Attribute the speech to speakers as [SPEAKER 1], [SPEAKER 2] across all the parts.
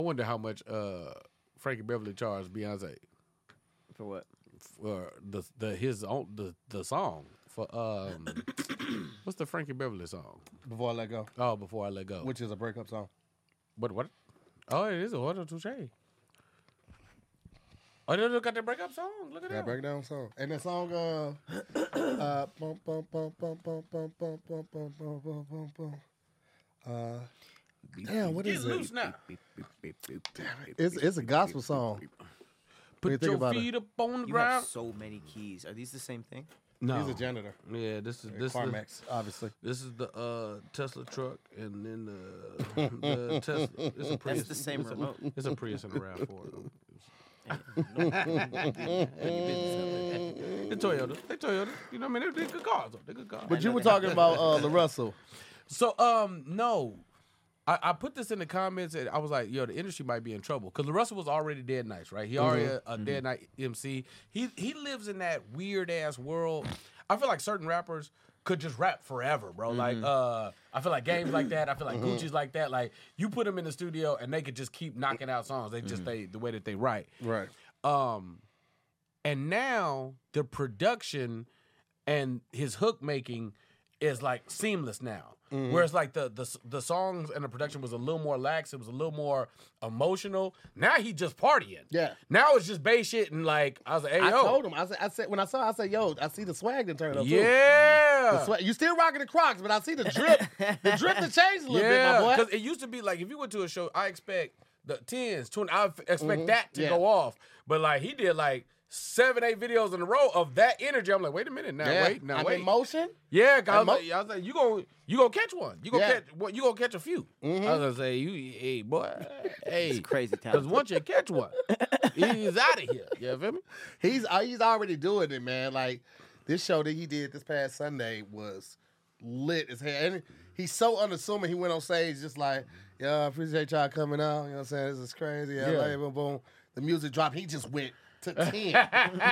[SPEAKER 1] I wonder how much uh Frankie Beverly charged Beyonce
[SPEAKER 2] For what?
[SPEAKER 1] for the the his own the the song for um what's the Frankie Beverly song?
[SPEAKER 3] Before I let go,
[SPEAKER 1] Oh, before I let go.
[SPEAKER 3] which is a breakup song.
[SPEAKER 1] But what? Oh, it is a Hotel Touche. Oh, they look at the breakup song. Look at
[SPEAKER 3] That
[SPEAKER 1] that.
[SPEAKER 3] breakdown song. And that song, uh, uh, bum, bum, bum, bum, bum, bum, bum, bum, bum, bum, bum, bum, bum. Uh, damn, what
[SPEAKER 1] Get
[SPEAKER 3] is it?
[SPEAKER 1] loose now.
[SPEAKER 3] It's it's a gospel song. When you
[SPEAKER 1] Put
[SPEAKER 3] think
[SPEAKER 1] your
[SPEAKER 3] about it.
[SPEAKER 1] feet up on the
[SPEAKER 2] You have
[SPEAKER 1] ground.
[SPEAKER 2] so many keys. Are these the same thing?
[SPEAKER 1] No.
[SPEAKER 3] He's a janitor.
[SPEAKER 1] yeah, this is this is
[SPEAKER 3] Carmax, obviously.
[SPEAKER 1] this is the uh, Tesla truck, and then the, the Tesla. It's a Prius.
[SPEAKER 2] the same
[SPEAKER 1] it's a-
[SPEAKER 2] remote.
[SPEAKER 1] it's a Prius and a Rav Four. They Toyota. They Toyota. You know what I mean? They, they good cars. though. They good cars.
[SPEAKER 3] But you were talking about uh, La Russell.
[SPEAKER 1] So um no. I, I put this in the comments and I was like, yo, the industry might be in trouble. Cause Russell was already dead nice, right? He already
[SPEAKER 3] Mm-hmm.
[SPEAKER 1] a, a dead night MC. He he lives in that weird ass world. I feel like certain rappers could just rap forever, bro. Like
[SPEAKER 3] Mm-hmm.
[SPEAKER 1] uh I feel like games like that, I feel like Gucci's like that. Like you put them in the studio and they could just keep knocking out songs. They
[SPEAKER 3] Mm-hmm.
[SPEAKER 1] just they the way that they write.
[SPEAKER 3] Right.
[SPEAKER 1] Um, and now the production and his hook making is like seamless now.
[SPEAKER 3] Mm-hmm.
[SPEAKER 1] Whereas like the, the the songs and the production was a little more lax, it was a little more emotional. Now he just partying.
[SPEAKER 3] Yeah.
[SPEAKER 1] Now it's just bass shit and like I was like, hey
[SPEAKER 3] I
[SPEAKER 1] yo,
[SPEAKER 3] told him. I said, I said when I saw, I said, "Yo, I see the swag that turned up." too.
[SPEAKER 1] yeah,
[SPEAKER 3] The swag. You still rocking the Crocs, but I see the drip. the drip that changed a little bit, my boy.
[SPEAKER 1] Because it used to be like if you went to a show, I expect the tens, twenty, I f- expect that to
[SPEAKER 3] Mm-hmm. Yeah.
[SPEAKER 1] go off. But like he did like seven, eight videos in a row of that energy. I'm like, wait a minute now,
[SPEAKER 3] Yeah.
[SPEAKER 1] wait, now
[SPEAKER 3] I'm
[SPEAKER 1] wait.
[SPEAKER 3] in motion.
[SPEAKER 1] yeah, 'cause I was,
[SPEAKER 3] Mo-
[SPEAKER 1] like, I was like, you gonna you gonna catch one. You gonna
[SPEAKER 3] Yeah. Mm-hmm.
[SPEAKER 1] catch what you gonna catch a few. I was gonna say, you hey boy, hey.
[SPEAKER 2] Crazy
[SPEAKER 1] Cause
[SPEAKER 2] talent.
[SPEAKER 1] once you catch one, he's out of here. You feel me?
[SPEAKER 3] He's uh, he's already doing it, man. Like this show that he did this past Sunday was lit as hell. And he's so unassuming. He went on stage just like, "Yo, I appreciate y'all coming out." You know what I'm saying? This is crazy. Yeah.
[SPEAKER 1] Yeah.
[SPEAKER 3] boom, boom. The music dropped. He just went to ten,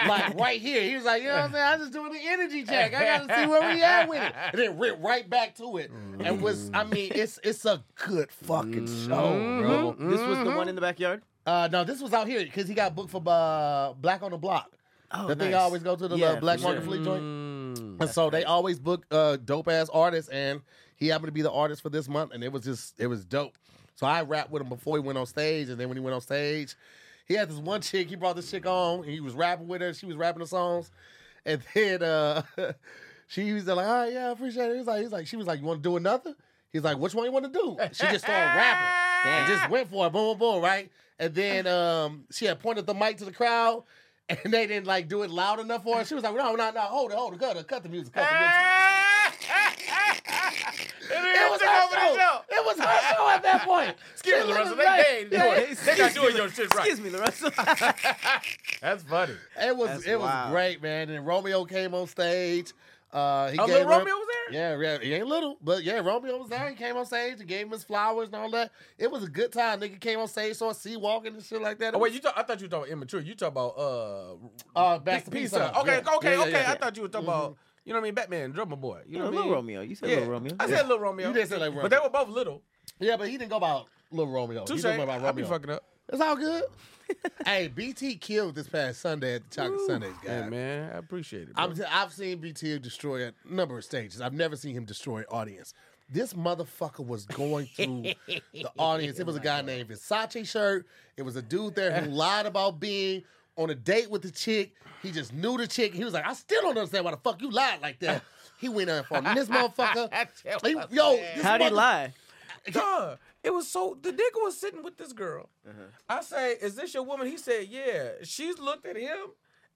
[SPEAKER 3] like right here. He was like, "You know what I'm saying? I just doing the energy check. I gotta see where we at with it." And then ripped right back to it. And was I mean, it's it's a good fucking show,
[SPEAKER 1] Mm-hmm.
[SPEAKER 3] bro.
[SPEAKER 2] This was the one in the backyard.
[SPEAKER 3] Uh, no, this was out here because he got booked for uh, Black on the Block.
[SPEAKER 2] Oh,
[SPEAKER 3] the thing I
[SPEAKER 2] nice.
[SPEAKER 3] always go to the
[SPEAKER 2] Yeah,
[SPEAKER 3] uh, Black
[SPEAKER 2] for sure. Mm-hmm.
[SPEAKER 3] Market Fleet joint. And so they always book uh, dope ass artists, and he happened to be the artist for this month, and it was just it was dope. So I rapped with him before he went on stage, and then when he went on stage, he had this one chick. He brought this chick on, and he was rapping with her. She was rapping the songs, and then uh, she was like, "All right, yeah, I appreciate it." He's like, "He's like," she was like, "You want to do another?" He's like, "Which one you want to do?" She just started rapping and just went for it, boom, boom, boom, right? And then um, she had pointed the mic to the crowd, and they didn't like do it loud enough for her. She was like, "No, no, no, hold it, hold it, cut it, cut the music, cut the music." Mm. It was her show. It was her show at that point. She
[SPEAKER 1] Skip the rest
[SPEAKER 3] literally
[SPEAKER 1] of they
[SPEAKER 3] made-
[SPEAKER 1] game.
[SPEAKER 3] Yeah,
[SPEAKER 1] They they not doing your shit right.
[SPEAKER 2] Excuse me, Larissa.
[SPEAKER 1] That's funny.
[SPEAKER 3] It was
[SPEAKER 2] That's
[SPEAKER 3] it was
[SPEAKER 2] wild.
[SPEAKER 3] great, man. And Romeo came on stage. Uh, he
[SPEAKER 1] Oh,
[SPEAKER 3] gave
[SPEAKER 1] Lil
[SPEAKER 3] her-
[SPEAKER 1] Romeo was there?
[SPEAKER 3] Yeah, yeah, he ain't little, but yeah, Romeo was there. He came on stage and gave him his flowers and all that. It was a good time. Nigga came on stage, saw sea walking and shit like that. It
[SPEAKER 1] Oh wait,
[SPEAKER 3] was-
[SPEAKER 1] you talk, I thought you were talking about immature. You talk about uh
[SPEAKER 3] uh, back to
[SPEAKER 1] Big
[SPEAKER 3] peace.
[SPEAKER 1] Pizza.
[SPEAKER 3] Up.
[SPEAKER 1] Okay,
[SPEAKER 3] Yeah.
[SPEAKER 1] okay,
[SPEAKER 3] Yeah, yeah,
[SPEAKER 1] okay.
[SPEAKER 3] yeah. Mm-hmm.
[SPEAKER 1] I thought you were talking about you know what I mean, Batman, drummer boy. You know what I mean?
[SPEAKER 2] Little Romeo. You said
[SPEAKER 1] Yeah.
[SPEAKER 2] Little Romeo.
[SPEAKER 1] I said Little Romeo.
[SPEAKER 3] You did say Lil Romeo.
[SPEAKER 1] But they were both little.
[SPEAKER 3] Yeah, but he didn't go about Little Romeo. He
[SPEAKER 1] Touche.
[SPEAKER 3] didn't go about
[SPEAKER 1] I be
[SPEAKER 3] Romeo.
[SPEAKER 1] fucking up.
[SPEAKER 3] it's all good. hey, BT killed this past Sunday at the Chocolate Sundays, guys.
[SPEAKER 1] Hey man, I appreciate it. Bro.
[SPEAKER 3] I'm, I've seen BT destroy a number of stages. I've never seen him destroy an audience. This motherfucker was going through the audience. It was a guy named Versace shirt. It was a dude there who lied about being on a date with the chick. He just knew the chick. He was like, I still don't understand why the fuck you lied like that. He went in for this motherfucker. He- yo, this
[SPEAKER 2] How'd he
[SPEAKER 3] mother-
[SPEAKER 2] lie?
[SPEAKER 1] Duh. It was so the nigga was sitting with this girl. I say, "Is this your woman?" He said, "Yeah." She's looked at him,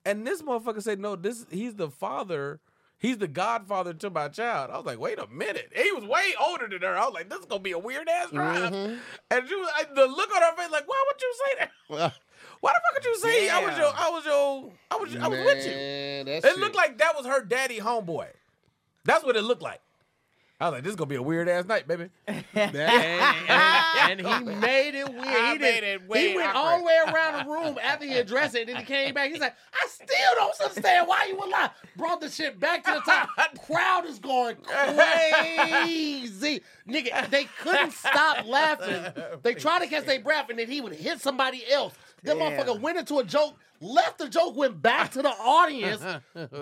[SPEAKER 1] and this motherfucker said, "No, this he's the father. He's the godfather to my child." I was like, "Wait a minute." He was way older than her. I was like, "This is gonna be a weird ass drive." And she was I, the look on her face, like, "Why would you say that? Why the fuck would you say I was your, I was your, I was, your, I was with you?"
[SPEAKER 3] Man, that
[SPEAKER 1] It
[SPEAKER 3] shit-
[SPEAKER 1] looked like that was her daddy homeboy. That's what it looked like. I was like, this is gonna be a weird ass night, baby.
[SPEAKER 3] That- and, and- and he made it weird.
[SPEAKER 1] I
[SPEAKER 3] he
[SPEAKER 1] made
[SPEAKER 3] did,
[SPEAKER 1] it way
[SPEAKER 3] He went
[SPEAKER 1] awkward.
[SPEAKER 3] all the way around the room after he addressed it, and then he came back. He's like, I still don't understand why you would lie. Brought the shit back to the top. Crowd is going crazy. Nigga, they couldn't stop laughing. They tried to catch their breath, and then he would hit somebody else. That
[SPEAKER 2] Damn.
[SPEAKER 3] motherfucker went into a joke, left the joke, went back to the audience,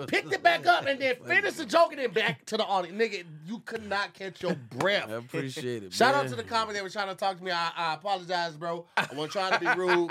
[SPEAKER 3] picked it back up, and then finished the joke, and then back to the audience. Nigga, you could not catch your breath.
[SPEAKER 1] I appreciate it.
[SPEAKER 3] Shout out
[SPEAKER 1] man.
[SPEAKER 3] to the comedy that was trying to talk to me. I, I apologize, bro. I wasn't trying to be rude,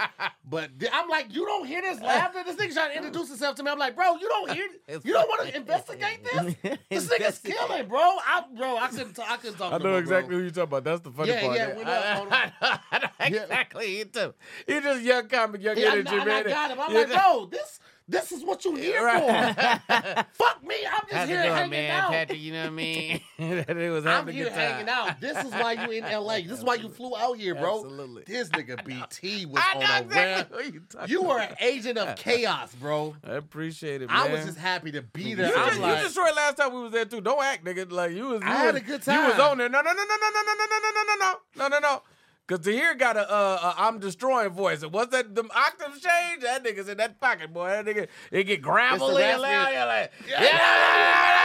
[SPEAKER 3] but th- I'm like, you don't hear this laughter. This nigga trying to introduce himself to me. I'm like, bro, you don't hear. You don't want to investigate this. This nigga's
[SPEAKER 2] Investigate.
[SPEAKER 3] killing, bro. I, bro, I couldn't talk. I couldn't talk.
[SPEAKER 1] I
[SPEAKER 3] no
[SPEAKER 1] know
[SPEAKER 3] more,
[SPEAKER 1] exactly
[SPEAKER 3] Bro.
[SPEAKER 1] who you're talking about. That's the funny
[SPEAKER 3] Yeah,
[SPEAKER 1] part.
[SPEAKER 3] yeah,
[SPEAKER 1] there.
[SPEAKER 3] we know. I
[SPEAKER 1] I know exactly. You too. You just young comic, young
[SPEAKER 3] Yeah, I,
[SPEAKER 1] energy,
[SPEAKER 3] kn- and I
[SPEAKER 1] man.
[SPEAKER 3] got him. I'm
[SPEAKER 1] You
[SPEAKER 3] like,
[SPEAKER 1] just-
[SPEAKER 3] bro, this this is what you here for. Fuck me, I'm just
[SPEAKER 1] How's it
[SPEAKER 3] here
[SPEAKER 1] going,
[SPEAKER 3] hanging
[SPEAKER 1] man?
[SPEAKER 3] out.
[SPEAKER 1] Patrick, you know what I mean? That it was
[SPEAKER 3] I'm
[SPEAKER 1] having a
[SPEAKER 3] here
[SPEAKER 1] good time.
[SPEAKER 3] hanging out. This is why you in LA. This is why you flew out here, bro.
[SPEAKER 1] Absolutely.
[SPEAKER 3] This nigga BT was
[SPEAKER 1] I
[SPEAKER 3] on
[SPEAKER 1] know
[SPEAKER 3] a rant.
[SPEAKER 1] exactly what you talking
[SPEAKER 3] You were
[SPEAKER 1] about.
[SPEAKER 3] an agent of chaos, bro.
[SPEAKER 1] I appreciate it, man.
[SPEAKER 3] I was just happy to be
[SPEAKER 1] You
[SPEAKER 3] there.
[SPEAKER 1] just,
[SPEAKER 3] I'm
[SPEAKER 1] you
[SPEAKER 3] like,
[SPEAKER 1] destroyed last time we was there too. Don't act, nigga. Like you was. You
[SPEAKER 3] I had
[SPEAKER 1] was-
[SPEAKER 3] a good
[SPEAKER 1] You was
[SPEAKER 3] time.
[SPEAKER 1] on there. No, no, no, no, no, no, no, no, no, no, no, no, no, no, no. Cause the here got a, uh, a I'm destroying voice. And once that them octaves change, that nigga's in that pocket, boy. That nigga it get gravelly and
[SPEAKER 2] raspy-
[SPEAKER 1] loud. You're like, yeah,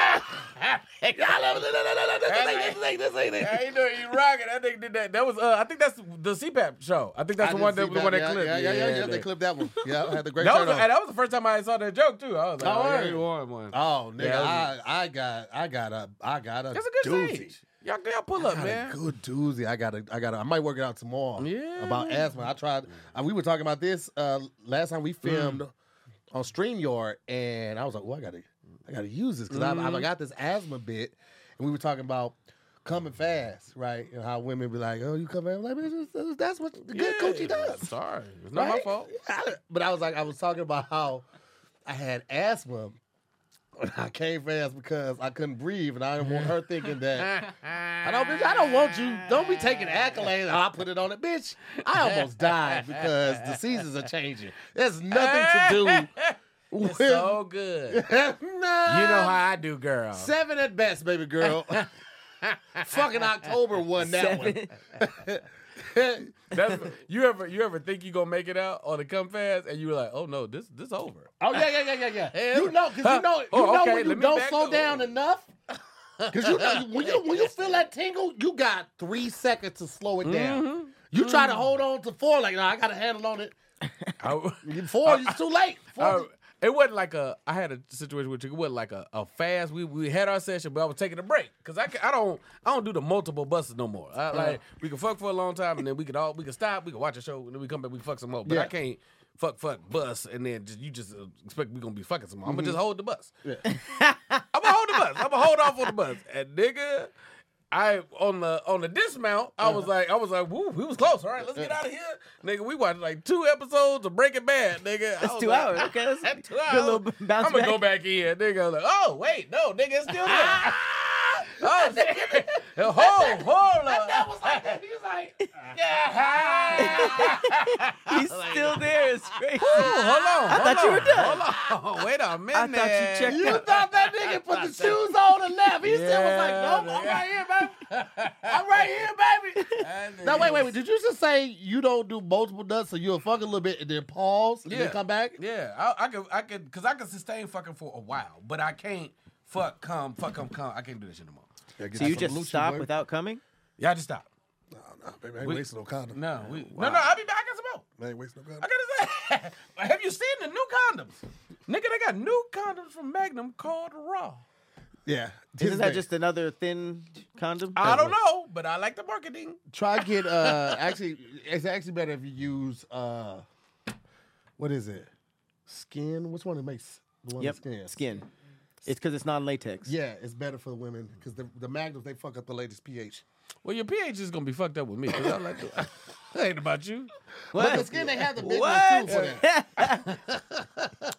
[SPEAKER 1] How you doing? You rocking? That nigga did that. That was uh, I think that's the CPAP show. I think that's
[SPEAKER 3] I
[SPEAKER 1] the one that
[SPEAKER 3] didn't
[SPEAKER 1] was
[SPEAKER 3] see
[SPEAKER 1] the one that
[SPEAKER 3] yeah,
[SPEAKER 1] clipped.
[SPEAKER 3] Yeah, yeah, yeah, yeah,
[SPEAKER 1] that-
[SPEAKER 3] They clipped that one. Yeah, I had the great
[SPEAKER 1] That
[SPEAKER 3] shirt
[SPEAKER 1] was,
[SPEAKER 3] on.
[SPEAKER 1] and that was the first time I saw that joke too. I was like,
[SPEAKER 3] Oh,
[SPEAKER 1] oh, yeah,
[SPEAKER 3] word.
[SPEAKER 1] you won one.
[SPEAKER 3] Oh nigga,
[SPEAKER 1] Yeah, that
[SPEAKER 3] I, I got I got a I got a
[SPEAKER 1] That's a good
[SPEAKER 3] doozy.
[SPEAKER 1] thing. Y'all, y'all pull
[SPEAKER 3] I
[SPEAKER 1] up,
[SPEAKER 3] got
[SPEAKER 1] man.
[SPEAKER 3] a good doozy. I got a I got a I might work it out tomorrow.
[SPEAKER 1] Yeah. Mm.
[SPEAKER 3] About asthma. I tried uh, we were talking about this uh, last time we filmed on StreamYard and I was like, well, I gotta I gotta use this because
[SPEAKER 1] Mm-hmm.
[SPEAKER 3] I, I got this asthma bit and we were talking about coming fast, right? And how women be like, Oh, you come fast. I'm like, "Man, that's- that's what the good
[SPEAKER 1] Yeah.
[SPEAKER 3] coochie does.
[SPEAKER 1] Sorry, it's not my
[SPEAKER 3] Right?
[SPEAKER 1] fault.
[SPEAKER 3] I- but I was like, I was talking about how I had asthma when I came fast because I couldn't breathe, and I didn't want her thinking that I don't. Bitch, I don't want you. Don't be taking accolades. and I put it on it, bitch. I almost died because the seasons are changing. There's nothing to do with.
[SPEAKER 1] It's so good. You
[SPEAKER 3] Nah.
[SPEAKER 1] know how I do, girl.
[SPEAKER 3] Seven at best, baby girl. Fucking October won that one.
[SPEAKER 1] That's, you ever you ever think you gonna make it out on the come fast, and you're like, oh no, this this over.
[SPEAKER 3] Oh yeah, yeah, yeah, yeah, yeah.
[SPEAKER 1] Hell.
[SPEAKER 3] You know, because you know, you
[SPEAKER 1] Oh,
[SPEAKER 3] know
[SPEAKER 1] okay,
[SPEAKER 3] when you
[SPEAKER 1] let me
[SPEAKER 3] don't
[SPEAKER 1] back
[SPEAKER 3] slow
[SPEAKER 1] up.
[SPEAKER 3] down enough. Because you know, when you when you feel that tingle, you got three seconds to slow it down. You try to hold on to four, like, nah, I got a handle on it.
[SPEAKER 1] I-
[SPEAKER 3] Four, it's too late. Four,
[SPEAKER 1] I- it wasn't like a. I had a situation with you. It wasn't like a, a fast. We we had our session, but I was taking a break because I, ca- I don't I don't do the multiple buses no more. I, like Uh-huh. we can fuck for a long time and then we could all we can stop. We can watch a show and then we come back. We fuck some more. But I
[SPEAKER 3] Yeah.
[SPEAKER 1] can't fuck fuck bus and then just, you just uh, expect we gonna be fucking some more. I'm gonna just hold the bus. I'm gonna hold the bus. I'm gonna hold off on the bus. And nigga, I on the on the dismount, I was like, I was like, woo, we was close. All right, let's get out of here. Nigga, we watched like two episodes of Breaking Bad, nigga. I
[SPEAKER 2] That's
[SPEAKER 1] was
[SPEAKER 2] two
[SPEAKER 1] like,
[SPEAKER 2] hours. Okay, that's
[SPEAKER 1] That's two
[SPEAKER 2] good
[SPEAKER 1] hours.
[SPEAKER 2] little bounce
[SPEAKER 1] I'm gonna go
[SPEAKER 2] back.
[SPEAKER 1] back in. Nigga, I was like, oh wait, no, nigga, it's still there. oh, shit. hold, hold
[SPEAKER 3] that
[SPEAKER 1] on.
[SPEAKER 3] was like that. He's like,
[SPEAKER 1] Oh
[SPEAKER 2] He's still there. It's crazy.
[SPEAKER 1] Hold on.
[SPEAKER 2] I
[SPEAKER 1] hold
[SPEAKER 2] thought you were
[SPEAKER 1] on,
[SPEAKER 2] done.
[SPEAKER 1] Hold on. Wait a minute.
[SPEAKER 2] I thought you checked
[SPEAKER 3] you thought that nigga put the shoes on and left. He still was like,
[SPEAKER 1] Yeah,
[SPEAKER 3] nope, I'm
[SPEAKER 1] nigga.
[SPEAKER 3] right here, baby. I'm right here, baby. No, wait, wait, wait. Did you just say you don't do multiple nuts, so you'll fuck a little bit and then pause and
[SPEAKER 1] Yeah.
[SPEAKER 3] then come back?
[SPEAKER 1] Yeah, I, I could, I could, cause I could sustain fucking for a while, but I can't fuck come, fuck come, come. I can't do this shit no more.
[SPEAKER 2] So you just stop without coming?
[SPEAKER 1] Y'all just stop.
[SPEAKER 3] Nah, baby, I ain't
[SPEAKER 1] We-
[SPEAKER 3] wasting no condom.
[SPEAKER 1] No, we, no, no. I'll be back. I got some more.
[SPEAKER 3] I ain't wasting no
[SPEAKER 1] I
[SPEAKER 3] condom.
[SPEAKER 1] gotta say, have you seen the new condoms, nigga? They got new condoms from Magnum called Raw.
[SPEAKER 3] Yeah.
[SPEAKER 2] Isn't that just another thin condom?
[SPEAKER 1] I don't know, but I like the marketing.
[SPEAKER 3] try get uh actually it's actually better if you use uh what is it? Skin? Which one it makes the one
[SPEAKER 2] Yep.
[SPEAKER 3] that's skin?
[SPEAKER 2] Skin. It's because it's non-latex.
[SPEAKER 3] Yeah, it's better for the women because the, the magnums they fuck up the latest pH.
[SPEAKER 1] Well, your pH is gonna be fucked up with me. 'cause I like to, it ain't about you.
[SPEAKER 2] What?
[SPEAKER 3] But the skin they have the big
[SPEAKER 2] What?
[SPEAKER 3] ones too for that.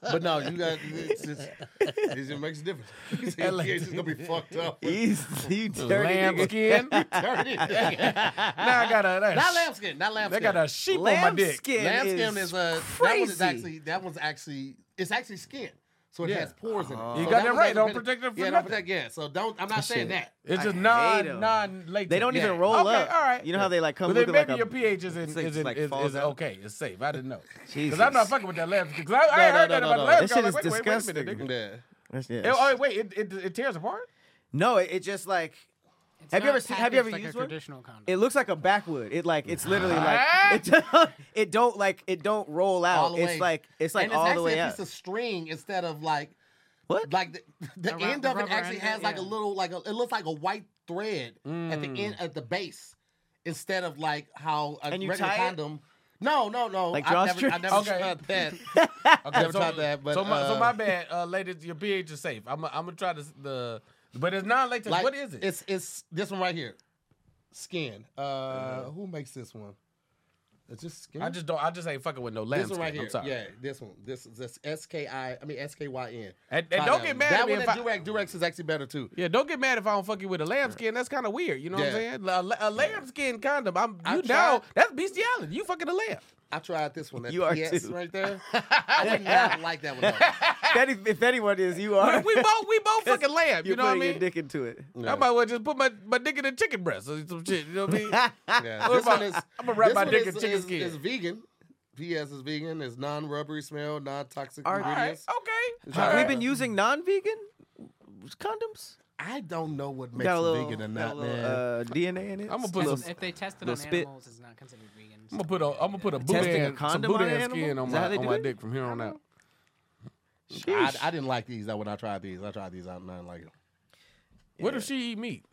[SPEAKER 3] but no, you got it's just, it just makes a difference. His pH is gonna be fucked up. with
[SPEAKER 2] He's, you dirty
[SPEAKER 1] Lamb
[SPEAKER 2] nigga.
[SPEAKER 1] skin. now
[SPEAKER 3] Dirty.
[SPEAKER 1] I got a. that
[SPEAKER 3] not
[SPEAKER 1] sh-
[SPEAKER 3] lambskin, not lambskin.
[SPEAKER 1] They got a sheep on my
[SPEAKER 2] Lamb
[SPEAKER 1] dick.
[SPEAKER 2] skin
[SPEAKER 3] Lambskin is,
[SPEAKER 2] is
[SPEAKER 3] uh, that one is
[SPEAKER 2] crazy.
[SPEAKER 3] actually that one's actually it's actually skin. So it
[SPEAKER 1] Yeah.
[SPEAKER 3] has pores in it.
[SPEAKER 2] Oh.
[SPEAKER 3] So
[SPEAKER 1] You got that
[SPEAKER 3] that one's
[SPEAKER 1] right.
[SPEAKER 3] actually
[SPEAKER 1] Don't
[SPEAKER 3] better-
[SPEAKER 1] protect it from
[SPEAKER 3] yeah,
[SPEAKER 1] nothing.
[SPEAKER 3] Don't protect, yeah, so don't. I'm not saying that.
[SPEAKER 1] It's just
[SPEAKER 2] I hate
[SPEAKER 1] non
[SPEAKER 2] 'em.
[SPEAKER 1] non latex.
[SPEAKER 2] They don't even
[SPEAKER 1] Yeah.
[SPEAKER 2] roll
[SPEAKER 1] okay,
[SPEAKER 2] up.
[SPEAKER 1] All right.
[SPEAKER 2] You know how they like come
[SPEAKER 1] But then
[SPEAKER 2] looking like
[SPEAKER 1] maybe
[SPEAKER 2] a-
[SPEAKER 1] your pH is in,
[SPEAKER 2] like-
[SPEAKER 1] is,
[SPEAKER 2] just
[SPEAKER 1] in,
[SPEAKER 2] like
[SPEAKER 1] is,
[SPEAKER 2] falls
[SPEAKER 1] is
[SPEAKER 2] out.
[SPEAKER 1] okay. It's safe. I didn't know. Because
[SPEAKER 2] Jesus.
[SPEAKER 1] I'm not fucking with that lamb because I, I
[SPEAKER 3] No, no,
[SPEAKER 1] heard
[SPEAKER 3] no,
[SPEAKER 1] that
[SPEAKER 3] no,
[SPEAKER 1] about
[SPEAKER 3] no.
[SPEAKER 1] the lamb.
[SPEAKER 2] That
[SPEAKER 1] I was
[SPEAKER 2] shit
[SPEAKER 1] like,
[SPEAKER 2] is
[SPEAKER 1] wait, wait, wait a minute,
[SPEAKER 2] disgusting.
[SPEAKER 1] nigga.
[SPEAKER 3] Yeah.
[SPEAKER 2] That's- yeah,
[SPEAKER 1] It,
[SPEAKER 2] that's-
[SPEAKER 1] oh wait, it, it it tears apart.
[SPEAKER 2] No, it, it just like
[SPEAKER 4] It's
[SPEAKER 2] Have you
[SPEAKER 4] not
[SPEAKER 2] ever seen- have you
[SPEAKER 4] packaged
[SPEAKER 2] ever
[SPEAKER 4] like
[SPEAKER 2] used
[SPEAKER 4] a
[SPEAKER 2] one?
[SPEAKER 4] traditional condom?
[SPEAKER 2] It looks like a backwood. It like it's literally like it don't, it don't like it don't roll out.
[SPEAKER 3] All the
[SPEAKER 2] It's
[SPEAKER 3] way.
[SPEAKER 2] like it's like
[SPEAKER 3] and
[SPEAKER 2] all
[SPEAKER 3] it's
[SPEAKER 2] the
[SPEAKER 3] actually
[SPEAKER 2] way
[SPEAKER 3] a
[SPEAKER 2] out.
[SPEAKER 3] piece of string instead of like
[SPEAKER 2] What?
[SPEAKER 3] like the, the
[SPEAKER 4] A ru-
[SPEAKER 3] end
[SPEAKER 4] the
[SPEAKER 3] of it
[SPEAKER 4] rubber
[SPEAKER 3] actually
[SPEAKER 4] end,
[SPEAKER 3] has like a
[SPEAKER 4] yeah.
[SPEAKER 3] little like a, it looks like a white thread at the end at the base instead of like how a
[SPEAKER 2] And Mm. you
[SPEAKER 3] regular
[SPEAKER 2] tie it?
[SPEAKER 3] condom. No, no, no.
[SPEAKER 2] Like
[SPEAKER 3] I never, I
[SPEAKER 2] drawstrings?
[SPEAKER 3] never
[SPEAKER 1] Okay.
[SPEAKER 3] tried that.
[SPEAKER 1] Okay,
[SPEAKER 3] Never tried that, but,
[SPEAKER 1] so, my, so
[SPEAKER 3] uh,
[SPEAKER 1] my bad, uh, ladies. Your pH is safe. I'm I'm gonna try this the, but it's non latex.
[SPEAKER 3] Like,
[SPEAKER 1] what is it?
[SPEAKER 3] It's it's this one right here. Skin. Uh, who makes this one? It's just skin.
[SPEAKER 1] I just don't. I just ain't fucking with no
[SPEAKER 3] this
[SPEAKER 1] lambs.
[SPEAKER 3] one right here.
[SPEAKER 1] I'm sorry.
[SPEAKER 3] Yeah, this one. This is this S K I. I mean S K Y N.
[SPEAKER 1] And, and don't get mad
[SPEAKER 3] that
[SPEAKER 1] at me
[SPEAKER 3] one
[SPEAKER 1] if I-
[SPEAKER 3] at Durex. Durex is actually better too.
[SPEAKER 1] Yeah, don't get mad if I don't fuck you with a lamb skin. That's kind of weird. You know
[SPEAKER 3] Yeah.
[SPEAKER 1] what I'm saying? A, a lamb skin condom. I'm
[SPEAKER 3] I
[SPEAKER 1] you down.
[SPEAKER 3] tried-
[SPEAKER 1] That's bestiality. You fucking a lamb.
[SPEAKER 3] I tried this one. That
[SPEAKER 2] You are
[SPEAKER 3] PS
[SPEAKER 2] too.
[SPEAKER 3] right there. I would not like that one. Though.
[SPEAKER 2] If any- if anyone is, you are.
[SPEAKER 1] we both we both fucking lamb. You
[SPEAKER 2] You're
[SPEAKER 1] know what I
[SPEAKER 2] putting your
[SPEAKER 1] mean?
[SPEAKER 2] dick into it.
[SPEAKER 1] I might well just put my, my dick in a chicken breast or some shit. You know what I mean?
[SPEAKER 3] Yeah,
[SPEAKER 1] What
[SPEAKER 3] this
[SPEAKER 1] about-
[SPEAKER 3] one is.
[SPEAKER 1] I'ma wrap
[SPEAKER 3] this
[SPEAKER 1] my
[SPEAKER 3] one
[SPEAKER 1] dick
[SPEAKER 3] is-
[SPEAKER 1] in chicken
[SPEAKER 3] is-
[SPEAKER 1] skin.
[SPEAKER 3] Is vegan. PS is vegan. It's non-rubbery smell, non-toxic
[SPEAKER 2] All right.
[SPEAKER 1] All right.
[SPEAKER 3] ingredients.
[SPEAKER 1] Okay.
[SPEAKER 3] All
[SPEAKER 2] Have we
[SPEAKER 3] right.
[SPEAKER 2] been using non-vegan condoms?
[SPEAKER 3] I don't know what makes
[SPEAKER 2] Got a
[SPEAKER 3] it
[SPEAKER 2] little,
[SPEAKER 3] vegan or
[SPEAKER 2] got a
[SPEAKER 3] not,
[SPEAKER 2] little,
[SPEAKER 3] man.
[SPEAKER 2] uh, DNA in it.
[SPEAKER 1] I'ma put
[SPEAKER 2] Little-
[SPEAKER 1] some-
[SPEAKER 4] if they test it on
[SPEAKER 2] little spit.
[SPEAKER 4] animals, it's not considered vegan.
[SPEAKER 1] I'm gonna put a I'm gonna put a boot
[SPEAKER 2] Testing
[SPEAKER 1] and
[SPEAKER 2] a
[SPEAKER 1] some
[SPEAKER 2] condom
[SPEAKER 1] boot
[SPEAKER 2] on an
[SPEAKER 1] and
[SPEAKER 2] animal?
[SPEAKER 1] skin on
[SPEAKER 2] Is that how
[SPEAKER 1] my
[SPEAKER 2] they
[SPEAKER 1] on
[SPEAKER 2] do
[SPEAKER 1] my
[SPEAKER 2] it?
[SPEAKER 1] dick from here on out.
[SPEAKER 3] I,
[SPEAKER 2] Sheesh.
[SPEAKER 3] I didn't like these though when I tried these. I tried these. I didn't like it.
[SPEAKER 1] What if she eat meat?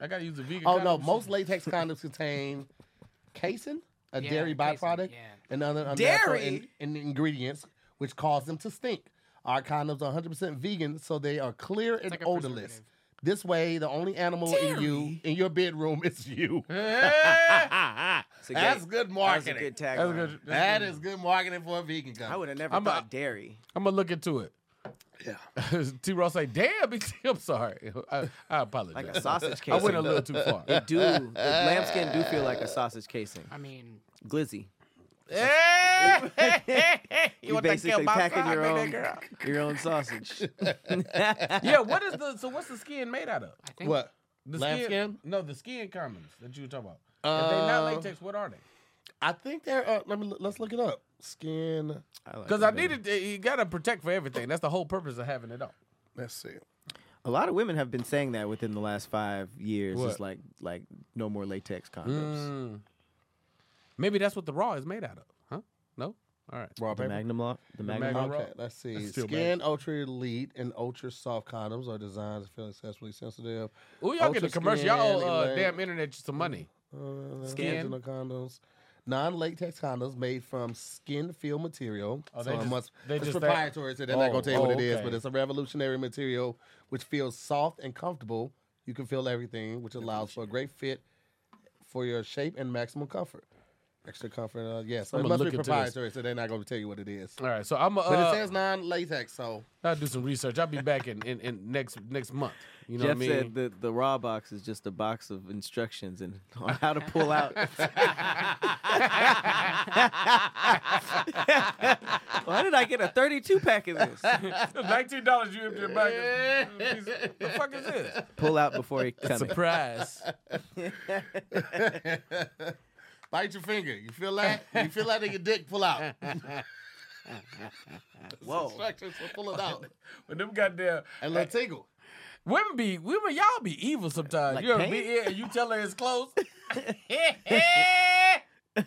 [SPEAKER 1] I gotta use a vegan.
[SPEAKER 3] Oh no,
[SPEAKER 1] condom.
[SPEAKER 3] most latex condoms contain casein, a
[SPEAKER 4] Yeah,
[SPEAKER 3] dairy
[SPEAKER 4] casein,
[SPEAKER 3] byproduct,
[SPEAKER 4] yeah.
[SPEAKER 3] and other unnatural
[SPEAKER 2] Dairy?
[SPEAKER 3] in, in ingredients which cause them to stink. Our condoms are 100% vegan, so they are clear and
[SPEAKER 4] like a
[SPEAKER 3] odorless.
[SPEAKER 4] preservative.
[SPEAKER 3] This way, the only animal in you in your bedroom is you.
[SPEAKER 2] It's a great-
[SPEAKER 3] That's
[SPEAKER 2] That's
[SPEAKER 3] good
[SPEAKER 2] a
[SPEAKER 3] marketing.
[SPEAKER 2] good
[SPEAKER 1] That's
[SPEAKER 2] tagline.
[SPEAKER 1] good.
[SPEAKER 3] That is good marketing for a vegan company.
[SPEAKER 2] I would have never
[SPEAKER 1] I'm a-
[SPEAKER 2] thought dairy.
[SPEAKER 1] I'm gonna look into it. Yeah. T. Ross say, "Damn, BT, I'm sorry. I, I apologize.
[SPEAKER 2] Like a sausage
[SPEAKER 1] I
[SPEAKER 2] casing.
[SPEAKER 1] went a little too
[SPEAKER 2] though.
[SPEAKER 1] far.
[SPEAKER 2] It do. the lambskin do feel like a sausage casing.
[SPEAKER 4] I mean,
[SPEAKER 2] Glizzy.
[SPEAKER 1] you
[SPEAKER 2] You
[SPEAKER 1] want that
[SPEAKER 2] basically
[SPEAKER 1] kill my
[SPEAKER 2] packing your
[SPEAKER 1] baby
[SPEAKER 2] own
[SPEAKER 1] girl?
[SPEAKER 2] your own sausage.
[SPEAKER 1] Yeah. What is the? So what's the skin made out of?
[SPEAKER 4] I think
[SPEAKER 3] What?
[SPEAKER 1] The
[SPEAKER 3] Lamb skin?
[SPEAKER 1] No, the skin condoms that you were talking about. if they're not
[SPEAKER 3] Uh,
[SPEAKER 1] latex, what are they?
[SPEAKER 3] I think there. Uh, let me. Let's look it up. Skin.
[SPEAKER 1] Because I needed. To, you gotta protect for everything. That's the whole purpose of having it on.
[SPEAKER 3] Let's see.
[SPEAKER 2] A lot of women have been saying that within the last five years.
[SPEAKER 1] What? Mm.
[SPEAKER 2] It's like like no more latex condoms.
[SPEAKER 3] Mm.
[SPEAKER 1] Maybe that's what the raw is made out of, huh? No. All right.
[SPEAKER 3] Raw
[SPEAKER 2] The
[SPEAKER 3] paper.
[SPEAKER 2] Magnum law. The Magnum
[SPEAKER 1] Magnum
[SPEAKER 2] law.
[SPEAKER 1] Raw.
[SPEAKER 3] Okay, let's see.
[SPEAKER 1] That's still
[SPEAKER 3] Skin Ultra Elite and Ultra Soft condoms are designed to feel sexually sensitive.
[SPEAKER 1] Ooh, y'all get
[SPEAKER 3] Ultra
[SPEAKER 1] the commercial.
[SPEAKER 3] skin, Mm.
[SPEAKER 1] Y'all owe uh,
[SPEAKER 3] like-
[SPEAKER 1] damn internet some money.
[SPEAKER 3] Uh,
[SPEAKER 1] Skin?
[SPEAKER 3] original condoms. Non-latex condoms made from skin feel material.
[SPEAKER 1] Oh,
[SPEAKER 3] so
[SPEAKER 1] they
[SPEAKER 3] it
[SPEAKER 1] just-
[SPEAKER 3] must,
[SPEAKER 1] they
[SPEAKER 3] it's
[SPEAKER 1] just-
[SPEAKER 3] proprietary, so they're not
[SPEAKER 1] Oh,
[SPEAKER 3] gonna tell you what
[SPEAKER 1] oh,
[SPEAKER 3] it is,
[SPEAKER 1] okay.
[SPEAKER 3] but it's a revolutionary material which feels soft and comfortable. You can feel everything, which allows for a great fit for your shape and maximum comfort. Extra comfort, uh, yes. So
[SPEAKER 1] I'ma
[SPEAKER 3] it must
[SPEAKER 1] look into
[SPEAKER 3] be
[SPEAKER 1] this.
[SPEAKER 3] proprietary, so they're not gonna tell you what it is.
[SPEAKER 1] All right. So I'm. Uh,
[SPEAKER 3] But it says non-latex, so
[SPEAKER 1] I'll do some research. I'll be back in, in, in next next month. You know what
[SPEAKER 2] Jeff
[SPEAKER 1] I mean?
[SPEAKER 2] said that the raw box is just a box of instructions and on how to pull out. Why did I get a 32 pack of this?
[SPEAKER 1] Nineteen dollars you empty the bag. the fuck is this?
[SPEAKER 2] Pull out before it comes.
[SPEAKER 1] Surprise.
[SPEAKER 3] Bite your finger. You feel that? you feel that in your dick pull out.
[SPEAKER 2] Whoa.
[SPEAKER 3] Instructions for pulling out.
[SPEAKER 1] When them goddamn
[SPEAKER 3] And little tingle.
[SPEAKER 1] women be women, y'all be evil sometimes.
[SPEAKER 2] Like
[SPEAKER 1] you ever
[SPEAKER 2] pain?
[SPEAKER 1] be yeah, you tell her it's close.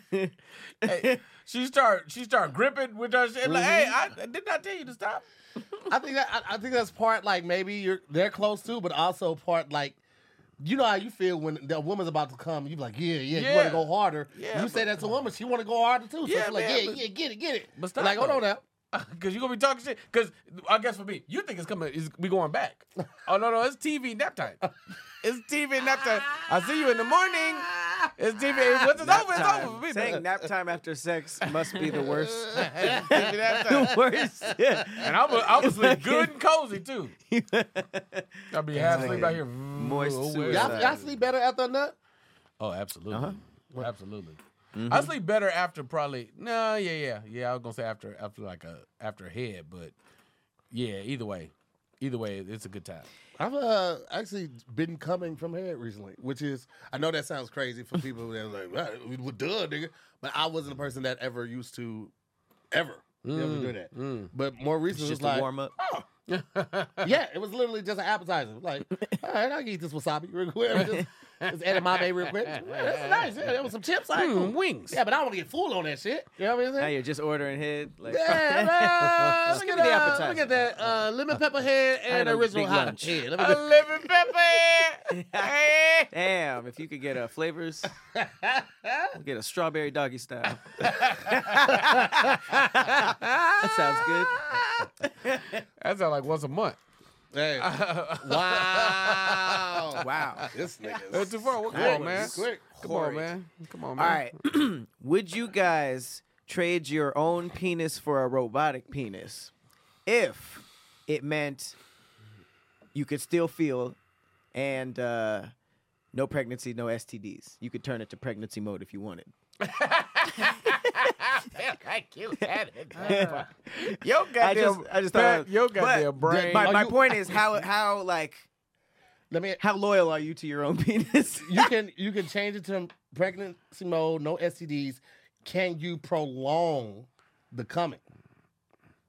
[SPEAKER 1] hey, she start she start gripping with her shit. Like, hey,
[SPEAKER 2] Mm-hmm.
[SPEAKER 1] I did not tell you to stop.
[SPEAKER 3] I think that I, I think that's part like maybe you're they're close too, but also part like you know how you feel when the woman's about to come. You be like, yeah, yeah, you want
[SPEAKER 1] Yeah.
[SPEAKER 3] to go harder.
[SPEAKER 1] Yeah,
[SPEAKER 3] you say that to a woman, she want to go harder too. So
[SPEAKER 1] Yeah,
[SPEAKER 3] yeah, like,
[SPEAKER 1] man,
[SPEAKER 3] yeah,
[SPEAKER 1] but-
[SPEAKER 3] yeah, get it, get it.
[SPEAKER 1] But stop
[SPEAKER 3] like, hold
[SPEAKER 1] though.
[SPEAKER 3] on now.
[SPEAKER 1] Cause you gonna be talking shit. Cause I guess for me, you think it's coming. Is we going back? Oh no no, it's TV nap time. It's TV nap time. I see you in the morning. It's TV. Once it's over, it's over for me.
[SPEAKER 2] Saying nap time after sex must be the worst.
[SPEAKER 1] TV nap time.
[SPEAKER 2] the worst.
[SPEAKER 1] And I'm a, I'm sleep good and cozy too. I'll be half asleep out here.
[SPEAKER 2] Moist
[SPEAKER 1] Oh, well.
[SPEAKER 2] suicide.
[SPEAKER 3] Y'all, y'all sleep better after a nut?
[SPEAKER 1] Oh,
[SPEAKER 2] Uh-huh.
[SPEAKER 1] absolutely, absolutely.
[SPEAKER 2] Mm-hmm.
[SPEAKER 1] I sleep better after probably no, yeah, yeah, yeah. I was gonna say after after like a after a head, but yeah, either way, either way, it's a good time.
[SPEAKER 3] I've uh, actually been coming from head recently, which is I know that sounds crazy for people that are like, "Well, we- well, duh, nigga," but I wasn't a person that ever used to ever be able to do that.
[SPEAKER 1] Mm,
[SPEAKER 3] But more recently,
[SPEAKER 2] Mm. Just
[SPEAKER 3] it's
[SPEAKER 2] a
[SPEAKER 3] like,
[SPEAKER 2] warm up.
[SPEAKER 1] oh.
[SPEAKER 3] yeah, it was literally just an appetizer. Like, all right, I'll eat this wasabi real quick. Just Just added my baby real quick. Yeah, That's nice. Yeah, that was some
[SPEAKER 2] Hmm,
[SPEAKER 3] chips. I
[SPEAKER 1] Mm, wings.
[SPEAKER 3] Yeah, but I don't want to get fooled on that shit. You know what I'm
[SPEAKER 2] Now
[SPEAKER 3] saying?
[SPEAKER 2] you're just ordering head. Like,
[SPEAKER 3] Yeah, uh,
[SPEAKER 2] Just
[SPEAKER 3] look,
[SPEAKER 2] give
[SPEAKER 3] at,
[SPEAKER 2] me the
[SPEAKER 3] uh, look at
[SPEAKER 2] appetizer.
[SPEAKER 3] that uh, lemon pepper head
[SPEAKER 2] had
[SPEAKER 3] and
[SPEAKER 2] a
[SPEAKER 3] original
[SPEAKER 2] big
[SPEAKER 3] hot
[SPEAKER 2] lunch.
[SPEAKER 3] head. Let me
[SPEAKER 1] A
[SPEAKER 3] go-
[SPEAKER 1] lemon pepper. Hey.
[SPEAKER 2] Damn, if you could get uh, flavors, we'll get a strawberry doggy style. that sounds good.
[SPEAKER 1] That sounds like once a month.
[SPEAKER 3] Hey, wow,
[SPEAKER 2] Wow.
[SPEAKER 3] this nigga.
[SPEAKER 1] That's
[SPEAKER 3] is
[SPEAKER 1] too far. Well, Come
[SPEAKER 3] quick.
[SPEAKER 1] on, man.
[SPEAKER 3] He's Quick.
[SPEAKER 1] Come on, man. Come on,
[SPEAKER 2] All
[SPEAKER 1] man.
[SPEAKER 2] right. Would you guys trade your own penis for a robotic penis if it meant you could still feel and uh, no pregnancy, no STDs? You could turn it to pregnancy mode if you wanted.
[SPEAKER 1] Yo, goddamn.
[SPEAKER 2] I just, I just thought,
[SPEAKER 1] Pat, yo,
[SPEAKER 2] but
[SPEAKER 1] goddamn brain. Oh,
[SPEAKER 2] My,
[SPEAKER 3] Are
[SPEAKER 2] my
[SPEAKER 3] you-
[SPEAKER 2] point is how, how like,
[SPEAKER 3] Let me.
[SPEAKER 2] how loyal are you to your own penis?
[SPEAKER 3] You can you can change it to pregnancy mode, no STDs. Can you prolong the coming,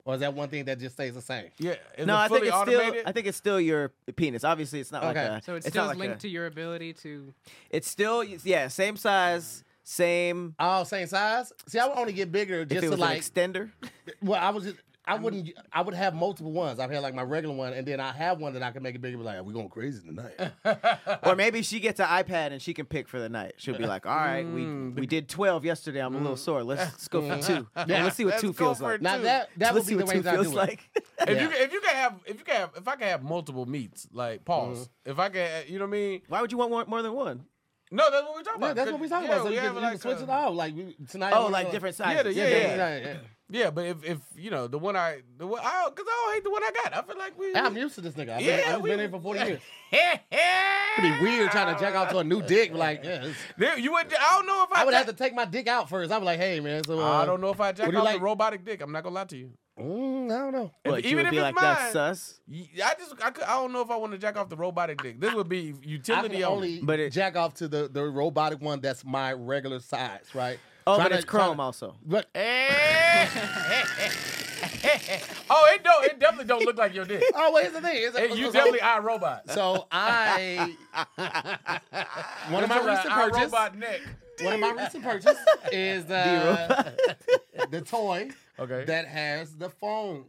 [SPEAKER 3] or is that one thing that just stays the same?
[SPEAKER 1] yeah. Is
[SPEAKER 2] no,
[SPEAKER 1] it
[SPEAKER 2] I think
[SPEAKER 1] fully
[SPEAKER 2] it's
[SPEAKER 1] automated?
[SPEAKER 2] still, I think it's still your penis. Obviously, it's not
[SPEAKER 3] Okay.
[SPEAKER 2] like a,
[SPEAKER 4] So it's,
[SPEAKER 2] not
[SPEAKER 4] still
[SPEAKER 2] like
[SPEAKER 4] linked
[SPEAKER 2] a-
[SPEAKER 4] to your ability to.
[SPEAKER 2] It's still yeah, same size, same.
[SPEAKER 3] All same size. See, I would only get bigger
[SPEAKER 2] If
[SPEAKER 3] just
[SPEAKER 2] it
[SPEAKER 3] to
[SPEAKER 2] was
[SPEAKER 3] like.
[SPEAKER 2] an extender,
[SPEAKER 3] well, I was just. I wouldn't. I would have multiple ones. I've had like my regular one, and then I have one that I can make it bigger. But like, we going crazy tonight.
[SPEAKER 2] or maybe she gets an iPad and she can pick for the night. She'll be like, "All right, we we did twelve yesterday. I'm a little sore. Let's, let's go for two.
[SPEAKER 3] Mm. Yeah,
[SPEAKER 2] let's see what
[SPEAKER 1] let's
[SPEAKER 2] two
[SPEAKER 1] go
[SPEAKER 2] feels
[SPEAKER 1] for
[SPEAKER 2] like.
[SPEAKER 1] two.
[SPEAKER 3] now
[SPEAKER 1] Dude,
[SPEAKER 3] that that would
[SPEAKER 2] let's
[SPEAKER 3] be
[SPEAKER 2] see
[SPEAKER 3] the
[SPEAKER 2] what
[SPEAKER 3] way
[SPEAKER 2] two
[SPEAKER 3] that I do
[SPEAKER 2] feels
[SPEAKER 3] it.
[SPEAKER 2] like."
[SPEAKER 1] If
[SPEAKER 3] Yeah.
[SPEAKER 1] you if you can have if you can have if I can have multiple meats like pause
[SPEAKER 3] Mm-hmm.
[SPEAKER 1] if I can you know what I mean
[SPEAKER 2] Why would you want more, more than one?
[SPEAKER 1] no that's what we talking
[SPEAKER 3] Yeah,
[SPEAKER 1] about
[SPEAKER 3] that's what we talking about. So you
[SPEAKER 1] yeah,
[SPEAKER 3] can,
[SPEAKER 1] we
[SPEAKER 3] you
[SPEAKER 1] have uh,
[SPEAKER 3] can switch
[SPEAKER 1] a-
[SPEAKER 3] it out. Like we, tonight.
[SPEAKER 2] Oh,
[SPEAKER 3] we-
[SPEAKER 2] like different
[SPEAKER 1] Yeah, the-
[SPEAKER 2] sizes.
[SPEAKER 1] yeah,
[SPEAKER 3] Yeah,
[SPEAKER 1] yeah,
[SPEAKER 3] yeah, yeah. yeah.
[SPEAKER 1] yeah but if if you know the one I the one I because I don't hate the one I got I feel like we
[SPEAKER 3] Yeah, I'm used to this nigga. I've
[SPEAKER 1] Yeah,
[SPEAKER 3] been, I've
[SPEAKER 1] we-
[SPEAKER 3] been here for 40 years.
[SPEAKER 1] It'd
[SPEAKER 3] It'd be weird trying to jack off to a new dick. Like, yeah, it's-
[SPEAKER 1] You would. I don't know if I.
[SPEAKER 3] I would have
[SPEAKER 1] jack-
[SPEAKER 3] to take my dick out first. I'm like, hey, man. So, uh,
[SPEAKER 1] I don't know if I jack
[SPEAKER 3] Would
[SPEAKER 1] off
[SPEAKER 3] you
[SPEAKER 1] like,
[SPEAKER 3] like-
[SPEAKER 1] robotic dick. I'm not gonna lie to you.
[SPEAKER 3] Mm, I don't know.
[SPEAKER 1] If-
[SPEAKER 2] But you
[SPEAKER 1] even
[SPEAKER 2] would
[SPEAKER 1] if
[SPEAKER 2] be
[SPEAKER 1] it's
[SPEAKER 2] like
[SPEAKER 1] mine.
[SPEAKER 2] that's sus.
[SPEAKER 1] Ye- I just I, could, I don't know if I want to jack off the robotic dick. This would be
[SPEAKER 3] I
[SPEAKER 1] utility
[SPEAKER 3] can only
[SPEAKER 2] But it-
[SPEAKER 3] jack off to the, the robotic one that's my regular size, right?
[SPEAKER 2] Oh,
[SPEAKER 3] Try
[SPEAKER 2] but
[SPEAKER 3] to-
[SPEAKER 2] it's
[SPEAKER 3] try to-
[SPEAKER 2] chrome also.
[SPEAKER 3] But
[SPEAKER 1] oh, it don't. It definitely don't look like your dick.
[SPEAKER 3] oh, well, here's the thing. It's-
[SPEAKER 1] It- you
[SPEAKER 3] it's-
[SPEAKER 1] definitely are robot.
[SPEAKER 3] So I one of my
[SPEAKER 1] That's right,
[SPEAKER 3] recent
[SPEAKER 1] our
[SPEAKER 3] purchases.
[SPEAKER 1] robot neck.
[SPEAKER 3] One of my recent purchases is uh, the toy
[SPEAKER 1] Okay.
[SPEAKER 3] that has the phone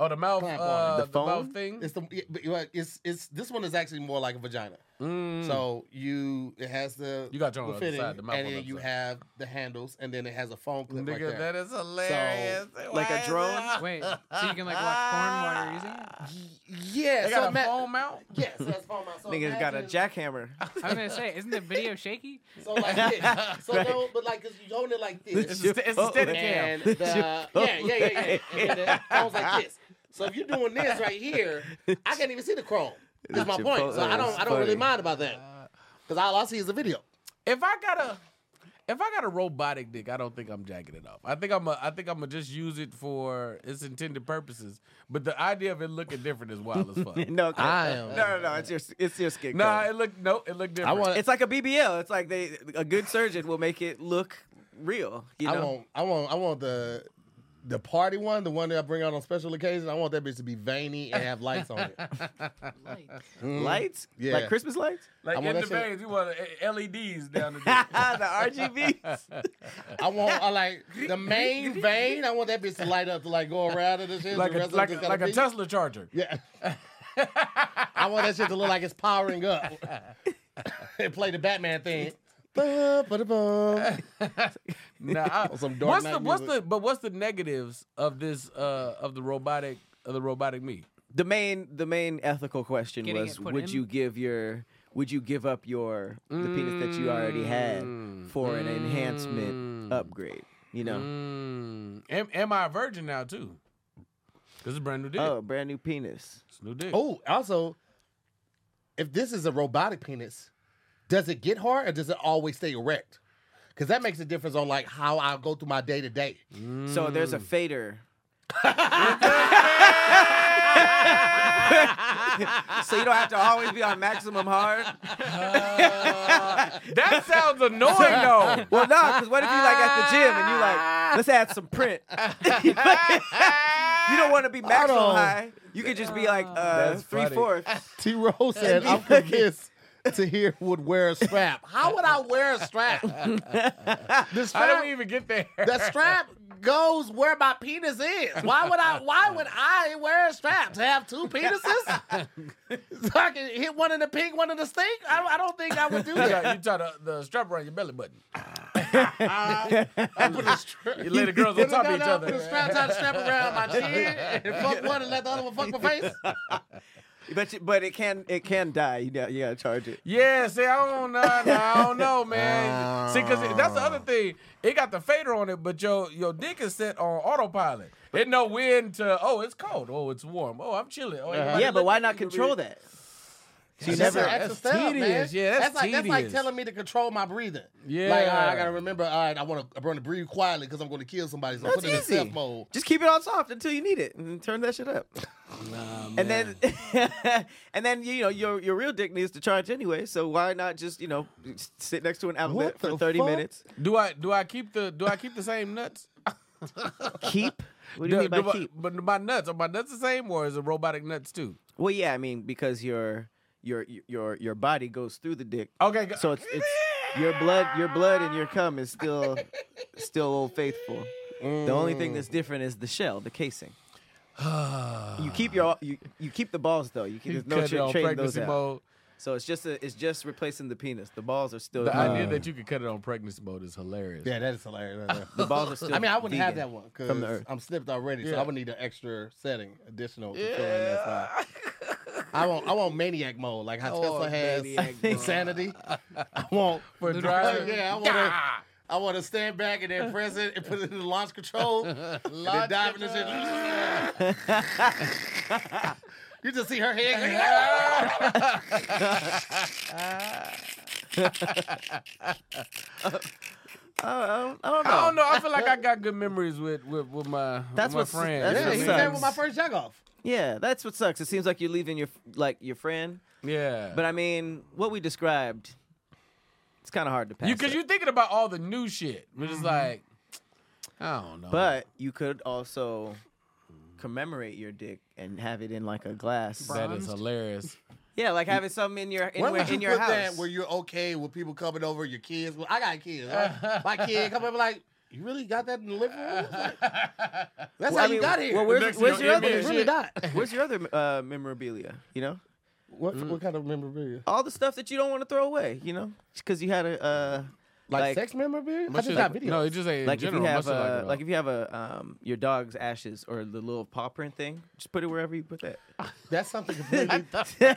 [SPEAKER 1] oh, the mouth.
[SPEAKER 3] Clamp on
[SPEAKER 1] Uh,
[SPEAKER 2] it.
[SPEAKER 1] the,
[SPEAKER 2] The phone?
[SPEAKER 1] mouth thing.
[SPEAKER 3] It's the it- but, you know, it's it's this one is actually more like a vagina. So you it has the
[SPEAKER 1] Hmm. Mm. You got your own
[SPEAKER 3] the
[SPEAKER 1] other
[SPEAKER 3] fitting,
[SPEAKER 1] side, the mouth
[SPEAKER 3] and
[SPEAKER 1] on
[SPEAKER 3] then
[SPEAKER 1] the
[SPEAKER 3] you
[SPEAKER 1] other side.
[SPEAKER 3] have the handles, and then it has a phone clip
[SPEAKER 1] Nigga,
[SPEAKER 3] right there.
[SPEAKER 1] that is hilarious.
[SPEAKER 2] Like a
[SPEAKER 1] Why is
[SPEAKER 2] drone?
[SPEAKER 1] it- uh,
[SPEAKER 4] Wait, so you can like watch porn while you're using it?
[SPEAKER 3] yeah,
[SPEAKER 1] They
[SPEAKER 3] so
[SPEAKER 1] got a
[SPEAKER 3] ima-
[SPEAKER 1] phone mount.
[SPEAKER 3] Yes, that's phone mount. So
[SPEAKER 2] Niggas got a
[SPEAKER 3] imagine-
[SPEAKER 2] jackhammer.
[SPEAKER 4] I was gonna say, isn't the video shaky?
[SPEAKER 3] So like this. So
[SPEAKER 2] Right.
[SPEAKER 3] no, but like 'cause you holding it like this.
[SPEAKER 1] It's a, st- it's a
[SPEAKER 2] Chipotle.
[SPEAKER 1] steady
[SPEAKER 3] and
[SPEAKER 1] cam.
[SPEAKER 3] the, yeah, yeah, yeah, yeah. And then the phone's like this. So if you're doing this right here, I can't even see the chrome. That's my point. So I don't I don't really
[SPEAKER 2] Funny.
[SPEAKER 3] mind about that because all I see is the video.
[SPEAKER 1] If I got a if I got a robotic dick, I don't think I'm jacking it off. I think I'm a, I think I'm gonna just use it for its intended purposes. But the idea of it looking different is wild as fuck.
[SPEAKER 2] No, okay.
[SPEAKER 3] I am-
[SPEAKER 2] no, no, no. It's your it's your skin.
[SPEAKER 1] nah,
[SPEAKER 2] color.
[SPEAKER 1] it looked no, it looked different.
[SPEAKER 3] want-
[SPEAKER 2] it's like a BBL. It's like they a good surgeon will make it look real. You know?
[SPEAKER 3] I want, I want, I want the the party one, the one that I bring out on special occasions. I want that bitch to be veiny and have lights on it.
[SPEAKER 2] lights,
[SPEAKER 3] yeah.
[SPEAKER 2] like Christmas lights,
[SPEAKER 1] like
[SPEAKER 3] I
[SPEAKER 1] in
[SPEAKER 3] want
[SPEAKER 1] the
[SPEAKER 3] that shit-
[SPEAKER 1] veins, you want uh, LEDs down the
[SPEAKER 2] the
[SPEAKER 1] dick.
[SPEAKER 2] RGBs.
[SPEAKER 3] I want, I like the main vein. I want that bitch to light up to like go around and this shit.
[SPEAKER 1] like
[SPEAKER 3] the
[SPEAKER 1] a,
[SPEAKER 3] rest
[SPEAKER 1] like,
[SPEAKER 3] of it just
[SPEAKER 1] a,
[SPEAKER 3] gotta
[SPEAKER 1] like a
[SPEAKER 3] be-
[SPEAKER 1] Tesla charger.
[SPEAKER 3] Yeah. I want that shit to look like it's powering up. and play the Batman thing. Ba-ba-da-bum.
[SPEAKER 1] Nah, I-
[SPEAKER 3] On some Dark
[SPEAKER 1] what's
[SPEAKER 3] Knight
[SPEAKER 1] the what's
[SPEAKER 3] music.
[SPEAKER 1] the but what's the negatives of this uh of the robotic of the robotic me?
[SPEAKER 2] the main the main ethical question
[SPEAKER 4] Getting
[SPEAKER 2] was:
[SPEAKER 4] it put
[SPEAKER 2] Would
[SPEAKER 4] in?
[SPEAKER 2] you give your would you give up your the penis that you already had for an enhancement upgrade? You know,
[SPEAKER 1] Mm, am, am I a virgin now too? This is brand new dick.
[SPEAKER 2] oh, brand new penis.
[SPEAKER 1] It's new dick.
[SPEAKER 3] Oh, also, if this is a robotic penis, does it get hard or does it always stay erect? Because that makes a difference on like how I go through my day to day.
[SPEAKER 2] So there's a fader. so you don't have to always be on maximum hard.
[SPEAKER 1] That sounds annoying
[SPEAKER 2] Well, no, because what if you like at the gym and you like, let's add some print. you don't want to be maximum
[SPEAKER 3] Hold on.
[SPEAKER 2] high. You could just be like uh,
[SPEAKER 1] That's funny.
[SPEAKER 2] three fourths.
[SPEAKER 3] T. Rose said,
[SPEAKER 2] "I'm
[SPEAKER 3] "I'm convinced to here would wear a strap. How would I wear a strap? the
[SPEAKER 1] How did
[SPEAKER 3] strap,
[SPEAKER 1] we even get there?
[SPEAKER 3] the strap goes where my penis is. Why would I? Why would I wear a strap to have two penises? so I can hit one in the pink, one in the stink. I don't, I don't think I would do
[SPEAKER 1] you
[SPEAKER 3] that.
[SPEAKER 1] tie, you tie the, the strap around your belly button.
[SPEAKER 3] I put a strap.
[SPEAKER 1] You lay the girls on
[SPEAKER 3] No,
[SPEAKER 1] top
[SPEAKER 3] no,
[SPEAKER 1] of each
[SPEAKER 3] no, put a
[SPEAKER 1] other.
[SPEAKER 3] strap, tie the strap around my chin, and fuck one and let the other one fuck my face.
[SPEAKER 2] But you- but it can it can die. You got you gotta charge it.
[SPEAKER 1] Yeah, see, I don't know, I don't know, man. see, because that's the
[SPEAKER 3] Oh.
[SPEAKER 1] other thing. It got the fader on it, but your your dick is set on autopilot. It know when to. Oh, it's cold. Oh, it's warm. Oh, I'm chilling. Oh, everybody
[SPEAKER 2] Uh-huh. Yeah, but
[SPEAKER 1] look
[SPEAKER 2] why
[SPEAKER 1] at
[SPEAKER 2] not
[SPEAKER 1] me.
[SPEAKER 2] control that?
[SPEAKER 1] See,
[SPEAKER 3] That's
[SPEAKER 1] never-
[SPEAKER 3] an extra
[SPEAKER 1] that's
[SPEAKER 3] step, man.
[SPEAKER 1] tedious. Yeah, that's,
[SPEAKER 3] like that's like
[SPEAKER 1] tedious.
[SPEAKER 3] telling me to control my breathing.
[SPEAKER 1] Yeah.
[SPEAKER 3] like all right, I gotta remember. All right, I want to I want to breathe quietly because I'm going to kill somebody. So
[SPEAKER 2] That's
[SPEAKER 3] put it in
[SPEAKER 2] easy.
[SPEAKER 3] stealth mode.
[SPEAKER 2] Just keep it on soft until you need it, and then turn that shit up.
[SPEAKER 1] Oh,
[SPEAKER 2] and then and then you know your your real dick needs to charge anyway. So why not just you know s- sit next to an outlet
[SPEAKER 3] What
[SPEAKER 2] for
[SPEAKER 3] the
[SPEAKER 2] thirty
[SPEAKER 3] fuck?
[SPEAKER 2] minutes?
[SPEAKER 1] Do I do I keep the do I keep the same nuts?
[SPEAKER 2] Keep. What do you mean by keep?
[SPEAKER 1] But my nuts are my nuts the same or is it robotic nuts too?
[SPEAKER 2] Well, yeah, I mean because your your your your body goes through the dick,
[SPEAKER 1] Okay, go-
[SPEAKER 2] so it's it's your blood your blood and your cum is still still old faithful. The only thing
[SPEAKER 1] Mm.
[SPEAKER 2] that's different is the shell, the casing. you keep your you, you keep the balls though. You keep
[SPEAKER 1] Ah. You
[SPEAKER 2] there's no
[SPEAKER 1] cut it
[SPEAKER 2] tra-
[SPEAKER 1] on
[SPEAKER 2] trading those
[SPEAKER 1] pregnancy
[SPEAKER 2] out.
[SPEAKER 1] mode.
[SPEAKER 2] So it's just a, it's just replacing the penis. The balls are still
[SPEAKER 1] The idea
[SPEAKER 2] uh,
[SPEAKER 1] that you could cut it on pregnancy mode is hilarious.
[SPEAKER 3] Yeah, that is hilarious. right
[SPEAKER 2] the
[SPEAKER 3] there.
[SPEAKER 2] balls are still.
[SPEAKER 3] I mean, I wouldn't have
[SPEAKER 2] vegan.
[SPEAKER 3] that one because
[SPEAKER 2] From the earth.
[SPEAKER 3] I'm snipped already, so
[SPEAKER 1] Yeah.
[SPEAKER 3] I would need an extra setting, additional. To fill in that side. I want I want maniac mode, like how Tesla has
[SPEAKER 1] maniac
[SPEAKER 3] insanity. I want
[SPEAKER 1] For
[SPEAKER 4] Ludacris.
[SPEAKER 1] driving.
[SPEAKER 3] yeah, I want to. I want to stand back and then press it and put it in the launch control. and then dive in this shit. you just see her head.
[SPEAKER 2] I, I don't, I don't know.
[SPEAKER 1] I don't know. I feel like I got good memories with with, with my
[SPEAKER 2] Oh. That's
[SPEAKER 1] with
[SPEAKER 2] what's-
[SPEAKER 1] my friends.
[SPEAKER 2] that's
[SPEAKER 3] yeah,
[SPEAKER 2] what
[SPEAKER 3] he
[SPEAKER 1] yeah,
[SPEAKER 2] sucks.
[SPEAKER 3] played with my first jug off.
[SPEAKER 2] Yeah, that's what sucks. It seems like you're leaving your like your friend.
[SPEAKER 1] yeah.
[SPEAKER 2] But I mean, what we described, it's kind of hard to pass.
[SPEAKER 1] you because
[SPEAKER 2] up.
[SPEAKER 1] you're thinking about all the new shit, which is like I don't know.
[SPEAKER 2] Mm-hmm. but you could also commemorate your dick and have it in like a glass.
[SPEAKER 1] that is
[SPEAKER 4] Bronzed?
[SPEAKER 1] hilarious.
[SPEAKER 2] Yeah, like having something in your in,
[SPEAKER 3] When
[SPEAKER 2] where,
[SPEAKER 3] would you
[SPEAKER 2] in your
[SPEAKER 3] put
[SPEAKER 2] house.
[SPEAKER 3] that where you're okay with people coming over, your kids? Well, I got kids. right? My kid come over like, you really got that in the living room? It's like, that's
[SPEAKER 2] Well,
[SPEAKER 3] how
[SPEAKER 2] I
[SPEAKER 3] you
[SPEAKER 2] mean,
[SPEAKER 3] got here.
[SPEAKER 2] well, where's-
[SPEAKER 3] Next, you
[SPEAKER 2] where's
[SPEAKER 3] know,
[SPEAKER 2] your
[SPEAKER 3] it
[SPEAKER 2] other
[SPEAKER 3] was really
[SPEAKER 2] shit?
[SPEAKER 3] not.
[SPEAKER 2] Where's your other uh, memorabilia? You know,
[SPEAKER 3] What,
[SPEAKER 2] Mm.
[SPEAKER 3] what kind of memorabilia?
[SPEAKER 2] all the stuff that you don't want to throw away. You know, because you had a uh,
[SPEAKER 3] Like, sex memorabilia? I
[SPEAKER 1] Much
[SPEAKER 3] just
[SPEAKER 1] is-
[SPEAKER 3] got videos.
[SPEAKER 1] No, it just ain't
[SPEAKER 2] like
[SPEAKER 1] in general.
[SPEAKER 2] if you have
[SPEAKER 1] much is
[SPEAKER 2] a,
[SPEAKER 1] like,
[SPEAKER 2] like if you have a um, your dog's ashes or the little paw print thing, just put it wherever you put that.
[SPEAKER 3] that's something completely, something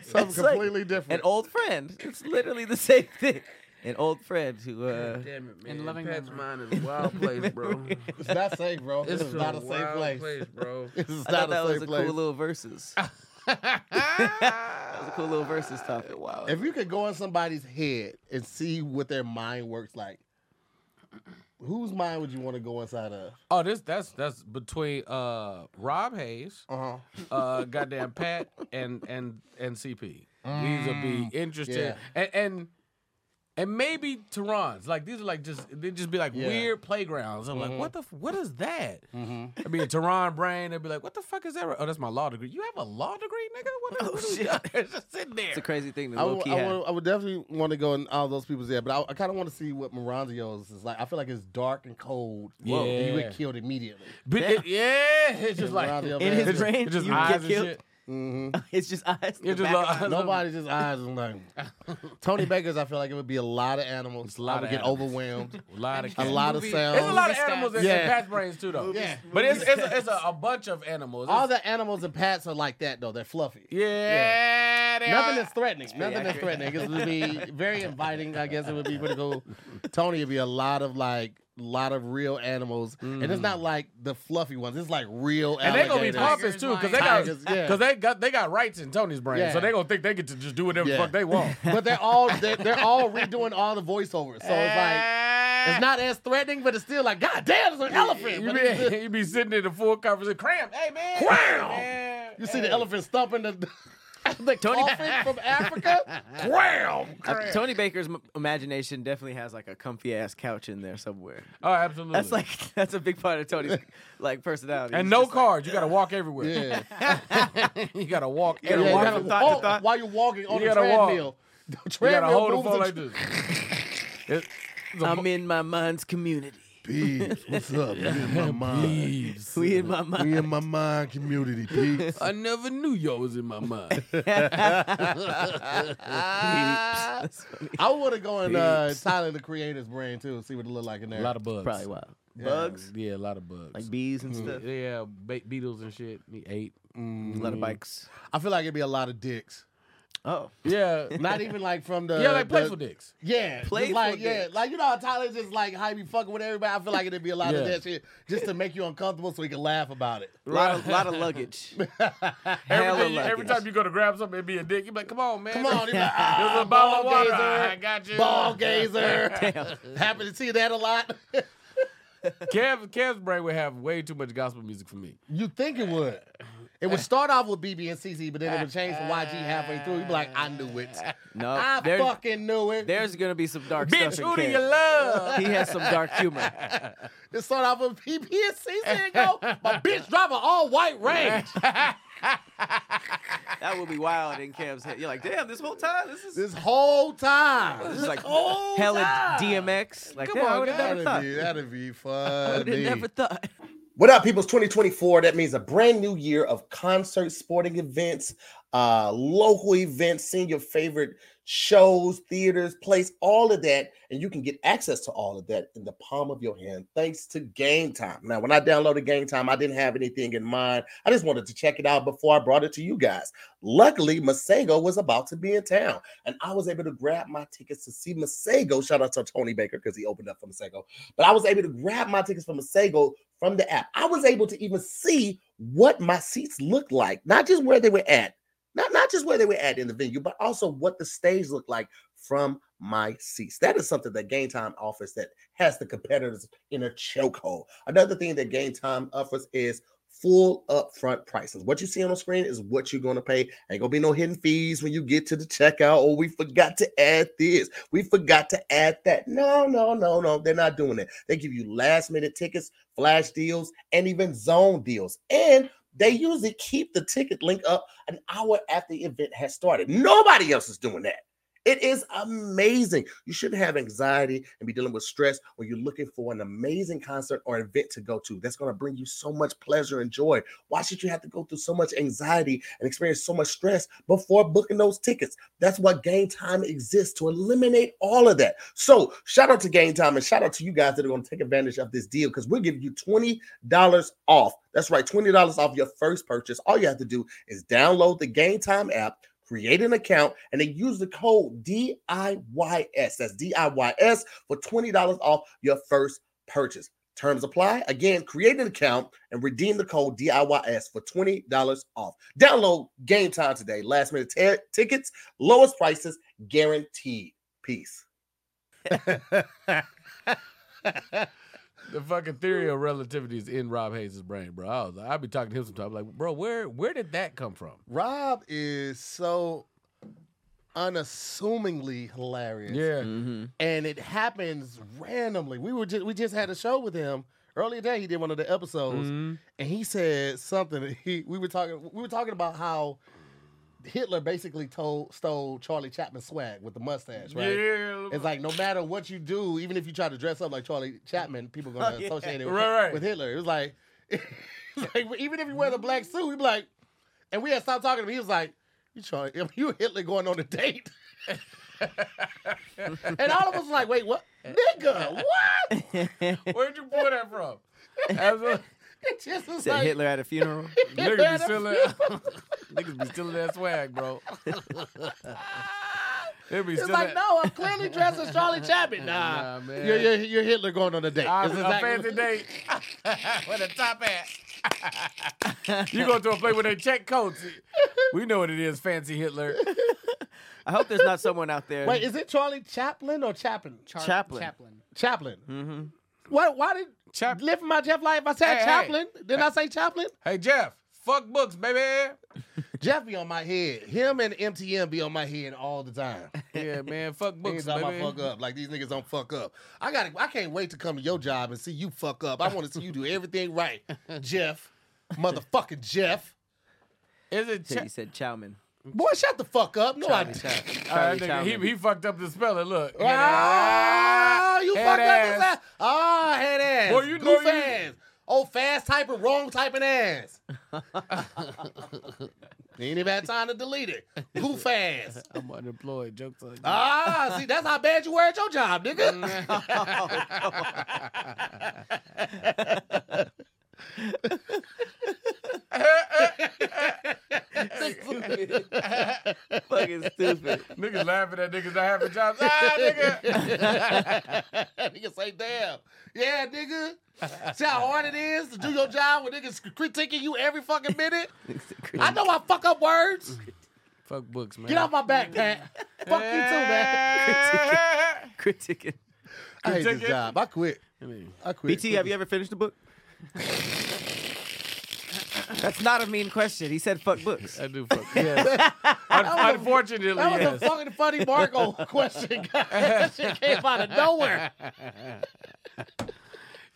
[SPEAKER 2] It's like
[SPEAKER 3] completely different.
[SPEAKER 2] An old friend. It's literally the same thing. An old friend who uh,
[SPEAKER 1] Damn it,
[SPEAKER 4] man. loving Pat's memory.
[SPEAKER 1] is a wild place, bro.
[SPEAKER 3] it's not safe, bro. This is not a safe place.
[SPEAKER 1] bro.
[SPEAKER 3] This is
[SPEAKER 2] I
[SPEAKER 3] not
[SPEAKER 2] thought that
[SPEAKER 3] a
[SPEAKER 2] was
[SPEAKER 3] safe
[SPEAKER 2] a
[SPEAKER 3] place.
[SPEAKER 2] cool little verses. that was a cool little verses topic. Wow.
[SPEAKER 3] If you could go in somebody's head and see what their mind works like, whose mind would you want to go inside of?
[SPEAKER 1] Oh, this that's that's between uh Rob Hayes,
[SPEAKER 3] Uh-huh.
[SPEAKER 1] uh goddamn Pat and and and CP. these would be interesting.
[SPEAKER 3] yeah.
[SPEAKER 1] And and and maybe Tehran's. Like these are like just they just be like
[SPEAKER 3] Yeah.
[SPEAKER 1] weird playgrounds. I'm like, what the f- what is that?
[SPEAKER 3] Mm-hmm.
[SPEAKER 1] I'd be a Tehran brain. They'd be like, what the fuck is that? Oh, that's my law degree. You have a law degree, nigga? What the what is it's just sitting there.
[SPEAKER 2] It's a crazy thing to
[SPEAKER 3] I
[SPEAKER 2] low
[SPEAKER 3] would,
[SPEAKER 2] key
[SPEAKER 3] I,
[SPEAKER 2] have.
[SPEAKER 3] would, I would definitely want to go in all those people's head, but I, I kind of want to see what Moranzio's is like. I feel like it's dark and cold.
[SPEAKER 1] Whoa.
[SPEAKER 3] and you
[SPEAKER 1] Yeah.
[SPEAKER 3] get killed immediately.
[SPEAKER 1] But it- yeah, it's just like
[SPEAKER 3] Moranzio,
[SPEAKER 2] In
[SPEAKER 3] man,
[SPEAKER 2] his
[SPEAKER 1] it's
[SPEAKER 3] just-
[SPEAKER 2] brain,
[SPEAKER 1] it's just
[SPEAKER 2] you
[SPEAKER 1] eyes
[SPEAKER 2] get
[SPEAKER 1] and
[SPEAKER 2] killed.
[SPEAKER 1] shit.
[SPEAKER 2] It's just eyes.
[SPEAKER 1] It's
[SPEAKER 2] the
[SPEAKER 1] just
[SPEAKER 2] back of
[SPEAKER 1] like-
[SPEAKER 2] eyes.
[SPEAKER 3] Nobody just eyes and like Tony Baker's. I feel like it would be a lot of animals.
[SPEAKER 1] a lot
[SPEAKER 3] I would
[SPEAKER 1] of
[SPEAKER 3] get
[SPEAKER 1] animals.
[SPEAKER 3] overwhelmed.
[SPEAKER 1] A lot of
[SPEAKER 4] It's
[SPEAKER 3] a lot of
[SPEAKER 4] Movie-
[SPEAKER 3] sounds.
[SPEAKER 1] It's a lot of
[SPEAKER 4] Movie
[SPEAKER 1] animals in
[SPEAKER 4] stats.
[SPEAKER 1] yeah.
[SPEAKER 3] Yeah.
[SPEAKER 1] Pat's brains too, though.
[SPEAKER 3] Yeah.
[SPEAKER 1] but it's it's, it's a, a bunch of animals.
[SPEAKER 3] All
[SPEAKER 1] It's-
[SPEAKER 3] the animals and pets are like that though. They're fluffy.
[SPEAKER 1] yeah, they
[SPEAKER 3] Nothing
[SPEAKER 1] are.
[SPEAKER 3] is threatening. Nothing is threatening. It would be very inviting. I guess it would be pretty cool. Tony would be a lot of like, lot of real animals, and it's not like the fluffy ones. It's like real.
[SPEAKER 1] Mm. and they're gonna be
[SPEAKER 3] alligators.
[SPEAKER 1] pompous too, because they got
[SPEAKER 3] Tigers,
[SPEAKER 1] because
[SPEAKER 3] yeah.
[SPEAKER 1] they got they got rights in Tony's brain,
[SPEAKER 3] Yeah.
[SPEAKER 1] so they gonna think they get to just do whatever the
[SPEAKER 3] Yeah.
[SPEAKER 1] fuck they want.
[SPEAKER 3] But they're all they're, they're all redoing all the voiceovers, so it's like it's not as threatening, but it's still like, God damn, it's an elephant.
[SPEAKER 1] You
[SPEAKER 3] But it's
[SPEAKER 1] be,
[SPEAKER 3] just-
[SPEAKER 1] you be sitting in the full conversation, cram. Hey man,
[SPEAKER 3] Cram!
[SPEAKER 1] Man.
[SPEAKER 3] you see the elephant stomping the the
[SPEAKER 2] Tony-
[SPEAKER 3] coffin from Africa.
[SPEAKER 1] cram.
[SPEAKER 2] Uh, Tony Baker's m- imagination definitely has like a comfy ass couch in there somewhere.
[SPEAKER 1] Oh, absolutely.
[SPEAKER 2] That's like that's a big part of Tony's like personality.
[SPEAKER 1] and
[SPEAKER 2] He's
[SPEAKER 1] no
[SPEAKER 2] just like-
[SPEAKER 1] cars. you gotta walk everywhere.
[SPEAKER 3] Yeah.
[SPEAKER 1] you gotta walk.
[SPEAKER 2] gotta
[SPEAKER 1] everywhere.
[SPEAKER 2] walk from thought to
[SPEAKER 3] walk
[SPEAKER 2] thought.
[SPEAKER 3] while you're walking on
[SPEAKER 1] You
[SPEAKER 3] the
[SPEAKER 1] gotta walk.
[SPEAKER 3] treadmill.
[SPEAKER 1] You gotta
[SPEAKER 3] Treadmill
[SPEAKER 1] hold the
[SPEAKER 3] moves
[SPEAKER 1] phone like
[SPEAKER 3] and-
[SPEAKER 1] this. It- it's a
[SPEAKER 2] I'm in my mind's community.
[SPEAKER 3] Peeps, what's up? We in my mind.
[SPEAKER 1] Peeps.
[SPEAKER 2] We in my mind.
[SPEAKER 3] We in my mind community, peeps.
[SPEAKER 1] I never knew y'all was in my mind.
[SPEAKER 2] That's funny.
[SPEAKER 3] I want to go in uh,
[SPEAKER 2] Peeps.
[SPEAKER 3] Tyler the Creator's brain too, and see what it look like in
[SPEAKER 1] a
[SPEAKER 3] there.
[SPEAKER 1] lot of bugs.
[SPEAKER 2] Probably wild.
[SPEAKER 3] Yeah.
[SPEAKER 2] Bugs,
[SPEAKER 1] Yeah, Mm-hmm. a lot of bugs.
[SPEAKER 2] like bees and stuff.
[SPEAKER 1] yeah, ba- beetles and shit. Me ate.
[SPEAKER 2] A lot of
[SPEAKER 1] Mm-hmm.
[SPEAKER 2] bikes.
[SPEAKER 3] Mm. I feel like it'd be a lot of dicks.
[SPEAKER 2] Oh,
[SPEAKER 1] Yeah,
[SPEAKER 3] Not even like from the
[SPEAKER 1] yeah, like
[SPEAKER 3] the-
[SPEAKER 1] playful dicks.
[SPEAKER 3] Yeah, just
[SPEAKER 2] Playful
[SPEAKER 3] like yeah,
[SPEAKER 2] dicks.
[SPEAKER 3] like you know how Tyler just like how he be fucking with everybody. I feel like it'd be a lot of
[SPEAKER 1] Yeah.
[SPEAKER 3] that shit just to make you uncomfortable so he can laugh about it.
[SPEAKER 2] lot of lot of luggage. Hella
[SPEAKER 1] Every,
[SPEAKER 2] luggage.
[SPEAKER 1] every time you go to grab something, it'd be a dick. You'd be like, "Come on, man!
[SPEAKER 3] Come on, he's like,
[SPEAKER 1] There's
[SPEAKER 3] ah,
[SPEAKER 1] a bottle of
[SPEAKER 3] ball
[SPEAKER 1] water.
[SPEAKER 3] gazer,
[SPEAKER 1] I got you.
[SPEAKER 3] ball gazer.
[SPEAKER 2] Damn.
[SPEAKER 3] Happen to see that a lot.
[SPEAKER 1] Kev, Kev's brain would have way too much gospel music for me.
[SPEAKER 3] you think it would? It would start off with BB and CC, but then it would change to YG halfway through. You'd be like, I knew it.
[SPEAKER 2] no,
[SPEAKER 3] I
[SPEAKER 2] there's
[SPEAKER 3] fucking knew it.
[SPEAKER 2] there's gonna be some dark
[SPEAKER 1] Bitch,
[SPEAKER 2] stuff.
[SPEAKER 1] who do
[SPEAKER 2] in
[SPEAKER 1] you
[SPEAKER 2] Kev.
[SPEAKER 1] love?
[SPEAKER 2] He has some dark humor.
[SPEAKER 3] It start off with BB and CC and go, my bitch drive an all white range.
[SPEAKER 2] That would be wild in Cam's head. You're like, damn, this whole time, this is
[SPEAKER 3] this whole time.
[SPEAKER 2] this is like
[SPEAKER 3] whole
[SPEAKER 2] hella
[SPEAKER 3] time.
[SPEAKER 2] DMX. Like,
[SPEAKER 1] Come
[SPEAKER 2] damn, I
[SPEAKER 1] on,
[SPEAKER 2] would have
[SPEAKER 1] guys.
[SPEAKER 2] never
[SPEAKER 3] That'd
[SPEAKER 2] thought.
[SPEAKER 3] be, that'd be
[SPEAKER 2] I would have
[SPEAKER 3] funny.
[SPEAKER 2] never thought.
[SPEAKER 5] What up, people? It's 2024. That means a brand new year of concerts, sporting events, uh, local events, seeing your favorite shows, theaters, place, all of that. And you can get access to all of that in the palm of your hand thanks to Game Time. Now, when I downloaded Game Time, I didn't have anything in mind. I just wanted to check it out before I brought it to you guys. Luckily, Masego was about to be in town, and I was able to grab my tickets to see Masego. Shout out to Tony Baker because he opened up for Masego but I was able to grab my tickets from Masego from the app. I was able to even see what my seats looked like, not just where they were at, not, not just where they were at in the venue, but also what the stage looked like from my seats. That is something that Game Time offers that has the competitors in a chokehold. Another thing that Game Time offers is full upfront prices. What you see on the screen is what you're going to pay. Ain't going to be no hidden fees when you get to the checkout. Oh, we forgot to add this. We forgot to add that. No, no, no, no. They're not doing it. They give you last minute tickets, flash deals, and even zone deals. And they usually keep the ticket link up an hour after the event has started. Nobody else is doing that. It is amazing. You shouldn't have anxiety and be dealing with stress when you're looking for an amazing concert or event to go to. That's going to bring you so much pleasure and joy. Why should you have to go through so much anxiety and experience so much stress before booking those tickets? That's why Game Time exists to eliminate all of that. So, shout out to Game Time and shout out to you guys that are going to take advantage of this deal because we're giving you $20 off. That's right, $20 off your first purchase. All you have to do is download the Game Time app, create an account, and then use the code DIYS. That's DIYS for $20 off your first purchase. Terms apply. Again, create an account and redeem the code DIYS for $20 off. Download Game Time today. Last minute t- tickets, lowest prices guaranteed. Peace.
[SPEAKER 1] The fucking theory of relativity is in Rob Hayes' brain, bro. I was, I'd be talking to him sometimes, like, bro, where where did that come from?
[SPEAKER 3] Rob is so unassumingly hilarious.
[SPEAKER 1] Yeah,
[SPEAKER 2] Mm-hmm.
[SPEAKER 3] And it happens randomly. We were just we just had a show with him earlier today. He did one of the episodes
[SPEAKER 1] Mm-hmm.
[SPEAKER 3] and he said something. He we were talking we were talking about how Hitler basically told stole Charlie Chapman's swag with the mustache, right?
[SPEAKER 1] yeah,
[SPEAKER 3] It's like no matter what you do, even if you try to dress up like Charlie Chapman, people gonna
[SPEAKER 2] Oh, yeah.
[SPEAKER 3] associate it with,
[SPEAKER 1] Right, right.
[SPEAKER 3] with Hitler. It was like, it's like, even if you wear the black suit, we be like, and we had stopped talking to him. He was like, "You Charlie, if you Hitler going on a date?" and all of us was like, "Wait, what, nigga? What?"
[SPEAKER 1] where'd you pull that from? Absolutely.
[SPEAKER 3] It just was
[SPEAKER 2] Said
[SPEAKER 3] like
[SPEAKER 2] Hitler at a funeral.
[SPEAKER 1] Niggas be stealing, niggas be stealing that swag, bro. They be
[SPEAKER 3] It's
[SPEAKER 1] stealing.
[SPEAKER 3] like, no, I'm clearly dressed as Charlie Chapman.
[SPEAKER 1] Nah,
[SPEAKER 3] Nah,
[SPEAKER 1] man.
[SPEAKER 3] You're, you're, you're Hitler going on a date.
[SPEAKER 1] I,
[SPEAKER 3] It's
[SPEAKER 1] a
[SPEAKER 3] exactly
[SPEAKER 1] fancy
[SPEAKER 3] what-
[SPEAKER 1] date with a top hat. you go to a place where they check coats. We know what it is, fancy Hitler.
[SPEAKER 2] I hope there's not someone out there.
[SPEAKER 3] Wait, is it Charlie Chaplin or Chaplin?
[SPEAKER 4] Char-
[SPEAKER 2] Chaplin.
[SPEAKER 4] Chaplin.
[SPEAKER 3] Chaplin.
[SPEAKER 2] mm-hmm.
[SPEAKER 3] Why? Why did
[SPEAKER 1] Chap-
[SPEAKER 3] live my Jeff life? If I said
[SPEAKER 1] Hey, Uh, hey.
[SPEAKER 3] Chaplin, did I say Chaplin?
[SPEAKER 1] Hey Jeff, fuck books, baby.
[SPEAKER 3] Jeff be on my head. Him and MTM be on my head all the time.
[SPEAKER 1] Yeah, man, fuck books,
[SPEAKER 3] Niggas talking about
[SPEAKER 1] baby.
[SPEAKER 3] fuck up. Like these niggas don't fuck up. I got. to I can't wait to come to your job and see you fuck up. I want to see you do everything right, Jeff. Motherfucking Jeff.
[SPEAKER 1] Is it?
[SPEAKER 2] Said
[SPEAKER 1] Cha-
[SPEAKER 2] you said Chowman.
[SPEAKER 3] Boy, shut the fuck up. No, I didn't.
[SPEAKER 1] All right,
[SPEAKER 2] Charlie
[SPEAKER 1] nigga,
[SPEAKER 2] Chaplin.
[SPEAKER 1] he, he fucked up the spelling. Look.
[SPEAKER 3] Ah, you
[SPEAKER 1] Head
[SPEAKER 3] fucked up
[SPEAKER 1] ass.
[SPEAKER 3] his ass. Ah, head ass.
[SPEAKER 1] Boy, you know
[SPEAKER 3] Goof
[SPEAKER 1] you-
[SPEAKER 3] ass. Oh, fast typing, wrong typing ass. Ain't even had time to delete it. Goof ass.
[SPEAKER 1] I'm unemployed. Jokes on you.
[SPEAKER 3] Ah, see, that's how bad you were at your job, nigga.
[SPEAKER 1] Mm.
[SPEAKER 2] Fucking stupid.
[SPEAKER 1] niggas laughing at niggas not having jobs. Ah, nigga.
[SPEAKER 3] nigga say, damn. Yeah, nigga. See how hard it is to do your job when niggas critiquing you every fucking minute? I know I fuck up words.
[SPEAKER 1] Fuck books, man.
[SPEAKER 3] Get off my back, Pat. Fuck you too, man.
[SPEAKER 2] Critic.
[SPEAKER 3] I hate
[SPEAKER 1] this job.
[SPEAKER 3] I quit. I quit.
[SPEAKER 2] BT, have you ever finished a book? That's not a mean question. He said fuck books.
[SPEAKER 1] I do fuck. Yes. Un- Unfortunately,
[SPEAKER 3] That was
[SPEAKER 1] yes.
[SPEAKER 3] a fucking funny Marco question. guys. that shit came out of nowhere.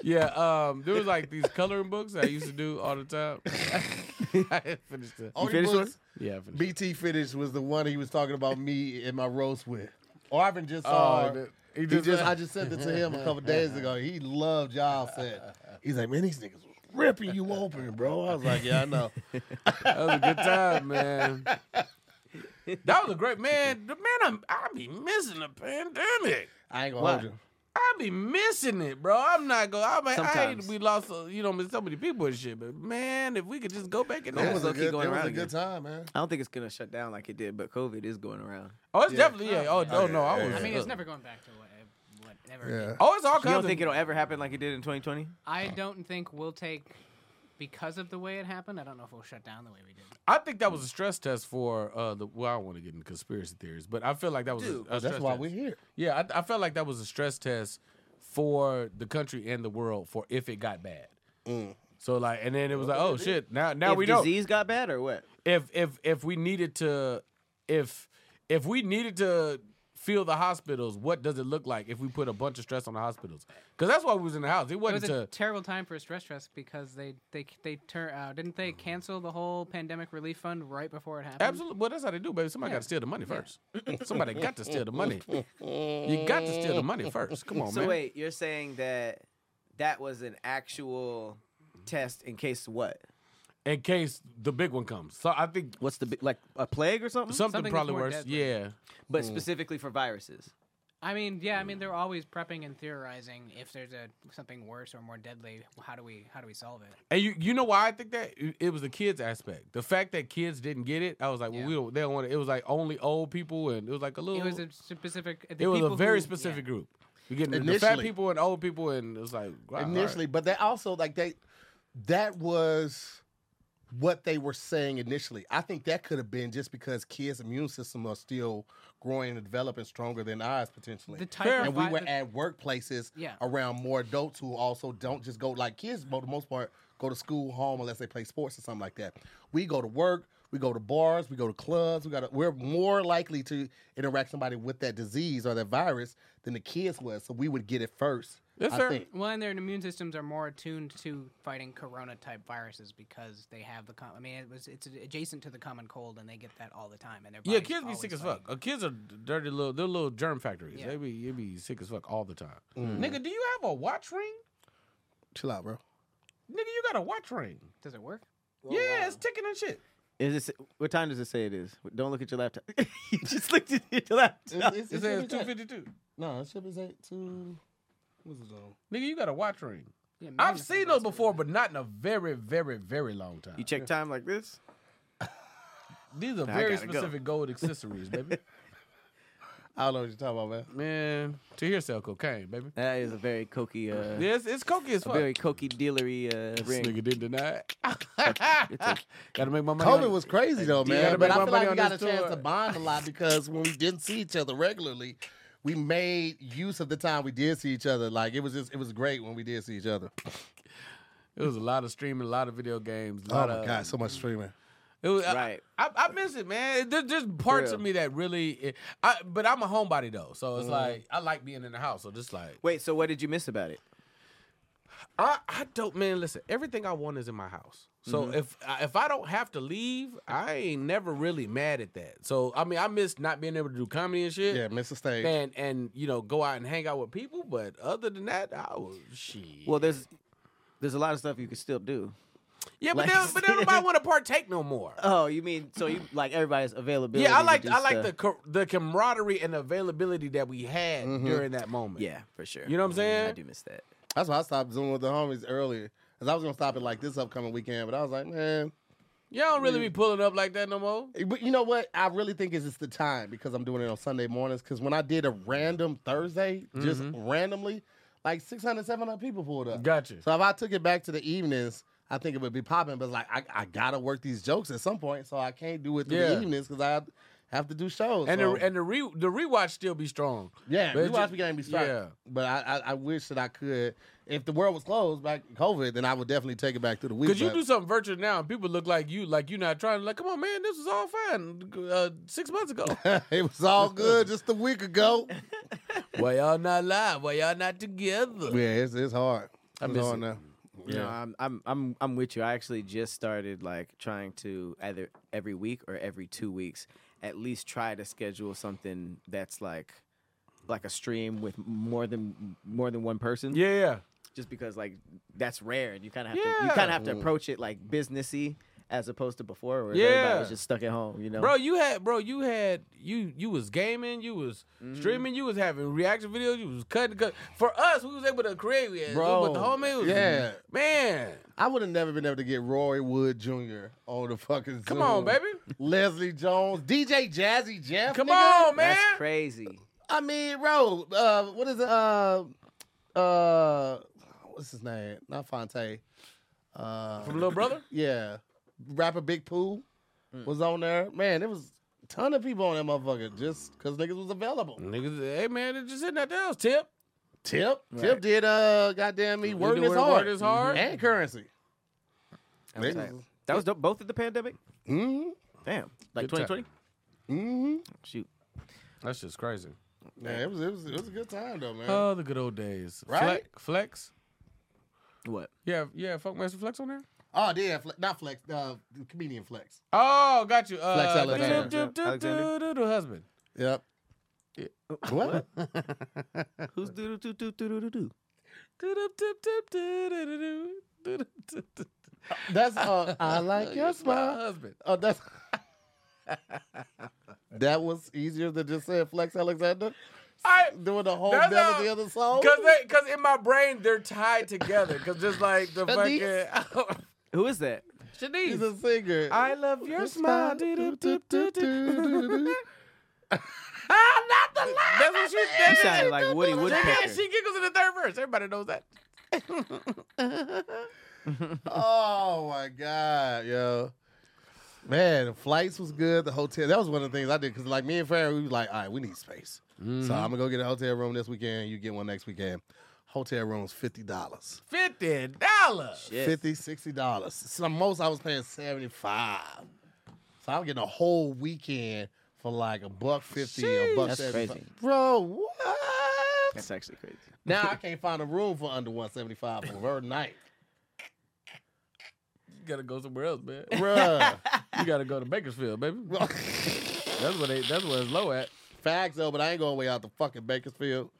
[SPEAKER 1] yeah. Um, there was like these coloring books I used to do all the time. I finished the.
[SPEAKER 3] Only
[SPEAKER 2] finished
[SPEAKER 3] books
[SPEAKER 1] Yeah, I finished.
[SPEAKER 3] BT finished was the one he was talking about me and my roast with. Arvin just
[SPEAKER 1] Oh,
[SPEAKER 3] saw. her.
[SPEAKER 1] the-
[SPEAKER 3] he
[SPEAKER 1] just-
[SPEAKER 3] just, I just sent it to him a couple days ago. He loved y'all said. He's like, man, these niggas was ripping you open, bro. I was like, yeah, I know.
[SPEAKER 1] That was a good time, man. That was a great man. The man, I'm, I be missing the pandemic.
[SPEAKER 3] I ain't gonna
[SPEAKER 2] Why?
[SPEAKER 3] hold you.
[SPEAKER 1] I be missing it, bro. I'm not going. I, mean, I hate
[SPEAKER 2] Sometimes.
[SPEAKER 1] we lost, uh, you know, so many people and shit. But man, if we could just go back and
[SPEAKER 3] It was a
[SPEAKER 2] low-key
[SPEAKER 3] good, it was
[SPEAKER 2] going
[SPEAKER 3] a
[SPEAKER 2] around
[SPEAKER 3] good time, man.
[SPEAKER 2] I don't think it's gonna shut down like it did, but COVID is going around.
[SPEAKER 1] oh, it's
[SPEAKER 3] Yeah.
[SPEAKER 1] definitely yeah. Oh, no, no, I was.
[SPEAKER 4] I mean, it's never going back to what, whatever. it
[SPEAKER 3] Yeah.
[SPEAKER 1] Oh, it's all
[SPEAKER 2] You
[SPEAKER 1] kinds.
[SPEAKER 2] don't
[SPEAKER 1] of-
[SPEAKER 2] think it'll ever happen like it did in 2020?
[SPEAKER 4] I don't think we'll take because of the way it happened. I don't know if we'll shut down the way we did.
[SPEAKER 1] I think that was a stress test for uh the. Well, I don't want to get into conspiracy theories, but I feel like that was
[SPEAKER 2] Dude,
[SPEAKER 1] a, a stress
[SPEAKER 3] That's why
[SPEAKER 1] test.
[SPEAKER 3] we're here.
[SPEAKER 1] Yeah, I, I felt like that was a stress test for the country and the world for if it got bad. So like, and then it was like, oh shit, now now
[SPEAKER 2] if
[SPEAKER 1] we know
[SPEAKER 2] disease got bad or what?
[SPEAKER 1] if if if we needed to, if if we needed to fill the hospitals, what does it look like if we put a bunch of stress on the hospitals? Because that's why we was in the house. It
[SPEAKER 4] It
[SPEAKER 1] wasn't
[SPEAKER 4] was a
[SPEAKER 1] to
[SPEAKER 4] terrible time for a stress test because they they they tur- uh, didn't they cancel the whole pandemic relief fund right before it happened.
[SPEAKER 1] Absolutely. Well, that's how they do, baby. Somebody got to steal the money first. Somebody got to steal the money. You got to steal the money first. Come on, Oh,
[SPEAKER 2] so
[SPEAKER 1] man.
[SPEAKER 2] wait, you're saying that that was an actual test in case what?
[SPEAKER 1] In case the big one comes. So I think
[SPEAKER 2] What's the bi- like a plague or something?
[SPEAKER 1] something,
[SPEAKER 4] that's
[SPEAKER 1] probably
[SPEAKER 4] more
[SPEAKER 1] worse.
[SPEAKER 4] deadly.
[SPEAKER 1] Yeah.
[SPEAKER 2] but specifically for viruses.
[SPEAKER 4] I mean, yeah, I mean they're always prepping and theorizing if there's a something worse or more deadly. How do we how do we solve it?
[SPEAKER 1] And you, you know why I think that It- it was the kids aspect. The fact that kids didn't get it, I was like, well,
[SPEAKER 4] Yeah.
[SPEAKER 1] we don't. They don't want it. It was like only old people, and it was like a little.
[SPEAKER 4] It was a specific. the
[SPEAKER 1] it was a
[SPEAKER 4] people
[SPEAKER 1] very
[SPEAKER 4] who-
[SPEAKER 1] specific
[SPEAKER 4] yeah.
[SPEAKER 1] group. You get the fat
[SPEAKER 3] Initially.
[SPEAKER 1] people and old people, and it was like wow, all right.
[SPEAKER 3] initially, but that also like they that was what they were saying initially. I think that could have been just because kids' immune system are still growing and developing stronger than ours potentially.
[SPEAKER 4] The type of
[SPEAKER 3] and we
[SPEAKER 4] vi-
[SPEAKER 3] were
[SPEAKER 4] the-
[SPEAKER 3] at workplaces
[SPEAKER 4] Yeah.
[SPEAKER 3] around more adults who also don't just go like kids for the most part go to school home unless they play sports or something like that. We go to work, we go to bars, we go to clubs, we got to, we're more likely to interact somebody with that disease or that virus than the kids was. So we would get it first.
[SPEAKER 1] Yes,
[SPEAKER 3] I
[SPEAKER 1] sir.
[SPEAKER 3] think.
[SPEAKER 4] Well, and their immune systems are more attuned to fighting corona type viruses because they have the. Com- I mean, it was it's adjacent to the common cold, and they get that all the time. And their
[SPEAKER 1] Yeah,
[SPEAKER 4] body's
[SPEAKER 1] kids be
[SPEAKER 4] always
[SPEAKER 1] sick as
[SPEAKER 4] fighting.
[SPEAKER 1] fuck. Uh, kids are dirty little. They're little germ factories.
[SPEAKER 4] Yeah.
[SPEAKER 1] They be they be sick as fuck all the time. Nigga, do you have a watch ring?
[SPEAKER 3] Chill out, bro.
[SPEAKER 1] Nigga, you got a watch ring.
[SPEAKER 4] Does it work?
[SPEAKER 1] yeah, it's ticking and shit.
[SPEAKER 2] Is it what time does it say it is? Don't look at your laptop. you just looked at your laptop.
[SPEAKER 3] It's,
[SPEAKER 1] It says two fifty two.
[SPEAKER 3] No, it should be eight two. What's it on?
[SPEAKER 1] Nigga, you got a watch ring.
[SPEAKER 4] Yeah, mine
[SPEAKER 1] I've
[SPEAKER 4] is
[SPEAKER 1] seen those before, but not in a very, very, very long time.
[SPEAKER 2] You check time like this?
[SPEAKER 1] These are
[SPEAKER 2] I
[SPEAKER 1] very
[SPEAKER 2] gotta go.
[SPEAKER 1] specific gold accessories, baby.
[SPEAKER 3] I don't know what you're talking about, man.
[SPEAKER 1] Man, to hear sell cocaine, baby.
[SPEAKER 2] That is a very cokey, uh,
[SPEAKER 1] Yes, it's cokey as
[SPEAKER 2] a
[SPEAKER 1] fuck.
[SPEAKER 2] very cokey dealery uh,
[SPEAKER 1] This
[SPEAKER 2] ring.
[SPEAKER 1] nigga didn't deny it. gotta make my money.
[SPEAKER 3] COVID
[SPEAKER 1] on-
[SPEAKER 3] was crazy though,
[SPEAKER 1] you
[SPEAKER 3] man.
[SPEAKER 1] gotta
[SPEAKER 3] But
[SPEAKER 1] make
[SPEAKER 3] I
[SPEAKER 1] my
[SPEAKER 3] feel like
[SPEAKER 1] money
[SPEAKER 3] we
[SPEAKER 1] on
[SPEAKER 3] got a
[SPEAKER 1] this
[SPEAKER 3] chance
[SPEAKER 1] tour.
[SPEAKER 3] to bond a lot because when we didn't see each other regularly, we made use of the time we did see each other. Like it was just, it was great when we did see each other.
[SPEAKER 1] It was a lot of streaming, a lot of video games. A
[SPEAKER 3] Oh
[SPEAKER 1] lot
[SPEAKER 3] my
[SPEAKER 1] of,
[SPEAKER 3] god, so much streaming.
[SPEAKER 1] It was,
[SPEAKER 2] Right.
[SPEAKER 1] I, I, I miss it, man. There, there's parts of
[SPEAKER 2] real.
[SPEAKER 1] me that really, I, but I'm a Mm-hmm. homebody though, so it's like I like being in the house. So just like
[SPEAKER 2] Wait, so what did you miss about it?
[SPEAKER 1] I, I don't man listen everything I want is in my house so if I- if I don't have to leave I ain't never really mad at that so I mean I miss not being able to do comedy and shit
[SPEAKER 3] Yeah, miss the stage.
[SPEAKER 1] and and you know go out and hang out with people but other than that I was shit
[SPEAKER 2] Well, there's there's a lot of stuff you can still do.
[SPEAKER 1] yeah but
[SPEAKER 2] like-
[SPEAKER 1] then but then nobody want to partake no more
[SPEAKER 2] Oh, you mean so you like everybody's availability?
[SPEAKER 1] yeah I
[SPEAKER 2] to
[SPEAKER 1] like
[SPEAKER 2] do
[SPEAKER 1] I like
[SPEAKER 2] stuff.
[SPEAKER 1] the co- the camaraderie and availability that we had during that moment
[SPEAKER 2] Yeah, for sure.
[SPEAKER 1] You know what I'm saying?
[SPEAKER 2] I do miss that.
[SPEAKER 3] That's why I stopped Zooming with the homies earlier. Cause I was gonna stop it like this upcoming weekend, but I was like, man,
[SPEAKER 1] you don't really be pulling up like that no more
[SPEAKER 3] but you know what? I really think it's just the time because I'm doing it on Sunday mornings. Because when I did a random Thursday, just
[SPEAKER 1] Mm-hmm.
[SPEAKER 3] randomly, like 600, 700 people pulled up.
[SPEAKER 1] gotcha
[SPEAKER 3] So if I took it back to the evenings, I think it would be popping. But like, I, I gotta work these jokes at some point, so I can't do it through
[SPEAKER 1] Yeah.
[SPEAKER 3] the evenings because I have to do shows.
[SPEAKER 1] and
[SPEAKER 3] so.
[SPEAKER 1] the, and the re the rewatch still be strong
[SPEAKER 3] Yeah,
[SPEAKER 1] But
[SPEAKER 3] we
[SPEAKER 1] it
[SPEAKER 3] watch
[SPEAKER 1] ju-
[SPEAKER 3] the game be strong.
[SPEAKER 1] yeah.
[SPEAKER 3] But I, I, I wish that I could. If the world was closed back COVID, then I would definitely take it back through the week.
[SPEAKER 1] Cause you
[SPEAKER 3] but-
[SPEAKER 1] do something virtual now, and people look like you, like you're not trying. Like, come on, man, this was all fine uh, six months ago.
[SPEAKER 3] it was all good just a week ago.
[SPEAKER 1] Why y'all not live? Why y'all not together?
[SPEAKER 3] Yeah, it's it's hard. I'm
[SPEAKER 2] miss
[SPEAKER 3] hard
[SPEAKER 2] it.
[SPEAKER 3] now.
[SPEAKER 2] You know, I'm I'm I'm I'm with you. I actually just started like trying to either every week or every two weeks at least try to schedule something that's like like a stream with more than more than one person.
[SPEAKER 1] Yeah, yeah.
[SPEAKER 2] Just because like that's rare and you kinda have to you
[SPEAKER 1] Yeah.
[SPEAKER 2] kinda have to approach it like businessy as opposed to before where
[SPEAKER 1] Yeah.
[SPEAKER 2] everybody was just stuck at home, you know.
[SPEAKER 1] bro. You had, bro, you had, you you was gaming, you was streaming, you was having reaction videos, you was cutting. Cut. For us, we was able to create, yeah,
[SPEAKER 3] Bro,
[SPEAKER 1] But the homie was,
[SPEAKER 3] yeah.
[SPEAKER 1] man.
[SPEAKER 3] I would have never been able to get Roy Wood Jr. on the fucking
[SPEAKER 1] Come
[SPEAKER 3] Zoom.
[SPEAKER 1] on, baby.
[SPEAKER 3] Leslie Jones, DJ Jazzy Jeff.
[SPEAKER 1] Come
[SPEAKER 3] nigga.
[SPEAKER 1] on, man.
[SPEAKER 2] That's crazy.
[SPEAKER 3] I mean, bro, uh, what is it? Uh, uh, what's his name? Not Fonte. Uh,
[SPEAKER 1] From little brother.
[SPEAKER 3] Yeah. Rapper Big Pooh
[SPEAKER 1] Mm.
[SPEAKER 3] was on there. Man, it was a ton of people on that motherfucker just because niggas was available.
[SPEAKER 1] Niggas, hey man, it's just hitting that down. Tip.
[SPEAKER 3] Tip. Tip did uh goddamn me word
[SPEAKER 1] do
[SPEAKER 3] is
[SPEAKER 1] Word-
[SPEAKER 3] hard.
[SPEAKER 1] Word Is Hard.
[SPEAKER 3] And currency.
[SPEAKER 2] That was,
[SPEAKER 3] Niggas-
[SPEAKER 2] tight. That was dope. both of the pandemic?
[SPEAKER 3] Mhm.
[SPEAKER 2] Damn. Like
[SPEAKER 1] Good time.
[SPEAKER 2] twenty twenty?
[SPEAKER 3] Mhm.
[SPEAKER 2] Shoot.
[SPEAKER 1] That's just crazy.
[SPEAKER 3] Yeah, it was it was it was a good time though, man.
[SPEAKER 1] Oh, the good old days.
[SPEAKER 3] Right?
[SPEAKER 1] Flex. Flex.
[SPEAKER 2] What?
[SPEAKER 1] Yeah, yeah. Funk Master Flex on there.
[SPEAKER 3] oh, yeah, Fle- not flex, uh, comedian flex.
[SPEAKER 1] Oh, got you. Uh,
[SPEAKER 3] Flex Alexander.
[SPEAKER 1] do- do- do- do-
[SPEAKER 2] Alexander?
[SPEAKER 1] do- do- husband.
[SPEAKER 3] Yep. What?
[SPEAKER 2] Who's doo doo doo doo doo doo doo?
[SPEAKER 1] Do- do- do- do- do- do- do- do- do- do- do- do- do.
[SPEAKER 3] That's uh, I like your
[SPEAKER 1] My
[SPEAKER 3] smile.
[SPEAKER 1] husband.
[SPEAKER 3] Oh, that's that was easier than just saying Flex Alexander
[SPEAKER 1] I
[SPEAKER 3] doing the whole
[SPEAKER 1] That's
[SPEAKER 3] melody
[SPEAKER 1] how-
[SPEAKER 3] of the song.
[SPEAKER 1] because they because in my brain they're tied together because just like the
[SPEAKER 3] Shanice.
[SPEAKER 1] fucking
[SPEAKER 2] Who is that?
[SPEAKER 3] He's
[SPEAKER 1] Shanice.
[SPEAKER 3] a singer.
[SPEAKER 1] I love your smile.
[SPEAKER 3] smile.
[SPEAKER 1] Do- do- do- do- do.
[SPEAKER 3] Ah, not the laugh.
[SPEAKER 1] That's what she
[SPEAKER 2] You
[SPEAKER 1] that's what
[SPEAKER 2] sounded like Woody
[SPEAKER 1] she- Yeah,
[SPEAKER 2] Woodpecker.
[SPEAKER 1] she giggles in the third verse. Everybody knows that.
[SPEAKER 3] Oh my god, yo. Man, the flights was good. The hotel that was one of the things I did because like me and Farrah, we was like, all right, we need space.
[SPEAKER 2] Mm-hmm.
[SPEAKER 3] So I'm gonna go get a hotel room this weekend. You get one next weekend. Hotel rooms fifty dollars.
[SPEAKER 1] Fifty dollars.
[SPEAKER 2] Shit.
[SPEAKER 3] Fifty, sixty dollars. Some most I was paying seventy five. So I'm getting a whole weekend for like a buck fifty, a buck
[SPEAKER 2] That's
[SPEAKER 3] seventy
[SPEAKER 2] crazy.
[SPEAKER 3] five. Bro, what?
[SPEAKER 2] That's actually crazy.
[SPEAKER 3] now I can't find a room for under one seventy five per night.
[SPEAKER 1] You gotta go somewhere else, man.
[SPEAKER 3] Bruh.
[SPEAKER 1] You gotta go to Bakersfield, baby. That's where they. That's where it's low at.
[SPEAKER 3] Facts though, but I ain't going way out to fucking Bakersfield.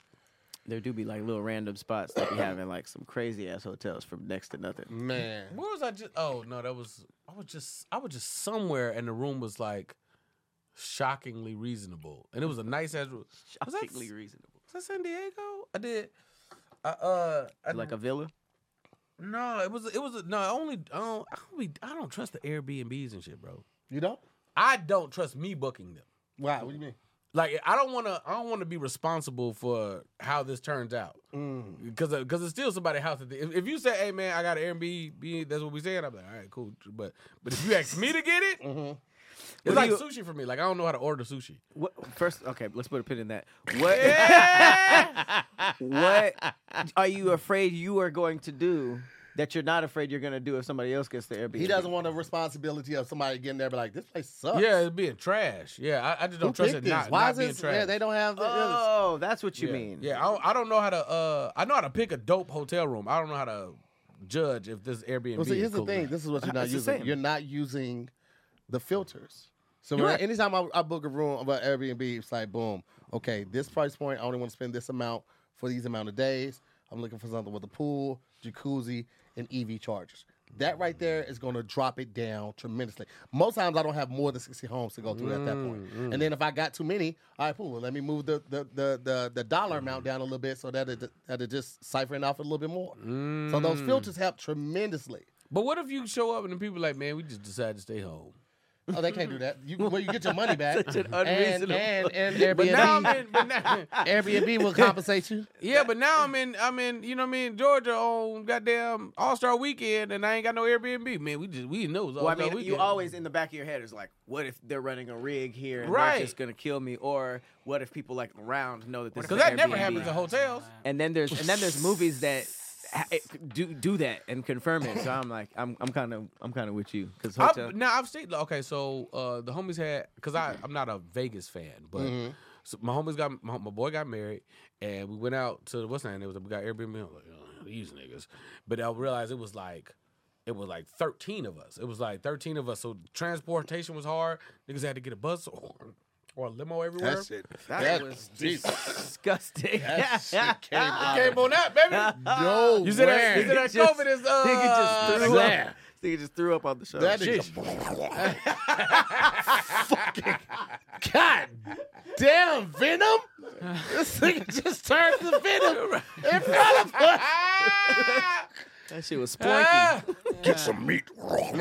[SPEAKER 2] There do be like little random spots that be having like some crazy ass hotels from next to nothing.
[SPEAKER 3] Man.
[SPEAKER 1] Where was I just? Oh no, that was. I was just. I was just somewhere, and the room was like shockingly reasonable, and it was a nice ass room. Was that,
[SPEAKER 2] Shockingly
[SPEAKER 1] was
[SPEAKER 2] reasonable.
[SPEAKER 1] that San Diego? I did. I, uh, I,
[SPEAKER 2] Like a villa?
[SPEAKER 1] no, it was it was no I only. I don't, I don't be. I don't trust the Airbnbs and shit, bro.
[SPEAKER 3] You don't?
[SPEAKER 1] I don't trust me booking them.
[SPEAKER 3] Why? What do you mean?
[SPEAKER 1] Like I don't want to. I don't want to be responsible for how this turns out. Because because it's still somebody's house. At the, if, if you say, "Hey man, I got an Airbnb," that's what we saying. I'm like, all right, cool. But but if you ask me to get it,
[SPEAKER 3] Mm-hmm.
[SPEAKER 2] What do
[SPEAKER 1] it's like
[SPEAKER 2] you-
[SPEAKER 1] sushi for me. Like I don't know how to order sushi.
[SPEAKER 2] What first okay, let's put a pin in that. What what are you afraid you are going to do that you're not afraid you're gonna do if somebody else gets the Airbnb.
[SPEAKER 3] He doesn't want the responsibility of somebody getting there, and be like, this place sucks.
[SPEAKER 1] Yeah, it's being trash. Yeah, I, I just
[SPEAKER 3] Who
[SPEAKER 1] don't trust
[SPEAKER 3] picked
[SPEAKER 1] it
[SPEAKER 3] this?
[SPEAKER 1] not,
[SPEAKER 3] Why
[SPEAKER 1] not
[SPEAKER 3] is
[SPEAKER 1] being
[SPEAKER 3] this?
[SPEAKER 1] trash.
[SPEAKER 3] Yeah, they don't have. The, yeah,
[SPEAKER 2] Oh, that's what you
[SPEAKER 1] yeah.
[SPEAKER 2] mean.
[SPEAKER 1] Yeah, I don't, I don't know how to. Uh, I know how to pick a dope hotel room. I don't know how to judge if this Airbnb.
[SPEAKER 3] Well, see,
[SPEAKER 1] is
[SPEAKER 3] here's the
[SPEAKER 1] cool or
[SPEAKER 3] thing.
[SPEAKER 1] not.
[SPEAKER 3] This is what you're
[SPEAKER 2] Uh,
[SPEAKER 3] not
[SPEAKER 2] it's the
[SPEAKER 3] using.
[SPEAKER 2] same.
[SPEAKER 3] You're not using the filters. So when I- anytime I, I book a room about Airbnb, it's like, boom, okay, this price point, I only want to spend this amount for these amount of days. I'm looking for something with a pool, jacuzzi, and EV chargers. That right there is going to drop it down tremendously. Most times I don't have more than 60 homes to go through at that
[SPEAKER 2] Mm,
[SPEAKER 3] point. And then if I got too many, all right, cool. Well, let me move the the, the, the, the dollar amount down a little bit so that it, that it just ciphering off a little bit more. So those
[SPEAKER 2] Mm.
[SPEAKER 3] filters help tremendously.
[SPEAKER 1] But what if you show up and the people like, man, we just decided to stay home.
[SPEAKER 3] Oh, they can't do that. You, well, you get your money back.
[SPEAKER 2] Such an
[SPEAKER 3] and,
[SPEAKER 2] unreasonable-
[SPEAKER 3] and, and
[SPEAKER 1] But now I'm
[SPEAKER 3] Airbnb,
[SPEAKER 1] in. But now,
[SPEAKER 3] Airbnb will compensate you.
[SPEAKER 1] yeah, but now I'm in. I'm in. You know what I mean? Georgia on goddamn All Star Weekend, and I ain't got no Airbnb. Man, we just we didn't know it was All
[SPEAKER 2] Well, I
[SPEAKER 1] Star
[SPEAKER 2] mean,
[SPEAKER 1] Weekend.
[SPEAKER 2] you always in the back of your head is like, what if they're running a rig here and
[SPEAKER 1] Right.
[SPEAKER 2] they're just gonna kill me, or what if people like around know that this
[SPEAKER 1] because
[SPEAKER 2] is
[SPEAKER 1] that
[SPEAKER 2] an
[SPEAKER 1] never
[SPEAKER 2] Airbnb?
[SPEAKER 1] happens at hotels.
[SPEAKER 2] And then there's and then there's movies that ha- it- do do that and confirm it. So I'm like, I'm I'm kind of I'm kind of with you because hotel.
[SPEAKER 1] I've, now I've seen. Okay, so uh, the homies had because I I'm not a Vegas fan, but
[SPEAKER 2] Mm-hmm.
[SPEAKER 1] so my homies got my, my boy got married, and we went out to what's name. It was we got Airbnb. I'm like, "Ugh, these niggas, but I realized it was like. It was like 13 of us. It was like 13 of us. So transportation was hard. Niggas had to get a bus or, or a limo everywhere.
[SPEAKER 2] that,
[SPEAKER 3] that-
[SPEAKER 2] was
[SPEAKER 3] Jesus.
[SPEAKER 2] disgusting.
[SPEAKER 3] That shit came out.
[SPEAKER 1] Came on out, baby.
[SPEAKER 3] No
[SPEAKER 1] You said that, you
[SPEAKER 3] way.
[SPEAKER 1] said that
[SPEAKER 2] He just-
[SPEAKER 1] COVID is
[SPEAKER 2] Nigga
[SPEAKER 1] uh,
[SPEAKER 2] just threw
[SPEAKER 3] that-
[SPEAKER 2] up. Nigga just threw up on the show.
[SPEAKER 3] That is fucking god damn venom. This nigga just turned to venom in front of us.
[SPEAKER 2] That shit was
[SPEAKER 1] Ah,
[SPEAKER 2] splunky.
[SPEAKER 5] Get some meat.
[SPEAKER 3] Let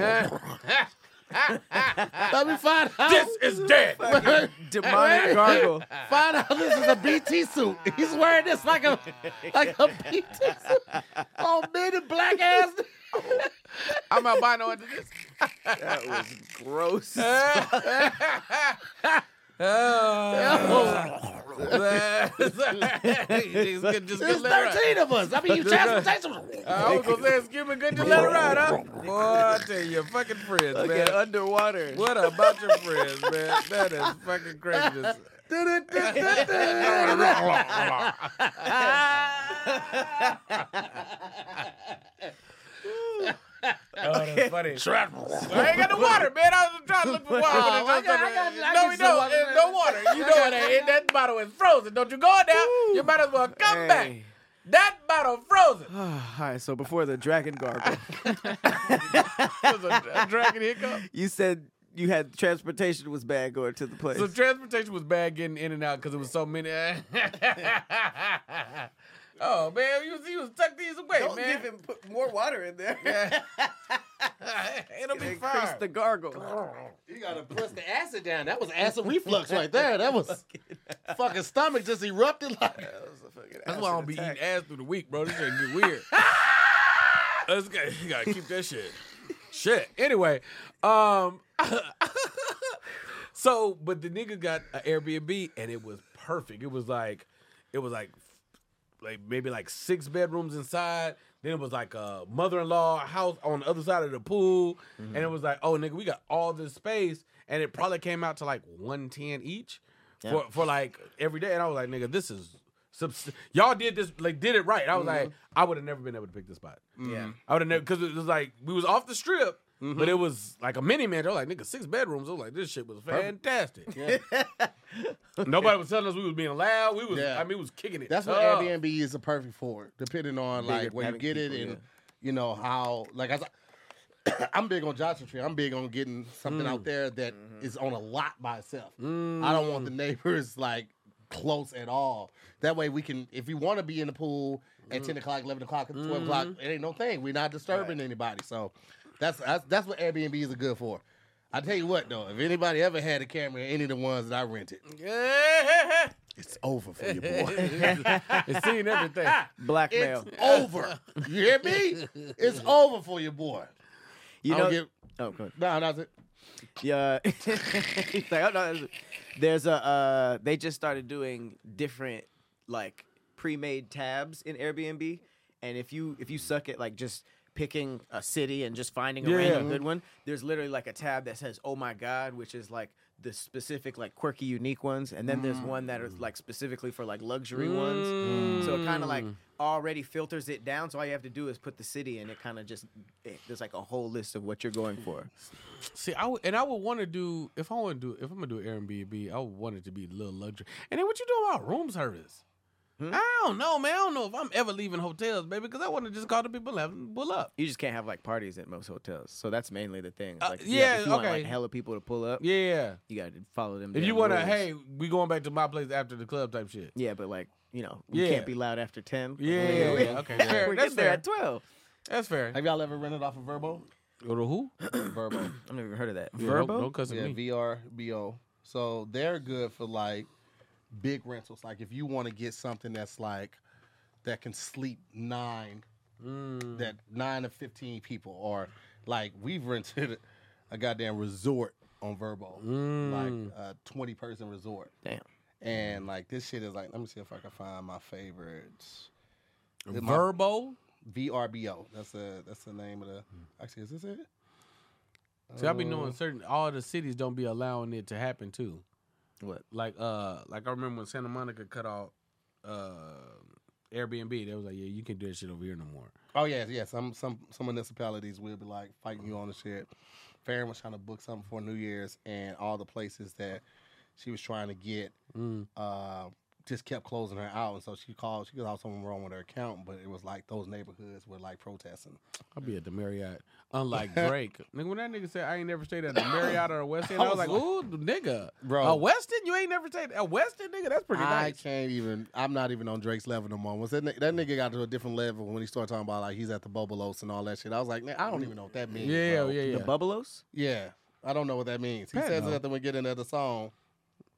[SPEAKER 3] me find out.
[SPEAKER 1] this is dead.
[SPEAKER 2] Demonic gargle.
[SPEAKER 3] Find out this is a BT suit. He's wearing this like a like a BT suit. Oh man, and black ass.
[SPEAKER 1] I'm albino into this.
[SPEAKER 2] That was gross.
[SPEAKER 3] Ah.
[SPEAKER 1] Oh. Just get- just
[SPEAKER 3] There's
[SPEAKER 1] get let it ride.
[SPEAKER 3] 13 of us. I mean, you transportation.
[SPEAKER 1] I was gonna say it's good, good to let it ride, huh? Boy, I tell you, your fucking friends,
[SPEAKER 2] Look
[SPEAKER 1] man.
[SPEAKER 2] at underwater.
[SPEAKER 1] what about your friends, man? That is fucking craziness. Oh, that's funny. I ain't got no water, man. I was trying to look for water.
[SPEAKER 3] Oh, I
[SPEAKER 1] but it
[SPEAKER 3] got- I
[SPEAKER 1] just-
[SPEAKER 3] got- I
[SPEAKER 1] no,
[SPEAKER 3] got
[SPEAKER 1] we
[SPEAKER 3] some
[SPEAKER 1] don't.
[SPEAKER 3] water.
[SPEAKER 1] There's no water. You know it ain't. That bottle is frozen. Don't you go in there. You might as well come
[SPEAKER 2] Hey.
[SPEAKER 1] back. That bottle frozen.
[SPEAKER 2] All right, so before the dragon gargle,
[SPEAKER 1] It was a, a dragon hiccup.
[SPEAKER 2] you said you had transportation was bad going to the place.
[SPEAKER 1] So transportation was bad getting in and out because it was so many. oh man, you was, you was tuck these away, man.
[SPEAKER 2] him put more water in there.
[SPEAKER 1] It'll be
[SPEAKER 2] Increase
[SPEAKER 1] fine.
[SPEAKER 2] the gargle.
[SPEAKER 3] You gotta push the acid down. That was acid reflux right there. That was fucking stomach just erupted like.
[SPEAKER 1] That's why I don't be eating ass through the week, bro. This shit get weird. Let's go. You gotta keep that shit. Shit. Anyway, um, so but the nigga got an Airbnb and it was perfect. It was like, it was like, like maybe like six bedrooms inside. Then it was like a mother-in-law house on the other side of the pool, and
[SPEAKER 3] Mm-hmm.
[SPEAKER 1] it was like, oh nigga, we got all this space, and it probably came out to like one ten each for for like every day. And I was like, nigga, this is subs- y'all did this like did it right. I was like,
[SPEAKER 3] Mm-hmm.
[SPEAKER 1] I would have never been able to pick this spot.
[SPEAKER 2] Yeah.
[SPEAKER 1] I would have never because it was like we was off the strip,
[SPEAKER 3] Mm-hmm.
[SPEAKER 1] but it was like a mini mansion. I was like, nigga, six bedrooms. I was like, this shit was fantastic. Nobody was telling us we was being loud. We was
[SPEAKER 3] Yeah.
[SPEAKER 1] I mean, we was kicking it.
[SPEAKER 3] That's what
[SPEAKER 1] up.
[SPEAKER 3] Airbnb is a perfect for, depending on like where you
[SPEAKER 2] having
[SPEAKER 3] get it
[SPEAKER 2] people,
[SPEAKER 3] and
[SPEAKER 2] yeah.
[SPEAKER 3] you know how. Like as I, I'm big on Joshua Tree. I'm big on getting something
[SPEAKER 2] Mm.
[SPEAKER 3] out there that is on a lot by itself. I don't want the
[SPEAKER 2] Mm.
[SPEAKER 3] neighbors like close at all. That way we can, if you want to be in the pool at
[SPEAKER 2] Mm.
[SPEAKER 3] 10 o'clock, 11 o'clock, 12 o'clock, it ain't no thing. We're not disturbing anybody. So that's, that's that's what Airbnbs are good for. I tell you what though, if anybody ever had a camera, in any of the ones that I rented,
[SPEAKER 1] Yeah.
[SPEAKER 3] it's over for you, boy.
[SPEAKER 1] it's seen everything.
[SPEAKER 2] Blackmail.
[SPEAKER 3] It's over. You hear me? It's over for your boy.
[SPEAKER 2] you
[SPEAKER 3] I don't
[SPEAKER 2] know.
[SPEAKER 3] give-
[SPEAKER 2] oh, go ahead.
[SPEAKER 3] no, that's it.
[SPEAKER 2] Yeah. He's like, oh, no, that's- there's a. Uh, they just started doing different like pre-made tabs in Airbnb, and if you if you suck at like just picking a city and just finding a
[SPEAKER 1] Yeah.
[SPEAKER 2] random good one, there's literally like a tab that says "Oh my God," which is like the specific like quirky unique ones, and then there's one that is like specifically for like luxury ones. So it kind of like already filters it down. So all you have to do is put the city, and it kind of just it, there's like a whole list of what you're going for.
[SPEAKER 1] See, I would, and I would want to do if I want to do if I'm gonna do Airbnb, I would want it to be a little luxury. And then what you do about room service? I don't know, man. I don't know if I'm ever leaving hotels, baby, because I want to just call the people and have them pull up.
[SPEAKER 2] You just can't have like parties at most hotels, so that's mainly the thing.
[SPEAKER 1] Uh,
[SPEAKER 2] Like, if you have-
[SPEAKER 1] yeah,
[SPEAKER 2] if you want
[SPEAKER 1] okay.
[SPEAKER 2] like hella people to pull up,
[SPEAKER 1] Yeah.
[SPEAKER 2] you gotta follow them.
[SPEAKER 1] If you
[SPEAKER 2] damn
[SPEAKER 1] want to,
[SPEAKER 2] rules.
[SPEAKER 1] hey, we going back to my place after the club type shit.
[SPEAKER 2] Yeah, but like you know, we
[SPEAKER 1] Yeah.
[SPEAKER 2] can't be loud after ten.
[SPEAKER 1] Yeah, yeah, yeah. Okay, fair.
[SPEAKER 2] we're
[SPEAKER 1] That's
[SPEAKER 2] getting there
[SPEAKER 1] fair.
[SPEAKER 2] at twelve.
[SPEAKER 1] That's fair.
[SPEAKER 3] Have y'all ever rented off of Verbo?
[SPEAKER 1] Go to who?
[SPEAKER 3] Verbo.
[SPEAKER 2] I've never even heard of that.
[SPEAKER 1] Yeah,
[SPEAKER 2] Verbo.
[SPEAKER 1] Don't, don't cuss at
[SPEAKER 3] yeah,
[SPEAKER 1] me.
[SPEAKER 3] VRBO. So they're good for like big rentals. Like if you want to get something that's like that can sleep nine,
[SPEAKER 1] Mm.
[SPEAKER 3] that nine to fifteen people, or like we've rented a goddamn resort on Verbo,
[SPEAKER 1] Mm.
[SPEAKER 3] like a twenty person resort,
[SPEAKER 2] Damn.
[SPEAKER 3] and like this shit is like. Let me see if I can find my favorites.
[SPEAKER 1] Verbo.
[SPEAKER 3] VRBO. That's the that's the name of the. Actually, is this it?
[SPEAKER 1] Hmm. See, I
[SPEAKER 3] Uh-huh.
[SPEAKER 1] be knowing certain all the cities don't be allowing it to happen too.
[SPEAKER 2] What?
[SPEAKER 1] Like uh, like I remember when Santa Monica cut off uh Airbnb, they was like, yeah, you can do that shit over here no more.
[SPEAKER 3] Oh yes, yes. Some some some municipalities will be like fighting you on the shit. Farron was trying to book something for New Year's, and all the places that she was trying to get uh, just kept closing her out. And so she called. She called something wrong with her account, but it was like those neighborhoods were like protesting.
[SPEAKER 1] I'll be at the Marriott. Unlike Drake, nigga, when that nigga said I ain't never stayed at the Marriott or a Westin, I was, like, ooh, nigga,
[SPEAKER 3] Bro.
[SPEAKER 1] a Westin, you ain't never stayed at Westin, nigga. That's pretty
[SPEAKER 3] I
[SPEAKER 1] nice.
[SPEAKER 3] can't even. I'm not even on Drake's level no more. Once that, ni- that nigga got to a different level when he started talking about like he's at the Bubbleos and all that shit. I was like, man, I don't even know what that means.
[SPEAKER 1] Yeah,
[SPEAKER 3] bro.
[SPEAKER 1] yeah, yeah.
[SPEAKER 2] The Bubbalos?
[SPEAKER 3] yeah. I don't know what that means. He
[SPEAKER 1] Pat
[SPEAKER 3] says
[SPEAKER 1] know.
[SPEAKER 3] that when we get another song.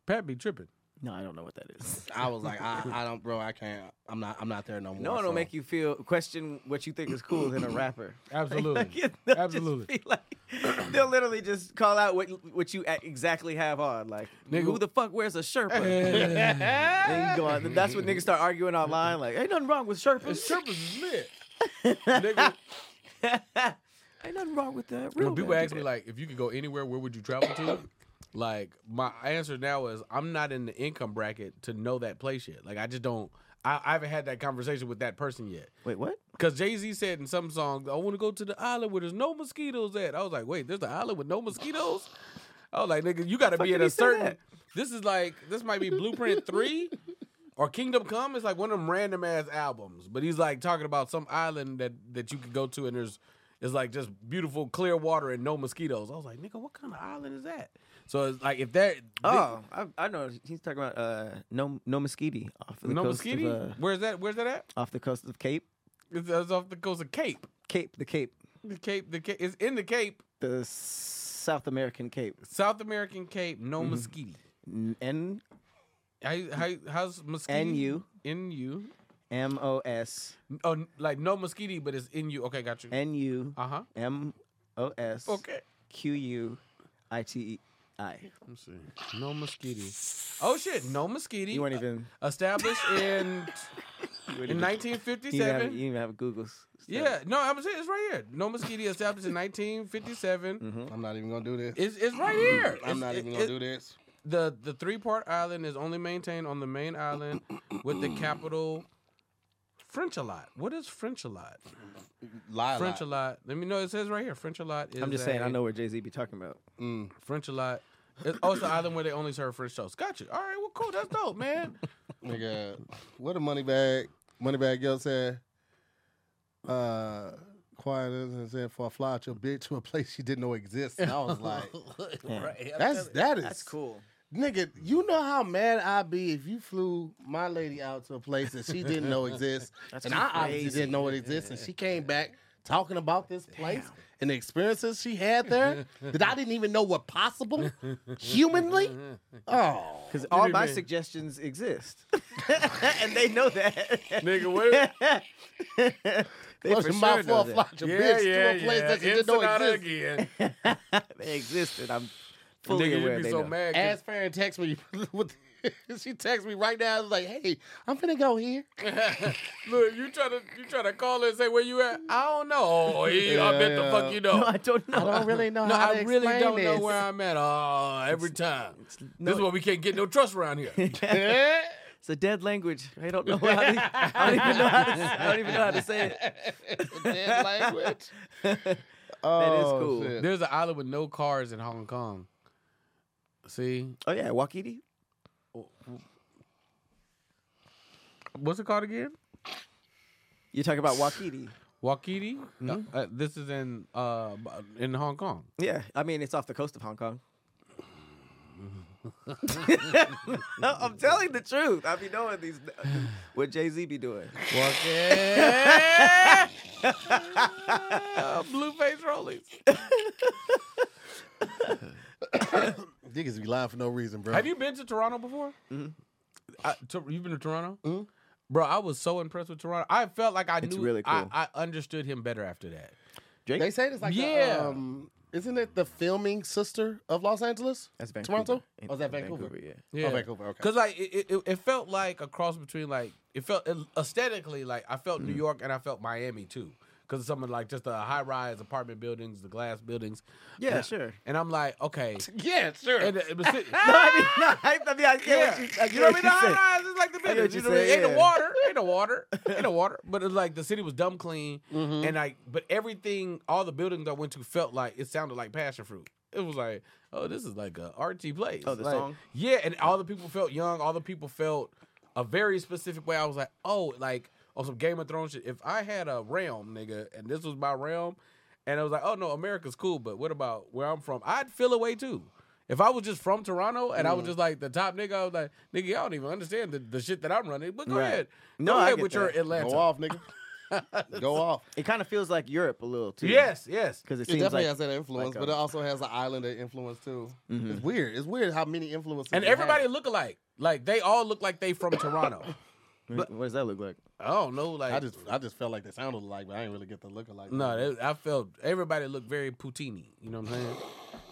[SPEAKER 1] Pat be tripping.
[SPEAKER 2] No, I don't know what that is.
[SPEAKER 3] I was like, I, I don't, bro. I can't. I'm not. I'm not there no more.
[SPEAKER 2] No one will
[SPEAKER 3] so.
[SPEAKER 2] make you feel question what you think is cool than a rapper.
[SPEAKER 1] Absolutely.
[SPEAKER 2] Like, it- they'll just
[SPEAKER 1] Absolutely.
[SPEAKER 2] be like- they'll literally just call out what what you a- exactly have on. Like,
[SPEAKER 1] Nigga-
[SPEAKER 2] who the fuck wears a Sherpa? and you go on, that's what niggas start arguing online. Like, ain't nothing wrong with Sherpas.
[SPEAKER 1] is lit. nigga,
[SPEAKER 2] ain't nothing wrong with that. Real
[SPEAKER 1] when people
[SPEAKER 2] men do
[SPEAKER 1] ask me
[SPEAKER 2] that.
[SPEAKER 1] like if you could go anywhere where would you travel to like my answer now is i'm not in the income bracket to know that place yet like i just don't i, I haven't had that conversation with that person yet
[SPEAKER 2] wait, what?
[SPEAKER 1] because jay-z said in some songs i want to go to the island where there's no mosquitoes at i was like wait there's an island with no mosquitoes i was like nigga you gotta
[SPEAKER 2] Fuck
[SPEAKER 1] be at
[SPEAKER 2] did he
[SPEAKER 1] a
[SPEAKER 2] say
[SPEAKER 1] certain
[SPEAKER 2] that?
[SPEAKER 1] this is like this might be blueprint 3 or kingdom come It's like one of them random ass albums but he's like talking about some island that that you could go to and there's it's like just beautiful clear water and no mosquitoes i was like nigga what kind of island is that so it's like if that
[SPEAKER 2] Oh, I, I know. He's talking about uh, no no mosquito off the
[SPEAKER 1] no
[SPEAKER 2] coast
[SPEAKER 1] mosquito
[SPEAKER 2] of uh,
[SPEAKER 1] where's that where's that at
[SPEAKER 2] off the coast of Cape
[SPEAKER 1] it's, it's off the coast of cape
[SPEAKER 2] Cape the Cape
[SPEAKER 1] the cape the cape is in the cape
[SPEAKER 2] the South American Cape
[SPEAKER 1] south american cape no mosquito
[SPEAKER 2] N- N
[SPEAKER 1] How, you- how, you- how's mosquito?
[SPEAKER 2] NU.
[SPEAKER 1] In you.
[SPEAKER 2] M O S
[SPEAKER 1] Oh, n- like no mosquito, but it's in you. Okay, got you.
[SPEAKER 2] N U
[SPEAKER 1] Uh huh.
[SPEAKER 2] M O S
[SPEAKER 1] Okay.
[SPEAKER 2] Q U I T E I.
[SPEAKER 1] Let me see. No mosquito. Oh shit, no mosquito.
[SPEAKER 2] You weren't even.
[SPEAKER 1] established in in
[SPEAKER 2] You didn't have, you
[SPEAKER 1] 1957.
[SPEAKER 2] didn't even have Google's.
[SPEAKER 1] Yeah, no, I'm saying it's right here. No mosquito established in 1957.
[SPEAKER 3] I'm not even gonna do this.
[SPEAKER 1] It's, it's right here. It's-
[SPEAKER 3] I'm not
[SPEAKER 1] it-
[SPEAKER 3] even gonna
[SPEAKER 1] it-
[SPEAKER 3] do this.
[SPEAKER 1] The the three part island is only maintained on the main island with the capital French a lot. What is French a lot?
[SPEAKER 3] Lie.
[SPEAKER 1] French a lot. Let me know. It says right here. French a lot is.
[SPEAKER 2] I'm just saying, I
[SPEAKER 1] a-
[SPEAKER 2] know where Jay Z be talking about.
[SPEAKER 3] Mm,
[SPEAKER 1] French a lot. It's also an island where they only serve French toast. Gotcha. All right, well, cool. That's dope, man.
[SPEAKER 3] Nigga, what a money bag. Money bag girl said. Uh, quiet is and said for a fly out your bitch to a place she didn't know exists. And I was like, that's that is
[SPEAKER 2] cool.
[SPEAKER 3] Nigga, you know how mad I'd be if you flew my lady out to a place that she didn't know exists, and I obviously
[SPEAKER 2] crazy.
[SPEAKER 3] didn't know it exists, and she came back talking about this place and the experiences she had there that I didn't even know were possible humanly. Oh,
[SPEAKER 2] Because all
[SPEAKER 1] be
[SPEAKER 2] my
[SPEAKER 1] me.
[SPEAKER 2] suggestions exist, and they know that.
[SPEAKER 1] Nigga, where?
[SPEAKER 2] they
[SPEAKER 3] close
[SPEAKER 2] for
[SPEAKER 3] your
[SPEAKER 2] sure
[SPEAKER 3] mouth for
[SPEAKER 2] know
[SPEAKER 3] a
[SPEAKER 2] that.
[SPEAKER 3] flash of bitch to a place that she didn't know exists.
[SPEAKER 1] again.
[SPEAKER 2] They exist, and I'm fully
[SPEAKER 1] Nigga,
[SPEAKER 2] aware
[SPEAKER 1] you'd be
[SPEAKER 2] they
[SPEAKER 1] so
[SPEAKER 2] know.
[SPEAKER 1] mad. 'cause
[SPEAKER 3] Ass Farron text me with she texts me right now. It's like, hey, I'm finna go here.
[SPEAKER 1] Look, you try to you try to call her and say where you at? I don't know. Oh, he, I
[SPEAKER 3] Yeah,
[SPEAKER 1] bet the
[SPEAKER 3] yeah.
[SPEAKER 1] fuck you
[SPEAKER 2] No,
[SPEAKER 1] know.
[SPEAKER 2] I don't know.
[SPEAKER 3] I don't really know
[SPEAKER 1] No,
[SPEAKER 3] how to
[SPEAKER 1] I really
[SPEAKER 3] explain
[SPEAKER 1] don't
[SPEAKER 3] this.
[SPEAKER 1] know where I'm at. Oh, every time. this is why we can't get no trust around here.
[SPEAKER 3] Eh?
[SPEAKER 2] It's a dead language. I don't know. How to, I don't even know how to. s- I don't even know how to say it.
[SPEAKER 3] Dead language. Oh,
[SPEAKER 2] cool.
[SPEAKER 3] shit.
[SPEAKER 1] There's an island with no cars in Hong Kong. See,
[SPEAKER 2] Oh yeah, Wakiti.
[SPEAKER 1] what's it called again?
[SPEAKER 2] You talking about Wakiti?
[SPEAKER 1] Wakiti. No,
[SPEAKER 2] Hmm?
[SPEAKER 1] uh, this is in uh in Hong Kong.
[SPEAKER 2] Yeah, I mean it's off the coast of Hong Kong. no, I'm telling the truth. I be knowing these. What Jay Z be doing?
[SPEAKER 1] Wakiti. Blueface Rollies.
[SPEAKER 3] Niggas be lying for no reason, bro.
[SPEAKER 1] Have you been to Toronto before?
[SPEAKER 2] Hmm?
[SPEAKER 1] I- to- you've been to Toronto, bro. I was so impressed with Toronto. I felt like I
[SPEAKER 2] It's
[SPEAKER 1] knew.
[SPEAKER 2] really cool.
[SPEAKER 1] I, I understood him better after that.
[SPEAKER 2] Drake.
[SPEAKER 3] They say it's like yeah.
[SPEAKER 1] Yeah.
[SPEAKER 3] um, isn't it the filming sister of Los Angeles?
[SPEAKER 2] That's
[SPEAKER 3] Toronto.
[SPEAKER 2] Ain't-
[SPEAKER 3] Oh, is that Vancouver?
[SPEAKER 2] Vancouver yeah.
[SPEAKER 1] Yeah,
[SPEAKER 3] Oh, Vancouver. Okay.
[SPEAKER 1] Cause like it, it, it felt like a cross between like it felt aesthetically like I felt
[SPEAKER 2] Hmm.
[SPEAKER 1] New York and I felt Miami too. Cause some of like just the high rise apartment buildings, the glass buildings.
[SPEAKER 2] Yeah,
[SPEAKER 1] And-
[SPEAKER 2] sure.
[SPEAKER 1] And I'm like, okay.
[SPEAKER 3] Yeah, sure.
[SPEAKER 1] And it was,
[SPEAKER 2] No, I mean, no, I, I mean, I get
[SPEAKER 1] yeah,
[SPEAKER 2] what you, I get
[SPEAKER 1] you know what I mean? The
[SPEAKER 2] you said.
[SPEAKER 1] high rise is like the
[SPEAKER 2] get
[SPEAKER 1] buildings. You
[SPEAKER 2] what
[SPEAKER 1] know what
[SPEAKER 2] you
[SPEAKER 1] I mean?
[SPEAKER 2] said,
[SPEAKER 1] Ain't the
[SPEAKER 2] yeah.
[SPEAKER 1] water, ain't the water, ain't the water. But it's like the city was dumb clean,
[SPEAKER 2] Mm-hmm.
[SPEAKER 1] and like, but everything, all the buildings I went to felt like it sounded like passion fruit. It was like, oh, this is like a RT place.
[SPEAKER 2] Oh, the
[SPEAKER 1] Like,
[SPEAKER 2] song?
[SPEAKER 1] Yeah, and all the people felt young. All the people felt a very specific way. I was like, oh, like on some Game of Thrones shit. If I had a realm, nigga, and this was my realm, and I was like, oh no, America's cool, but what about where I'm from? I'd feel a way too. If I was just from Toronto and I
[SPEAKER 2] Mm.
[SPEAKER 1] was just like the top nigga, I was like, nigga, y'all don't even understand the, the shit that I'm running. But go
[SPEAKER 2] Right.
[SPEAKER 1] ahead,
[SPEAKER 2] No,
[SPEAKER 1] go
[SPEAKER 2] I
[SPEAKER 1] ahead
[SPEAKER 2] get
[SPEAKER 1] with your
[SPEAKER 2] that.
[SPEAKER 1] Atlanta.
[SPEAKER 3] Go off, nigga. Go off.
[SPEAKER 2] It kind of feels like Europe a little too.
[SPEAKER 1] Yes, yes.
[SPEAKER 2] because it
[SPEAKER 3] It
[SPEAKER 2] seems
[SPEAKER 3] definitely
[SPEAKER 2] like
[SPEAKER 3] has that influence,
[SPEAKER 2] like
[SPEAKER 3] but
[SPEAKER 2] a- Mm-hmm.
[SPEAKER 3] it also has an islander influence too. It's weird. It's weird how many influences
[SPEAKER 1] And
[SPEAKER 3] they
[SPEAKER 1] everybody
[SPEAKER 3] have.
[SPEAKER 1] look alike. Like they all look like they from Toronto.
[SPEAKER 2] What what does that look like?
[SPEAKER 1] I don't know. Like
[SPEAKER 3] I just I just felt like they sounded alike, but I didn't really get the look alike.
[SPEAKER 1] No, they, I felt everybody looked very poutini. You know what I'm saying?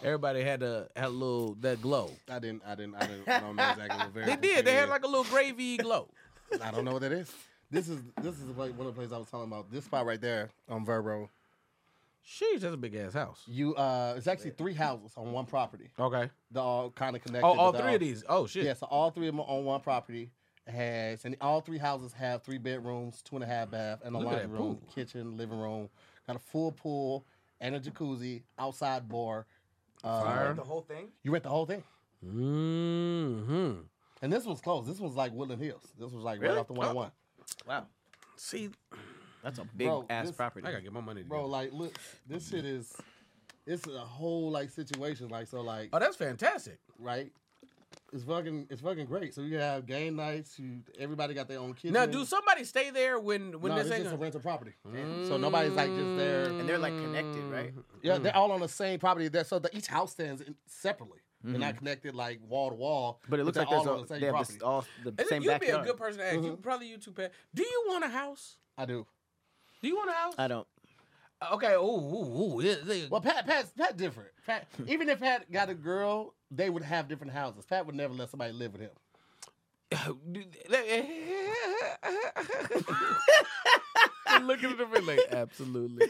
[SPEAKER 1] Everybody had a had a little that glow.
[SPEAKER 3] I didn't. I didn't. I didn't. I don't know exactly what
[SPEAKER 1] They
[SPEAKER 3] variable
[SPEAKER 1] did. They had
[SPEAKER 3] is.
[SPEAKER 1] like a little gravy glow.
[SPEAKER 3] I don't know what that is. This is this is the place, one of the places I was talking about. This spot right there on Verbo.
[SPEAKER 1] Sheesh, that's a big ass house.
[SPEAKER 3] You uh, it's actually three houses on one property.
[SPEAKER 1] Okay.
[SPEAKER 3] They're all kind of connected.
[SPEAKER 1] Oh, all
[SPEAKER 3] but they're
[SPEAKER 1] three of these. Oh shit.
[SPEAKER 3] Yeah, so all three of them are on one property. Has and all three houses have three bedrooms, two and a half bath, and a
[SPEAKER 1] Look at
[SPEAKER 3] laundry
[SPEAKER 1] that
[SPEAKER 3] room,
[SPEAKER 1] pool.
[SPEAKER 3] kitchen, living room. Got a full pool and a jacuzzi, outside bar. Uh,
[SPEAKER 1] Fire.
[SPEAKER 2] whole thing.
[SPEAKER 3] You rent the whole thing.
[SPEAKER 1] hmm
[SPEAKER 3] And this one's close. This one's like Woodland Hills. This was like right
[SPEAKER 1] Really?
[SPEAKER 3] off the 101.
[SPEAKER 2] Wow,
[SPEAKER 1] See,
[SPEAKER 2] that's a big
[SPEAKER 3] Bro,
[SPEAKER 2] ass
[SPEAKER 3] this-
[SPEAKER 1] I
[SPEAKER 2] property.
[SPEAKER 1] gotta get my money.
[SPEAKER 3] Bro,
[SPEAKER 1] together.
[SPEAKER 3] like, look, this shit is, it's a whole like situation. Like, so like,
[SPEAKER 1] oh, that's fantastic.
[SPEAKER 3] right? It's fucking, it's fucking great. So you can have game nights. You, everybody got their own kitchen.
[SPEAKER 1] Now, do somebody stay there when when
[SPEAKER 3] no,
[SPEAKER 1] this
[SPEAKER 3] it's
[SPEAKER 1] ain't?
[SPEAKER 3] just a
[SPEAKER 1] gonna-
[SPEAKER 3] rental property.
[SPEAKER 2] Mm.
[SPEAKER 3] So nobody's like just there.
[SPEAKER 2] and they're like connected, right?
[SPEAKER 3] Yeah, they're all on the same property. There, so the, each house stands in, separately. They're not connected like wall to wall.
[SPEAKER 2] Mm-hmm. But it looks
[SPEAKER 3] they're
[SPEAKER 2] like there's
[SPEAKER 3] all
[SPEAKER 2] all,
[SPEAKER 3] on the same
[SPEAKER 2] they have
[SPEAKER 3] property.
[SPEAKER 2] this, all the
[SPEAKER 1] And
[SPEAKER 2] same
[SPEAKER 1] you'd
[SPEAKER 2] backyard. Mm-hmm.
[SPEAKER 1] be a good person to ask. You probably you two pair. Do you want a house?
[SPEAKER 3] I do.
[SPEAKER 1] Do you want a house? Uh,
[SPEAKER 2] I don't.
[SPEAKER 1] okay. Ooh, ooh, ooh. yeah, they-
[SPEAKER 3] Well, Pat, Pat's Pat different. Pat, even if Pat got a girl, they would have different houses. Pat would never let somebody live with him.
[SPEAKER 1] Looking at the ring like, absolutely.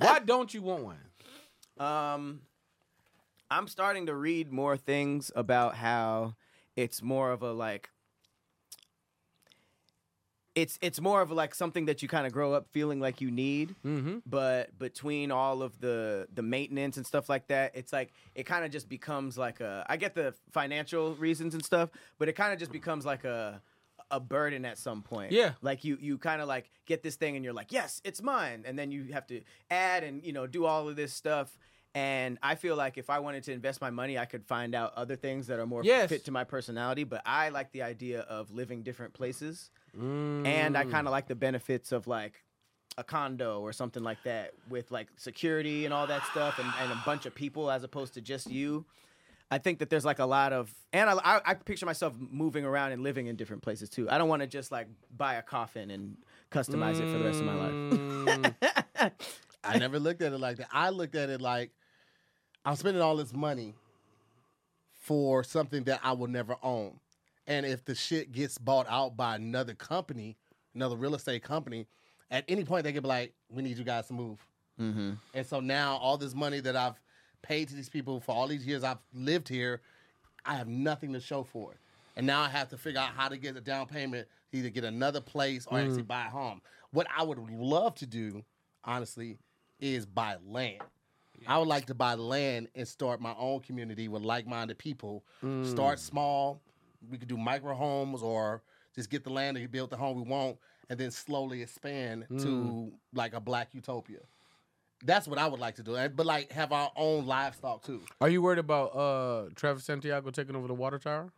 [SPEAKER 1] Why don't you want one?
[SPEAKER 2] Um, I'm starting to read more things about how it's more of a like. It's it's more of like something that you kind of grow up feeling like you need,
[SPEAKER 1] Mm-hmm.
[SPEAKER 2] but between all of the the maintenance and stuff like that, it's like it kind of just becomes like a. I get the financial reasons and stuff, but it kind of just becomes like a a burden at some point.
[SPEAKER 1] Yeah.
[SPEAKER 2] Like you you kind of like get this thing and you're like, yes, it's mine, and then you have to add and you know do all of this stuff. And I feel like if I wanted to invest my money, I could find out other things that are more
[SPEAKER 1] Yes.
[SPEAKER 2] fit to my personality. But I like the idea of living different places,
[SPEAKER 1] Mm-hmm.
[SPEAKER 2] and I kind of like the benefits of like a condo or something like that with like security and all that stuff and, and a bunch of people as opposed to just you. I think that there's like a lot of, and I, I, I picture myself moving around and living in different places too. I don't want to just like buy a coffin and customize it for the rest of my life.
[SPEAKER 1] Mm.
[SPEAKER 3] I never looked at it like that. I looked at it like I'm spending all this money for something that I will never own. And if the shit gets bought out by another company, another real estate company, at any point they could be like, "We need you guys to move."
[SPEAKER 2] Mm-hmm.
[SPEAKER 3] And so now all this money that I've paid to these people for all these years I've lived here, I have nothing to show for it. And now I have to figure out how to get a down payment, to either get another place or actually buy a home. What I would love to do, honestly, is buy land. I would like to buy land and start my own community with like-minded people. Start small. We could do micro homes or just get the land and build the home we want, and then slowly expand to like a black utopia. That's what I would like to do. And- But like have our own livestock too.
[SPEAKER 1] Are you worried about uh Travis Santiago taking over the water tower?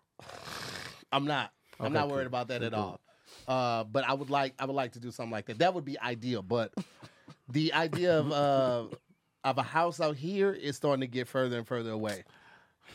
[SPEAKER 3] I'm not. I'm not
[SPEAKER 1] Okay,
[SPEAKER 3] worried about that at all. Uh, but I would like I would like to do something like that. That would be ideal. But the idea of uh, of a house out here is starting to get further and further away.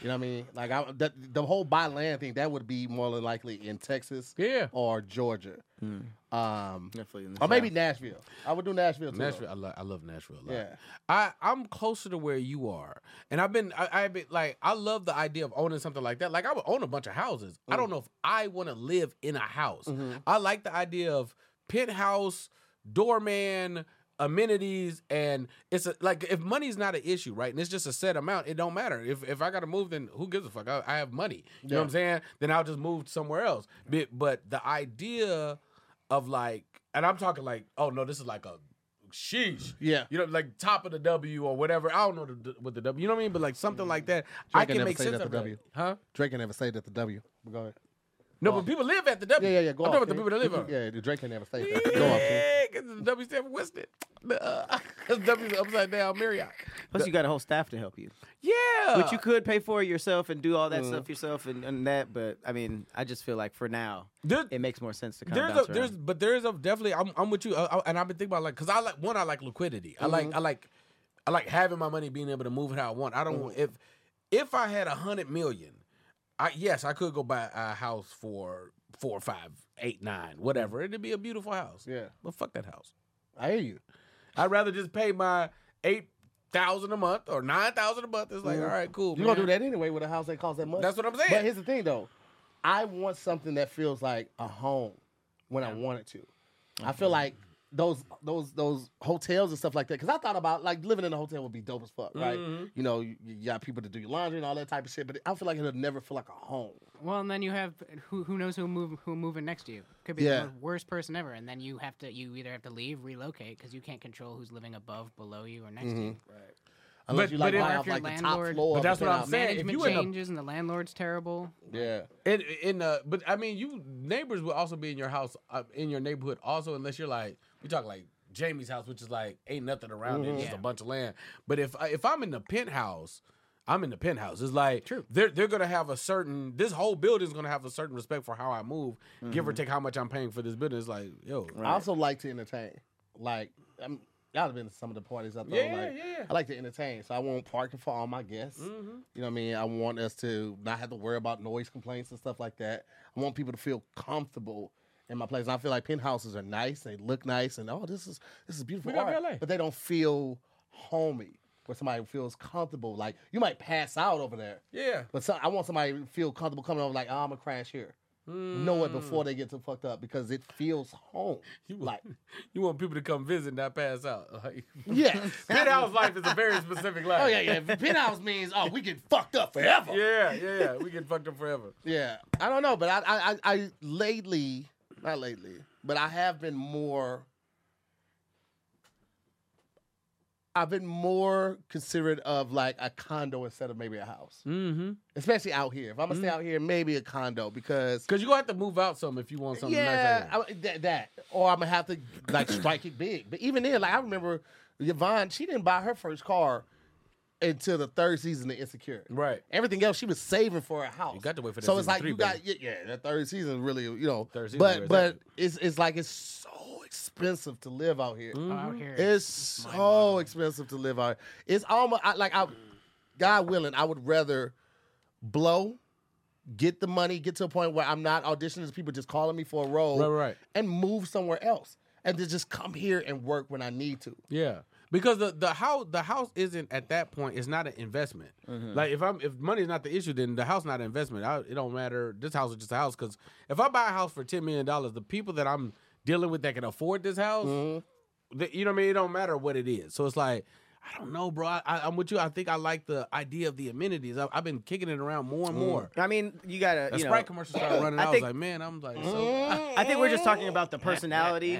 [SPEAKER 3] You know what I mean? Like I, the, the whole buy land thing that would be more than likely in Texas
[SPEAKER 1] Yeah.
[SPEAKER 3] or Georgia,
[SPEAKER 1] Hmm.
[SPEAKER 3] um,
[SPEAKER 2] Definitely.
[SPEAKER 3] or maybe Nashville. I would do Nashville too. though.
[SPEAKER 1] Nashville, I, lo- I love Nashville a lot.
[SPEAKER 3] Yeah.
[SPEAKER 1] I I'm closer to where you are, and I've been I, I've been like I love the idea of owning something like that. Like I would own a bunch of houses. I don't know if I want to live in a house.
[SPEAKER 3] Mm.
[SPEAKER 1] I like the idea of penthouse, doorman, amenities, and it's a, like if money's not an issue, right? And it's just a set amount, it don't matter. If if I gotta move, then who gives a fuck? I, I have money. You know what I'm saying? Then I'll just move somewhere else. But, but the idea of like, and I'm talking like, oh no, this is like a sheesh
[SPEAKER 3] Yeah.
[SPEAKER 1] you know, like top of the W or whatever. I don't know the, what the W, you know what I mean? But like something like that, I
[SPEAKER 3] ain't
[SPEAKER 1] can
[SPEAKER 3] never
[SPEAKER 1] make
[SPEAKER 3] say
[SPEAKER 1] sense
[SPEAKER 3] that
[SPEAKER 1] of
[SPEAKER 3] the
[SPEAKER 1] it.
[SPEAKER 3] W.
[SPEAKER 1] Huh?
[SPEAKER 3] Drake ain't never stayed at the W. But Go ahead.
[SPEAKER 1] No, but people live at the W.
[SPEAKER 3] Yeah, yeah, yeah. Go
[SPEAKER 1] I'm talking
[SPEAKER 3] off.
[SPEAKER 1] about the people
[SPEAKER 3] King.
[SPEAKER 1] that live on.
[SPEAKER 3] Yeah, the Drake ain't never stayed there. Go off. King.
[SPEAKER 1] Yeah, because the W stand for uh, Winston. Because W's upside down Marriott.
[SPEAKER 2] Plus, you got a whole staff to help you,
[SPEAKER 1] Yeah.
[SPEAKER 2] which
[SPEAKER 1] Uh.
[SPEAKER 2] you could pay for yourself and do all that stuff yourself and, and that. But I mean, I just feel like for now,
[SPEAKER 1] There-
[SPEAKER 2] it makes more sense to kind of
[SPEAKER 1] there's
[SPEAKER 2] bounce
[SPEAKER 1] a, there's
[SPEAKER 2] around.
[SPEAKER 1] but there's a definitely I'm, I'm with you uh, uh, and I've been thinking about like because I like one I like liquidity I like
[SPEAKER 3] Mm-hmm.
[SPEAKER 1] I like I like having my money being able to move it how I want I
[SPEAKER 3] Mm.
[SPEAKER 1] don't want if if I had a hundred million I yes I could go buy a house for four five eight nine whatever it'd be a beautiful house
[SPEAKER 3] Yeah.
[SPEAKER 1] but fuck that house
[SPEAKER 3] I hear you.
[SPEAKER 1] I'd rather just pay my eight thousand a month or nine thousand a month it's like all right cool
[SPEAKER 3] Mm-hmm. You gonna do
[SPEAKER 1] man.
[SPEAKER 3] that anyway with a house that costs that much?
[SPEAKER 1] That's what I'm saying.
[SPEAKER 3] But here's the thing though, I want something that feels like a home when I want it to. I feel like those those those hotels and stuff like that. Because I thought about like living in a hotel would be dope as fuck, right?
[SPEAKER 1] Mm-hmm.
[SPEAKER 3] You know, you, you got people to do your laundry and all that type of shit. But I feel like it'll never feel like a home.
[SPEAKER 4] Well, and then you have who who knows who move who moving next to you. Could be
[SPEAKER 3] Yeah.
[SPEAKER 4] the mo- worst person ever, and then you have to you either have to leave, relocate because you can't control who's living above, below you, or next to you.
[SPEAKER 3] Unless
[SPEAKER 1] But-
[SPEAKER 3] you like
[SPEAKER 1] but if-
[SPEAKER 3] buy
[SPEAKER 1] Or
[SPEAKER 4] if
[SPEAKER 3] off,
[SPEAKER 4] your
[SPEAKER 3] like the top
[SPEAKER 4] landlord-
[SPEAKER 3] floor.
[SPEAKER 1] But
[SPEAKER 3] of the
[SPEAKER 1] that's what I'm
[SPEAKER 3] penthouse.
[SPEAKER 1] saying, if
[SPEAKER 4] Uh, Management
[SPEAKER 1] you in a-
[SPEAKER 4] changes and the landlord's terrible.
[SPEAKER 3] Yeah.
[SPEAKER 1] In in uh, but I mean, you neighbors will also be in your house, uh, in your neighborhood, also unless you're like we talk like Jamie's house, which is like ain't nothing around it, just
[SPEAKER 4] Yeah.
[SPEAKER 3] Mm-hmm.
[SPEAKER 1] a bunch of land. But if I- if I'm in the penthouse. I'm in the penthouse. It's like they're they're gonna have a certain this whole building's gonna have a certain respect for how I move, give or
[SPEAKER 3] Mm-hmm.
[SPEAKER 1] take how much I'm paying for this building. It's like, yo,
[SPEAKER 3] I also like to entertain. Like, I'm, y'all have been to some of the parties up there.
[SPEAKER 1] Yeah,
[SPEAKER 3] like,
[SPEAKER 1] yeah. Mm-hmm.
[SPEAKER 3] I like to entertain, so I want parking for all my guests. You know what I mean? I want us to not have to worry about noise complaints and stuff like that. I want people to feel comfortable in my place. And I feel like penthouses are nice. They look nice, and oh, this is this is beautiful
[SPEAKER 1] We got
[SPEAKER 3] art,
[SPEAKER 1] valet.
[SPEAKER 3] but they don't feel homey. Where somebody feels comfortable. Like you might pass out over there.
[SPEAKER 1] yeah.
[SPEAKER 3] But so, I want somebody to feel comfortable coming over, like, oh, I'm gonna crash here. Know it before
[SPEAKER 1] Mm.
[SPEAKER 3] they get too fucked up because it feels home.
[SPEAKER 1] You
[SPEAKER 3] like,
[SPEAKER 1] want you want people to come visit, and not pass out. Like,
[SPEAKER 3] yes.
[SPEAKER 1] penthouse life is a very specific life.
[SPEAKER 3] oh yeah, yeah. Penthouse means oh, we get fucked up forever. Yeah,
[SPEAKER 1] yeah, yeah, yeah. We get fucked up forever.
[SPEAKER 3] I don't know, but I, I, I, I lately, not lately, but I have been more. I've been more considerate of like a condo instead of maybe a house,
[SPEAKER 1] Mm-hmm.
[SPEAKER 3] especially out here. If I'm gonna stay out here, maybe a condo because
[SPEAKER 1] Because you're gonna have to move out some if you want something nice.
[SPEAKER 3] yeah,
[SPEAKER 1] Like that.
[SPEAKER 3] I, that, that. Or I'm gonna have to like strike it big. But even then, like I remember Yvonne, she didn't buy her first car until the third season of Insecure.
[SPEAKER 1] Right.
[SPEAKER 3] Everything else she was saving for a house.
[SPEAKER 1] You got to wait for that
[SPEAKER 3] So it's
[SPEAKER 1] season
[SPEAKER 3] like
[SPEAKER 1] three,
[SPEAKER 3] you got yeah, yeah, that third season really, you know.
[SPEAKER 1] Third season
[SPEAKER 3] but
[SPEAKER 1] really
[SPEAKER 3] but
[SPEAKER 1] is
[SPEAKER 3] it's it's like it's so expensive to live out here.
[SPEAKER 4] Oh, out here,
[SPEAKER 3] It's so expensive to live out. It's almost I, like I, God willing, I would rather blow, get the money, get to a point where I'm not auditioning. to People just calling me for a role,
[SPEAKER 1] Right, right.
[SPEAKER 3] and move somewhere else, and to just come here and work when I need to.
[SPEAKER 1] Yeah. because the the house the house isn't at that point. It's not an investment. Like if I'm if money's not the issue, then the house not an investment. I, it don't matter. This house is just a house because if I buy a house for ten million dollars, the people that I'm dealing with that can afford this house,
[SPEAKER 2] Mm-hmm.
[SPEAKER 1] th- you know what I mean. It don't matter what it is. So it's like. I don't know, bro. I, I, am with you. I think I like the idea of the amenities. I, I've been kicking it around more and more.
[SPEAKER 2] I mean, Mm. you gotta.
[SPEAKER 1] That
[SPEAKER 2] you know,
[SPEAKER 1] Sprite commercial started running.
[SPEAKER 2] I
[SPEAKER 1] I, was
[SPEAKER 2] think- Mm.
[SPEAKER 1] like, man, I'm like, so,
[SPEAKER 2] I think we're just talking about the personality,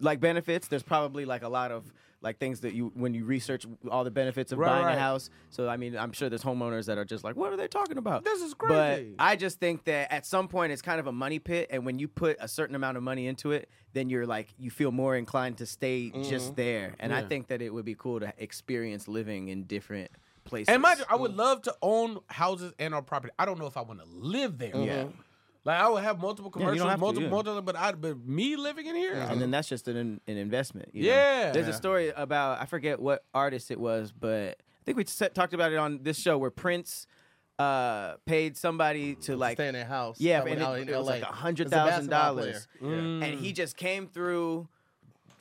[SPEAKER 2] like benefits. There's probably like a lot of like things that you when you research all the benefits of
[SPEAKER 1] Right,
[SPEAKER 2] buying
[SPEAKER 1] right.
[SPEAKER 2] a house. So I mean, I'm sure there's homeowners that are just like, what are they talking about?
[SPEAKER 1] This is crazy.
[SPEAKER 2] But I just think that at some point it's kind of a money pit, and when you put a certain amount of money into it, then you're like you feel more inclined to stay just there. And I
[SPEAKER 1] Mm-hmm. Yeah.
[SPEAKER 2] think that it would be cool to experience living in different places.
[SPEAKER 1] And mind you, I would love to own houses and or property. I don't know if I want to live there.
[SPEAKER 2] Yeah.
[SPEAKER 1] Like I would have multiple
[SPEAKER 2] you don't
[SPEAKER 1] commercials,
[SPEAKER 2] have to,
[SPEAKER 1] multiple,
[SPEAKER 2] yeah.
[SPEAKER 1] multiple, but I, but me living in here,
[SPEAKER 2] and then that's just an, an investment. you know?
[SPEAKER 1] Yeah.
[SPEAKER 2] there's
[SPEAKER 1] Yeah.
[SPEAKER 2] a story about I forget what artist it was, but I think we s- talked about it on this show where Prince uh, paid somebody to like
[SPEAKER 3] stay in their house.
[SPEAKER 2] yeah,
[SPEAKER 3] somewhere
[SPEAKER 2] and
[SPEAKER 3] out
[SPEAKER 2] it,
[SPEAKER 3] in
[SPEAKER 2] it was
[SPEAKER 3] LA.
[SPEAKER 2] like a
[SPEAKER 3] It's a
[SPEAKER 2] hundred thousand
[SPEAKER 3] basketball player.
[SPEAKER 2] dollars,
[SPEAKER 1] Mm.
[SPEAKER 2] and he just came through,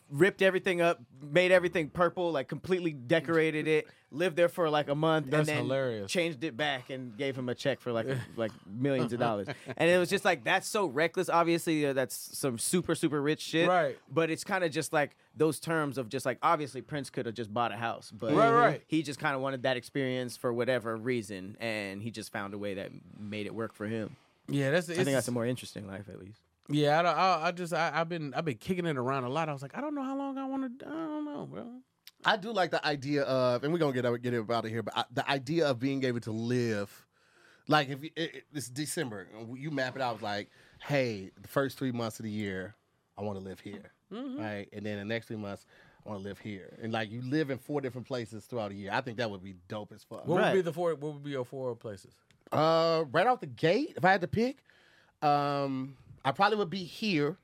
[SPEAKER 2] ripped everything up, made everything purple, like completely decorated it, lived there for like a month,
[SPEAKER 1] That's
[SPEAKER 2] and then
[SPEAKER 1] hilarious.
[SPEAKER 2] changed it back and gave him a check for like like millions of dollars, and it was just like that's so reckless. Obviously, uh, that's some super super rich shit,
[SPEAKER 1] Right.
[SPEAKER 2] But it's kind of just like those terms of just like obviously Prince could have just bought a house, but
[SPEAKER 1] Right, right.
[SPEAKER 2] he just kind of wanted that experience for whatever reason, and he just found a way that made it work for him.
[SPEAKER 1] yeah, that's.
[SPEAKER 2] I think that's a more interesting life, at least.
[SPEAKER 1] Yeah, I, don't- I, I just I, I've been I've been kicking it around a lot. I was like, I don't know how long I want to. I don't know, bro.
[SPEAKER 3] I do like the idea of, and we're gonna get out, get it out of here, but I, the idea of being able to live, like if you, it, it- it's December, and you map it out like, hey, the first three months of the year, I want to live here, right, and then the next three months, I want to live here, and like you live in four different places throughout the year. I think that would be dope as fuck.
[SPEAKER 1] What would be
[SPEAKER 2] Right.
[SPEAKER 1] the four? What would be your four places?
[SPEAKER 3] Uh, right off the gate, if I had to pick, um, I probably would be here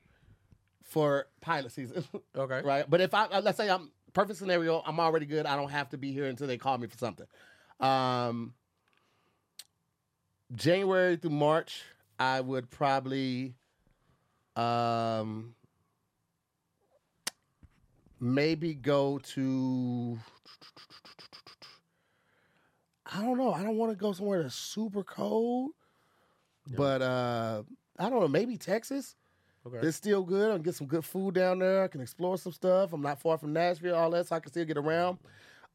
[SPEAKER 3] for pilot season.
[SPEAKER 1] Okay.
[SPEAKER 3] right. But if I uh, let's say I'm perfect scenario, I'm already good. I don't have to be here until they call me for something. Um, January through March, I would probably, um, maybe go to. I don't know. I don't want to go somewhere that's super cold, but uh, I don't know. Maybe Texas.
[SPEAKER 1] Okay.
[SPEAKER 3] It's still good. I can get some good food down there. I can explore some stuff. I'm not far from Nashville, all that, so I can still get around.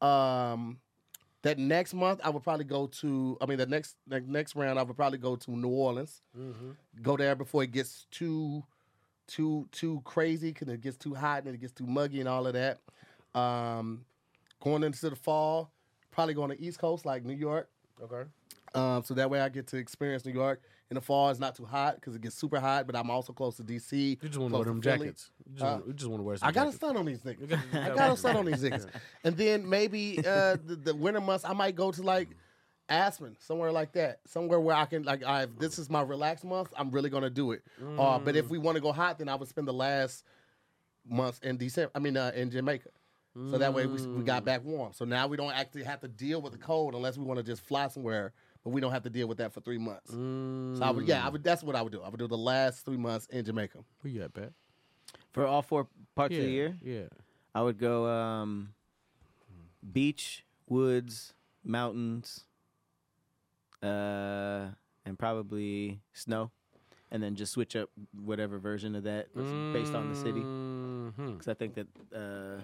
[SPEAKER 3] Um, that next month, I would probably go to. I mean, the next the next round, I would probably go to New Orleans.
[SPEAKER 1] Mm-hmm.
[SPEAKER 3] Go there before it gets too too too crazy because it gets too hot and it gets too muggy and all of that. Um, going into the fall, probably going to East Coast like New York.
[SPEAKER 1] Okay.
[SPEAKER 3] Um, so that way I get to experience New York in the fall. It's not too hot because it gets super hot, but I'm also close to DC.
[SPEAKER 1] You just want to
[SPEAKER 3] close
[SPEAKER 1] wear them
[SPEAKER 3] Philly.
[SPEAKER 1] jackets. You just,
[SPEAKER 3] Uh,
[SPEAKER 1] wanna- you just want to wear. Some
[SPEAKER 3] I got a
[SPEAKER 1] jackets.
[SPEAKER 3] stun on these niggas.
[SPEAKER 1] got- you
[SPEAKER 3] I
[SPEAKER 1] got
[SPEAKER 3] got
[SPEAKER 1] one.
[SPEAKER 3] a stun on these niggas. And then maybe uh, the, the winter months, I might go to like Aspen, somewhere like that, somewhere where I can like, I, if this is my relaxed month, I'm really gonna do it. Uh, but
[SPEAKER 1] Mm.
[SPEAKER 3] if we want to go hot, then I would spend the last month in December. I mean, uh, in Jamaica. So that way we, s- we got back warm. So now we don't actually have to deal with the cold unless we want to just fly somewhere, but we don't have to deal with that for three months.
[SPEAKER 1] Mm-hmm.
[SPEAKER 3] So I would, yeah, I would. That's what I would do. I would do the last three months in Jamaica.
[SPEAKER 1] Where you at, Pat?
[SPEAKER 2] For all four parts
[SPEAKER 1] Yeah.
[SPEAKER 2] of the year,
[SPEAKER 1] Yeah.
[SPEAKER 2] I would go um, beach, woods, mountains, uh, and probably snow, and then just switch up whatever version of that that's based on the city.
[SPEAKER 1] hmm
[SPEAKER 2] Because I think that, uh,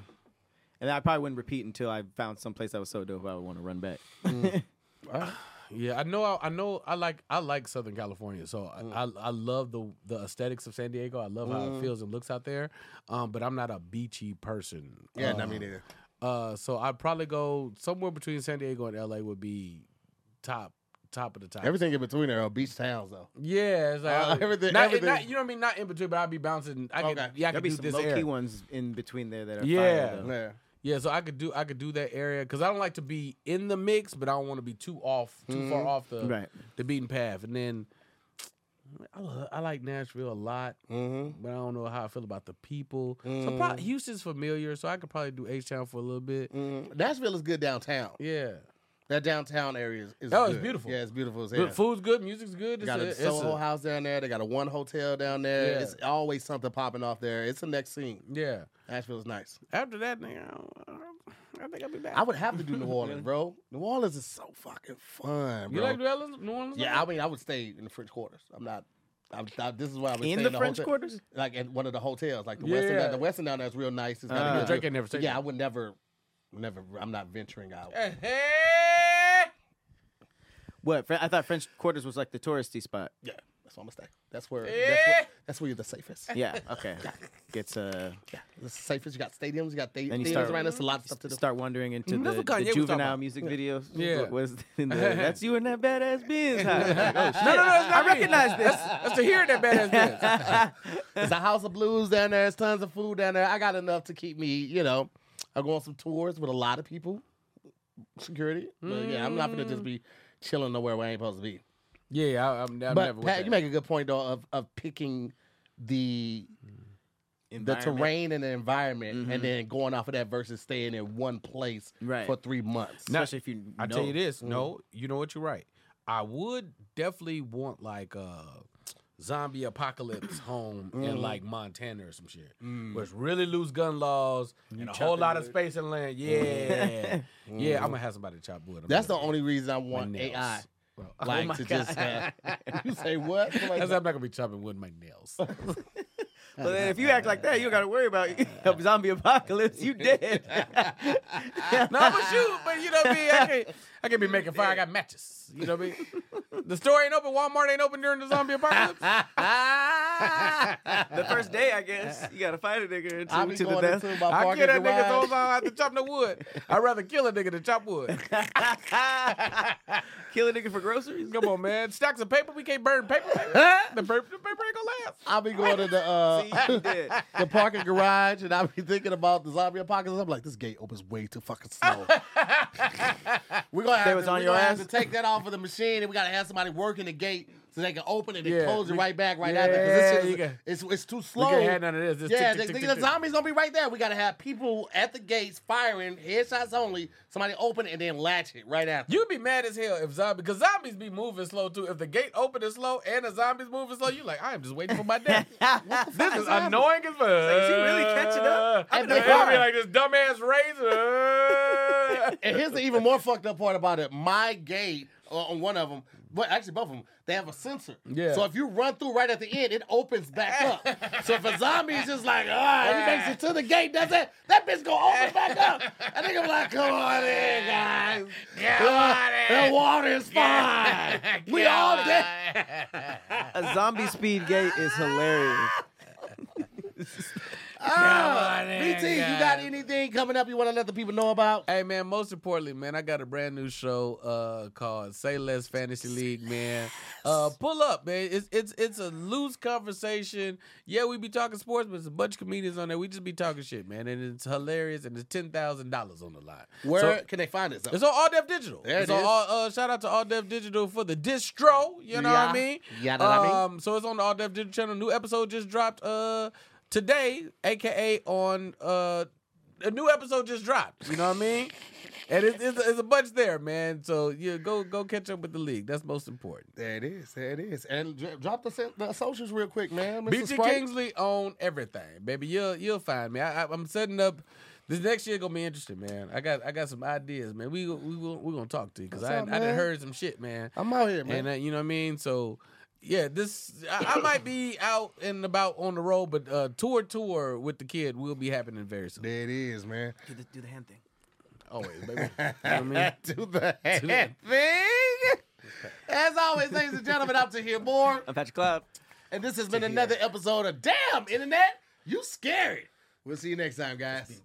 [SPEAKER 2] and I probably wouldn't repeat until I found some place that was so dope I would want to run back.
[SPEAKER 1] Mm. Yeah, I know. I, I know. I like. I like Southern California, so I,
[SPEAKER 2] Mm.
[SPEAKER 1] I I love the the aesthetics of San Diego. I love how it feels and looks out there. Um, but I'm not a beachy person.
[SPEAKER 3] Yeah,
[SPEAKER 1] uh,
[SPEAKER 3] I mean, either.
[SPEAKER 1] Uh, so I'd probably go somewhere between San Diego and LA would be top top of the top.
[SPEAKER 3] Everything in between there are beach towns though.
[SPEAKER 1] Yeah, it's like
[SPEAKER 3] Uh,
[SPEAKER 1] I would-
[SPEAKER 3] everything-
[SPEAKER 1] Not,
[SPEAKER 3] everything.
[SPEAKER 1] not- you know what I mean? Not in between, but I'd be bouncing. I could,
[SPEAKER 3] Okay.
[SPEAKER 1] yeah, I
[SPEAKER 2] There'll
[SPEAKER 1] could
[SPEAKER 2] be
[SPEAKER 1] do
[SPEAKER 2] some
[SPEAKER 1] this
[SPEAKER 2] low key
[SPEAKER 1] area.
[SPEAKER 2] ones in between there that are
[SPEAKER 1] Yeah.
[SPEAKER 2] fire, though.
[SPEAKER 3] Yeah.
[SPEAKER 1] Yeah, so I could do I could do that area because I don't like to be in the mix, but I don't want to be too off, too far off the
[SPEAKER 2] Mm-hmm. Right.
[SPEAKER 1] the beaten path. And then I love, I like Nashville a lot,
[SPEAKER 3] Mm-hmm.
[SPEAKER 1] but I don't know how I feel about the people. So
[SPEAKER 3] Mm.
[SPEAKER 1] probably
[SPEAKER 3] Mm-hmm.
[SPEAKER 1] Houston's familiar, so I could probably do H Town for a little bit.
[SPEAKER 3] Mm, Nashville is good downtown.
[SPEAKER 1] Yeah,
[SPEAKER 3] That downtown area is, is
[SPEAKER 1] Oh, it's
[SPEAKER 3] good.
[SPEAKER 1] beautiful.
[SPEAKER 3] Yeah, it's beautiful as
[SPEAKER 1] Good-
[SPEAKER 3] hell.
[SPEAKER 1] Food's good, music's good.
[SPEAKER 3] They
[SPEAKER 1] It's
[SPEAKER 3] got
[SPEAKER 1] a,
[SPEAKER 3] a
[SPEAKER 1] it's
[SPEAKER 3] Soho
[SPEAKER 1] a-
[SPEAKER 3] house down there. They got a one hotel down there.
[SPEAKER 1] Yeah.
[SPEAKER 3] It's always something popping off there. It's the next scene.
[SPEAKER 1] yeah.
[SPEAKER 3] Nashville's nice.
[SPEAKER 1] After that, nigga, I, don't- I think I'll be back.
[SPEAKER 3] I would have to do New Orleans, bro. New Orleans is so fucking fun,
[SPEAKER 1] you
[SPEAKER 3] bro.
[SPEAKER 1] like New Orleans? New Orleans
[SPEAKER 3] yeah, I mean, I would stay in the French Quarters. I'm not. I'm, I, this is why I would
[SPEAKER 2] in
[SPEAKER 3] stay
[SPEAKER 2] the
[SPEAKER 3] in the
[SPEAKER 2] French
[SPEAKER 3] hotel-
[SPEAKER 2] Quarters.
[SPEAKER 3] like at one of the hotels, like the
[SPEAKER 1] Yeah. Uh-huh.
[SPEAKER 3] Western. down- The Western down there is real nice. It's got
[SPEAKER 2] Ah.
[SPEAKER 3] a good
[SPEAKER 1] Drake
[SPEAKER 3] view.
[SPEAKER 1] ain't never stayed
[SPEAKER 3] Yeah,
[SPEAKER 1] there.
[SPEAKER 3] I would never, never. I'm not venturing out.
[SPEAKER 1] Hey!
[SPEAKER 2] What? Fre- I thought French Quarters was like the touristy spot.
[SPEAKER 3] Yeah, that's my mistake. That's where. That's
[SPEAKER 1] Yeah.
[SPEAKER 3] where, that's where you're the safest.
[SPEAKER 2] Yeah. Okay. Gets uh,
[SPEAKER 3] Yeah, the safest. You got stadiums. You got the-
[SPEAKER 2] Then you
[SPEAKER 3] theaters
[SPEAKER 2] start-
[SPEAKER 3] around. There's a lot of stuff to do.
[SPEAKER 2] start wandering into
[SPEAKER 1] Mm, that's
[SPEAKER 2] the,
[SPEAKER 1] what Kanye
[SPEAKER 2] the
[SPEAKER 1] was talking
[SPEAKER 2] juvenile
[SPEAKER 1] about.
[SPEAKER 2] music videos.
[SPEAKER 1] Yeah.
[SPEAKER 2] What was in the, that's you in that badass Benz. house. Like, oh, shit.
[SPEAKER 1] No, no, no, it's not
[SPEAKER 2] I recognize
[SPEAKER 1] me.
[SPEAKER 2] this.
[SPEAKER 1] That's, that's to hear that badass bitch.
[SPEAKER 3] There's a house of blues down there. There's tons of food down there. I got enough to keep me, you know. I go on some tours with a lot of people, security. But yeah, I'm not gonna
[SPEAKER 1] Mm.
[SPEAKER 3] just be chilling nowhere where I ain't supposed to be.
[SPEAKER 1] Yeah, I, I'm, I'm never
[SPEAKER 3] but
[SPEAKER 1] with
[SPEAKER 3] Pat,
[SPEAKER 1] that.
[SPEAKER 3] you make a good point though of of picking the the terrain and the environment,
[SPEAKER 1] Mm-hmm.
[SPEAKER 3] and then going off of that versus staying in one place
[SPEAKER 2] Right.
[SPEAKER 3] for three months.
[SPEAKER 2] Especially if you.
[SPEAKER 1] I
[SPEAKER 2] know.
[SPEAKER 1] tell you this,
[SPEAKER 3] Mm.
[SPEAKER 1] no, you know what? You're right. I would definitely want like a zombie apocalypse home
[SPEAKER 3] Mm.
[SPEAKER 1] in like Montana or some shit, where it's really loose gun laws and a whole lot of space and land. Yeah, yeah. I'm gonna have somebody chop wood. I'm
[SPEAKER 3] Mm. That's the
[SPEAKER 1] gonna-
[SPEAKER 3] only reason I
[SPEAKER 1] my
[SPEAKER 3] want
[SPEAKER 1] nails.
[SPEAKER 3] AI.
[SPEAKER 1] Well,
[SPEAKER 3] Like to just uh, you say what? Somebody-
[SPEAKER 1] That's, I'm not gonna be chopping wood with my nails.
[SPEAKER 2] Well, then if you act like that, you don't got to worry about a zombie apocalypse. You dead.
[SPEAKER 1] no, I'm gonna shoot, but you know what I mean. I can't, I can't be making fire. I got matches. You know what I mean. The store ain't open. Walmart ain't open during the zombie apocalypse.
[SPEAKER 2] the first day, I guess, you got to fight a nigga
[SPEAKER 3] I'll
[SPEAKER 2] and
[SPEAKER 3] "Ah!" be
[SPEAKER 2] to the
[SPEAKER 3] going
[SPEAKER 2] death.
[SPEAKER 3] into my
[SPEAKER 1] I
[SPEAKER 3] parking
[SPEAKER 1] kill that nigga so
[SPEAKER 3] garage.
[SPEAKER 1] long I have to chop no wood. I'd rather kill a nigga than chop wood.
[SPEAKER 2] Kill a nigga for groceries.
[SPEAKER 1] Come on, man. Stacks of paper, we can't burn paper. man. the, paper the paper ain't gonna last.
[SPEAKER 3] I'll be going to the
[SPEAKER 2] See, you
[SPEAKER 3] uh,
[SPEAKER 2] dead.
[SPEAKER 3] the parking garage and I'll be thinking about the zombie apocalypse. I'm like, this gate opens way too fucking slow. we're gonna
[SPEAKER 2] They
[SPEAKER 3] have,
[SPEAKER 2] was
[SPEAKER 3] to,
[SPEAKER 2] on
[SPEAKER 3] we're
[SPEAKER 2] your
[SPEAKER 3] gonna have
[SPEAKER 2] ass?
[SPEAKER 3] to take that off of the machine and we gotta have somebody working the gate so they can open it and
[SPEAKER 1] Yeah,
[SPEAKER 3] close it
[SPEAKER 1] we-
[SPEAKER 3] right back right
[SPEAKER 1] yeah,
[SPEAKER 3] after. 'cause this shit
[SPEAKER 1] you
[SPEAKER 3] is-
[SPEAKER 1] can-
[SPEAKER 3] it's, it's too
[SPEAKER 1] We
[SPEAKER 3] slow.
[SPEAKER 1] can't have none of this. Just
[SPEAKER 3] yeah,
[SPEAKER 1] tick, tick,
[SPEAKER 3] they think
[SPEAKER 1] tick,
[SPEAKER 3] the
[SPEAKER 1] tick.
[SPEAKER 3] zombies gonna be right there. We gotta have people at the gates firing, headshots only. Somebody open it and then latch it right after.
[SPEAKER 1] You'd be mad as hell if zombies, because zombies be moving slow too. If the gate open is slow and the zombies moving slow, you like, I am just waiting for my death. this is annoying as fuck.
[SPEAKER 2] is he really catching up?
[SPEAKER 1] I'm
[SPEAKER 3] And
[SPEAKER 1] gonna
[SPEAKER 3] they
[SPEAKER 1] be
[SPEAKER 3] are.
[SPEAKER 1] like this dumbass razor.
[SPEAKER 3] And here's the even more fucked up part about it. My gate uh, on one of them, but actually both of them, they have a sensor.
[SPEAKER 1] Yeah.
[SPEAKER 3] So if you run through right at the end, it opens back up. so if a zombie is just like, ah, he makes it to the gate, does it? That bitch gonna open back up. I think I'm like, come on in, guys.
[SPEAKER 1] Uh,
[SPEAKER 3] Come on The water is fine. we all dead.
[SPEAKER 2] A zombie speed gate is hilarious.
[SPEAKER 3] Ah, BT, you got anything coming up you want to let the people know about?
[SPEAKER 1] Hey man, most importantly, man, I got a brand new show uh called Say Less Fantasy League, man. Uh pull up, man. It's it's it's a loose conversation. Yeah, we be talking sports, but it's a bunch of comedians on there. We just be talking shit, man. And it's hilarious and it's ten thousand dollars on the line.
[SPEAKER 3] Where
[SPEAKER 1] So-
[SPEAKER 3] can they find us?
[SPEAKER 1] it's on All Dev Digital.
[SPEAKER 3] There it
[SPEAKER 1] it's on
[SPEAKER 3] is.
[SPEAKER 1] All, uh, shout out to All Dev Digital for the distro. You know what I
[SPEAKER 3] Yeah.
[SPEAKER 1] mean?
[SPEAKER 3] Yeah, know what I mean.
[SPEAKER 1] Um, so it's on the All Dev Digital channel. New episode just dropped uh today, aka on uh a new episode just dropped. You know what I mean? And it's, it's, it's a bunch there, man. So yeah, go go catch up with the league. That's most important.
[SPEAKER 3] There it is. There it is. And dr- drop the, sen- the socials real quick, man. Mr.
[SPEAKER 1] BT
[SPEAKER 3] Sprite.
[SPEAKER 1] Kingsley on everything, baby. You'll you'll find me. I, I, I'm setting up. This next year gonna be interesting, man. I got I got some ideas, man. We we we, we gonna talk to you because
[SPEAKER 3] What's
[SPEAKER 1] I
[SPEAKER 3] up,
[SPEAKER 1] I done
[SPEAKER 3] man?
[SPEAKER 1] heard some shit, man.
[SPEAKER 3] I'm out here, man.
[SPEAKER 1] And uh, you know what I mean? So yeah, this I, I might be out and about on the road, but uh tour tour with the kid will be happening very soon.
[SPEAKER 3] there it is, man.
[SPEAKER 2] Do the, do the hand thing.
[SPEAKER 1] Always, baby. You know what I mean?
[SPEAKER 3] to the hand thing. As always, ladies and gentlemen, out to hear more.
[SPEAKER 2] I'm Patrick Cloud.
[SPEAKER 3] And this has been another episode of Damn Internet, You Scary. We'll see you next time, guys.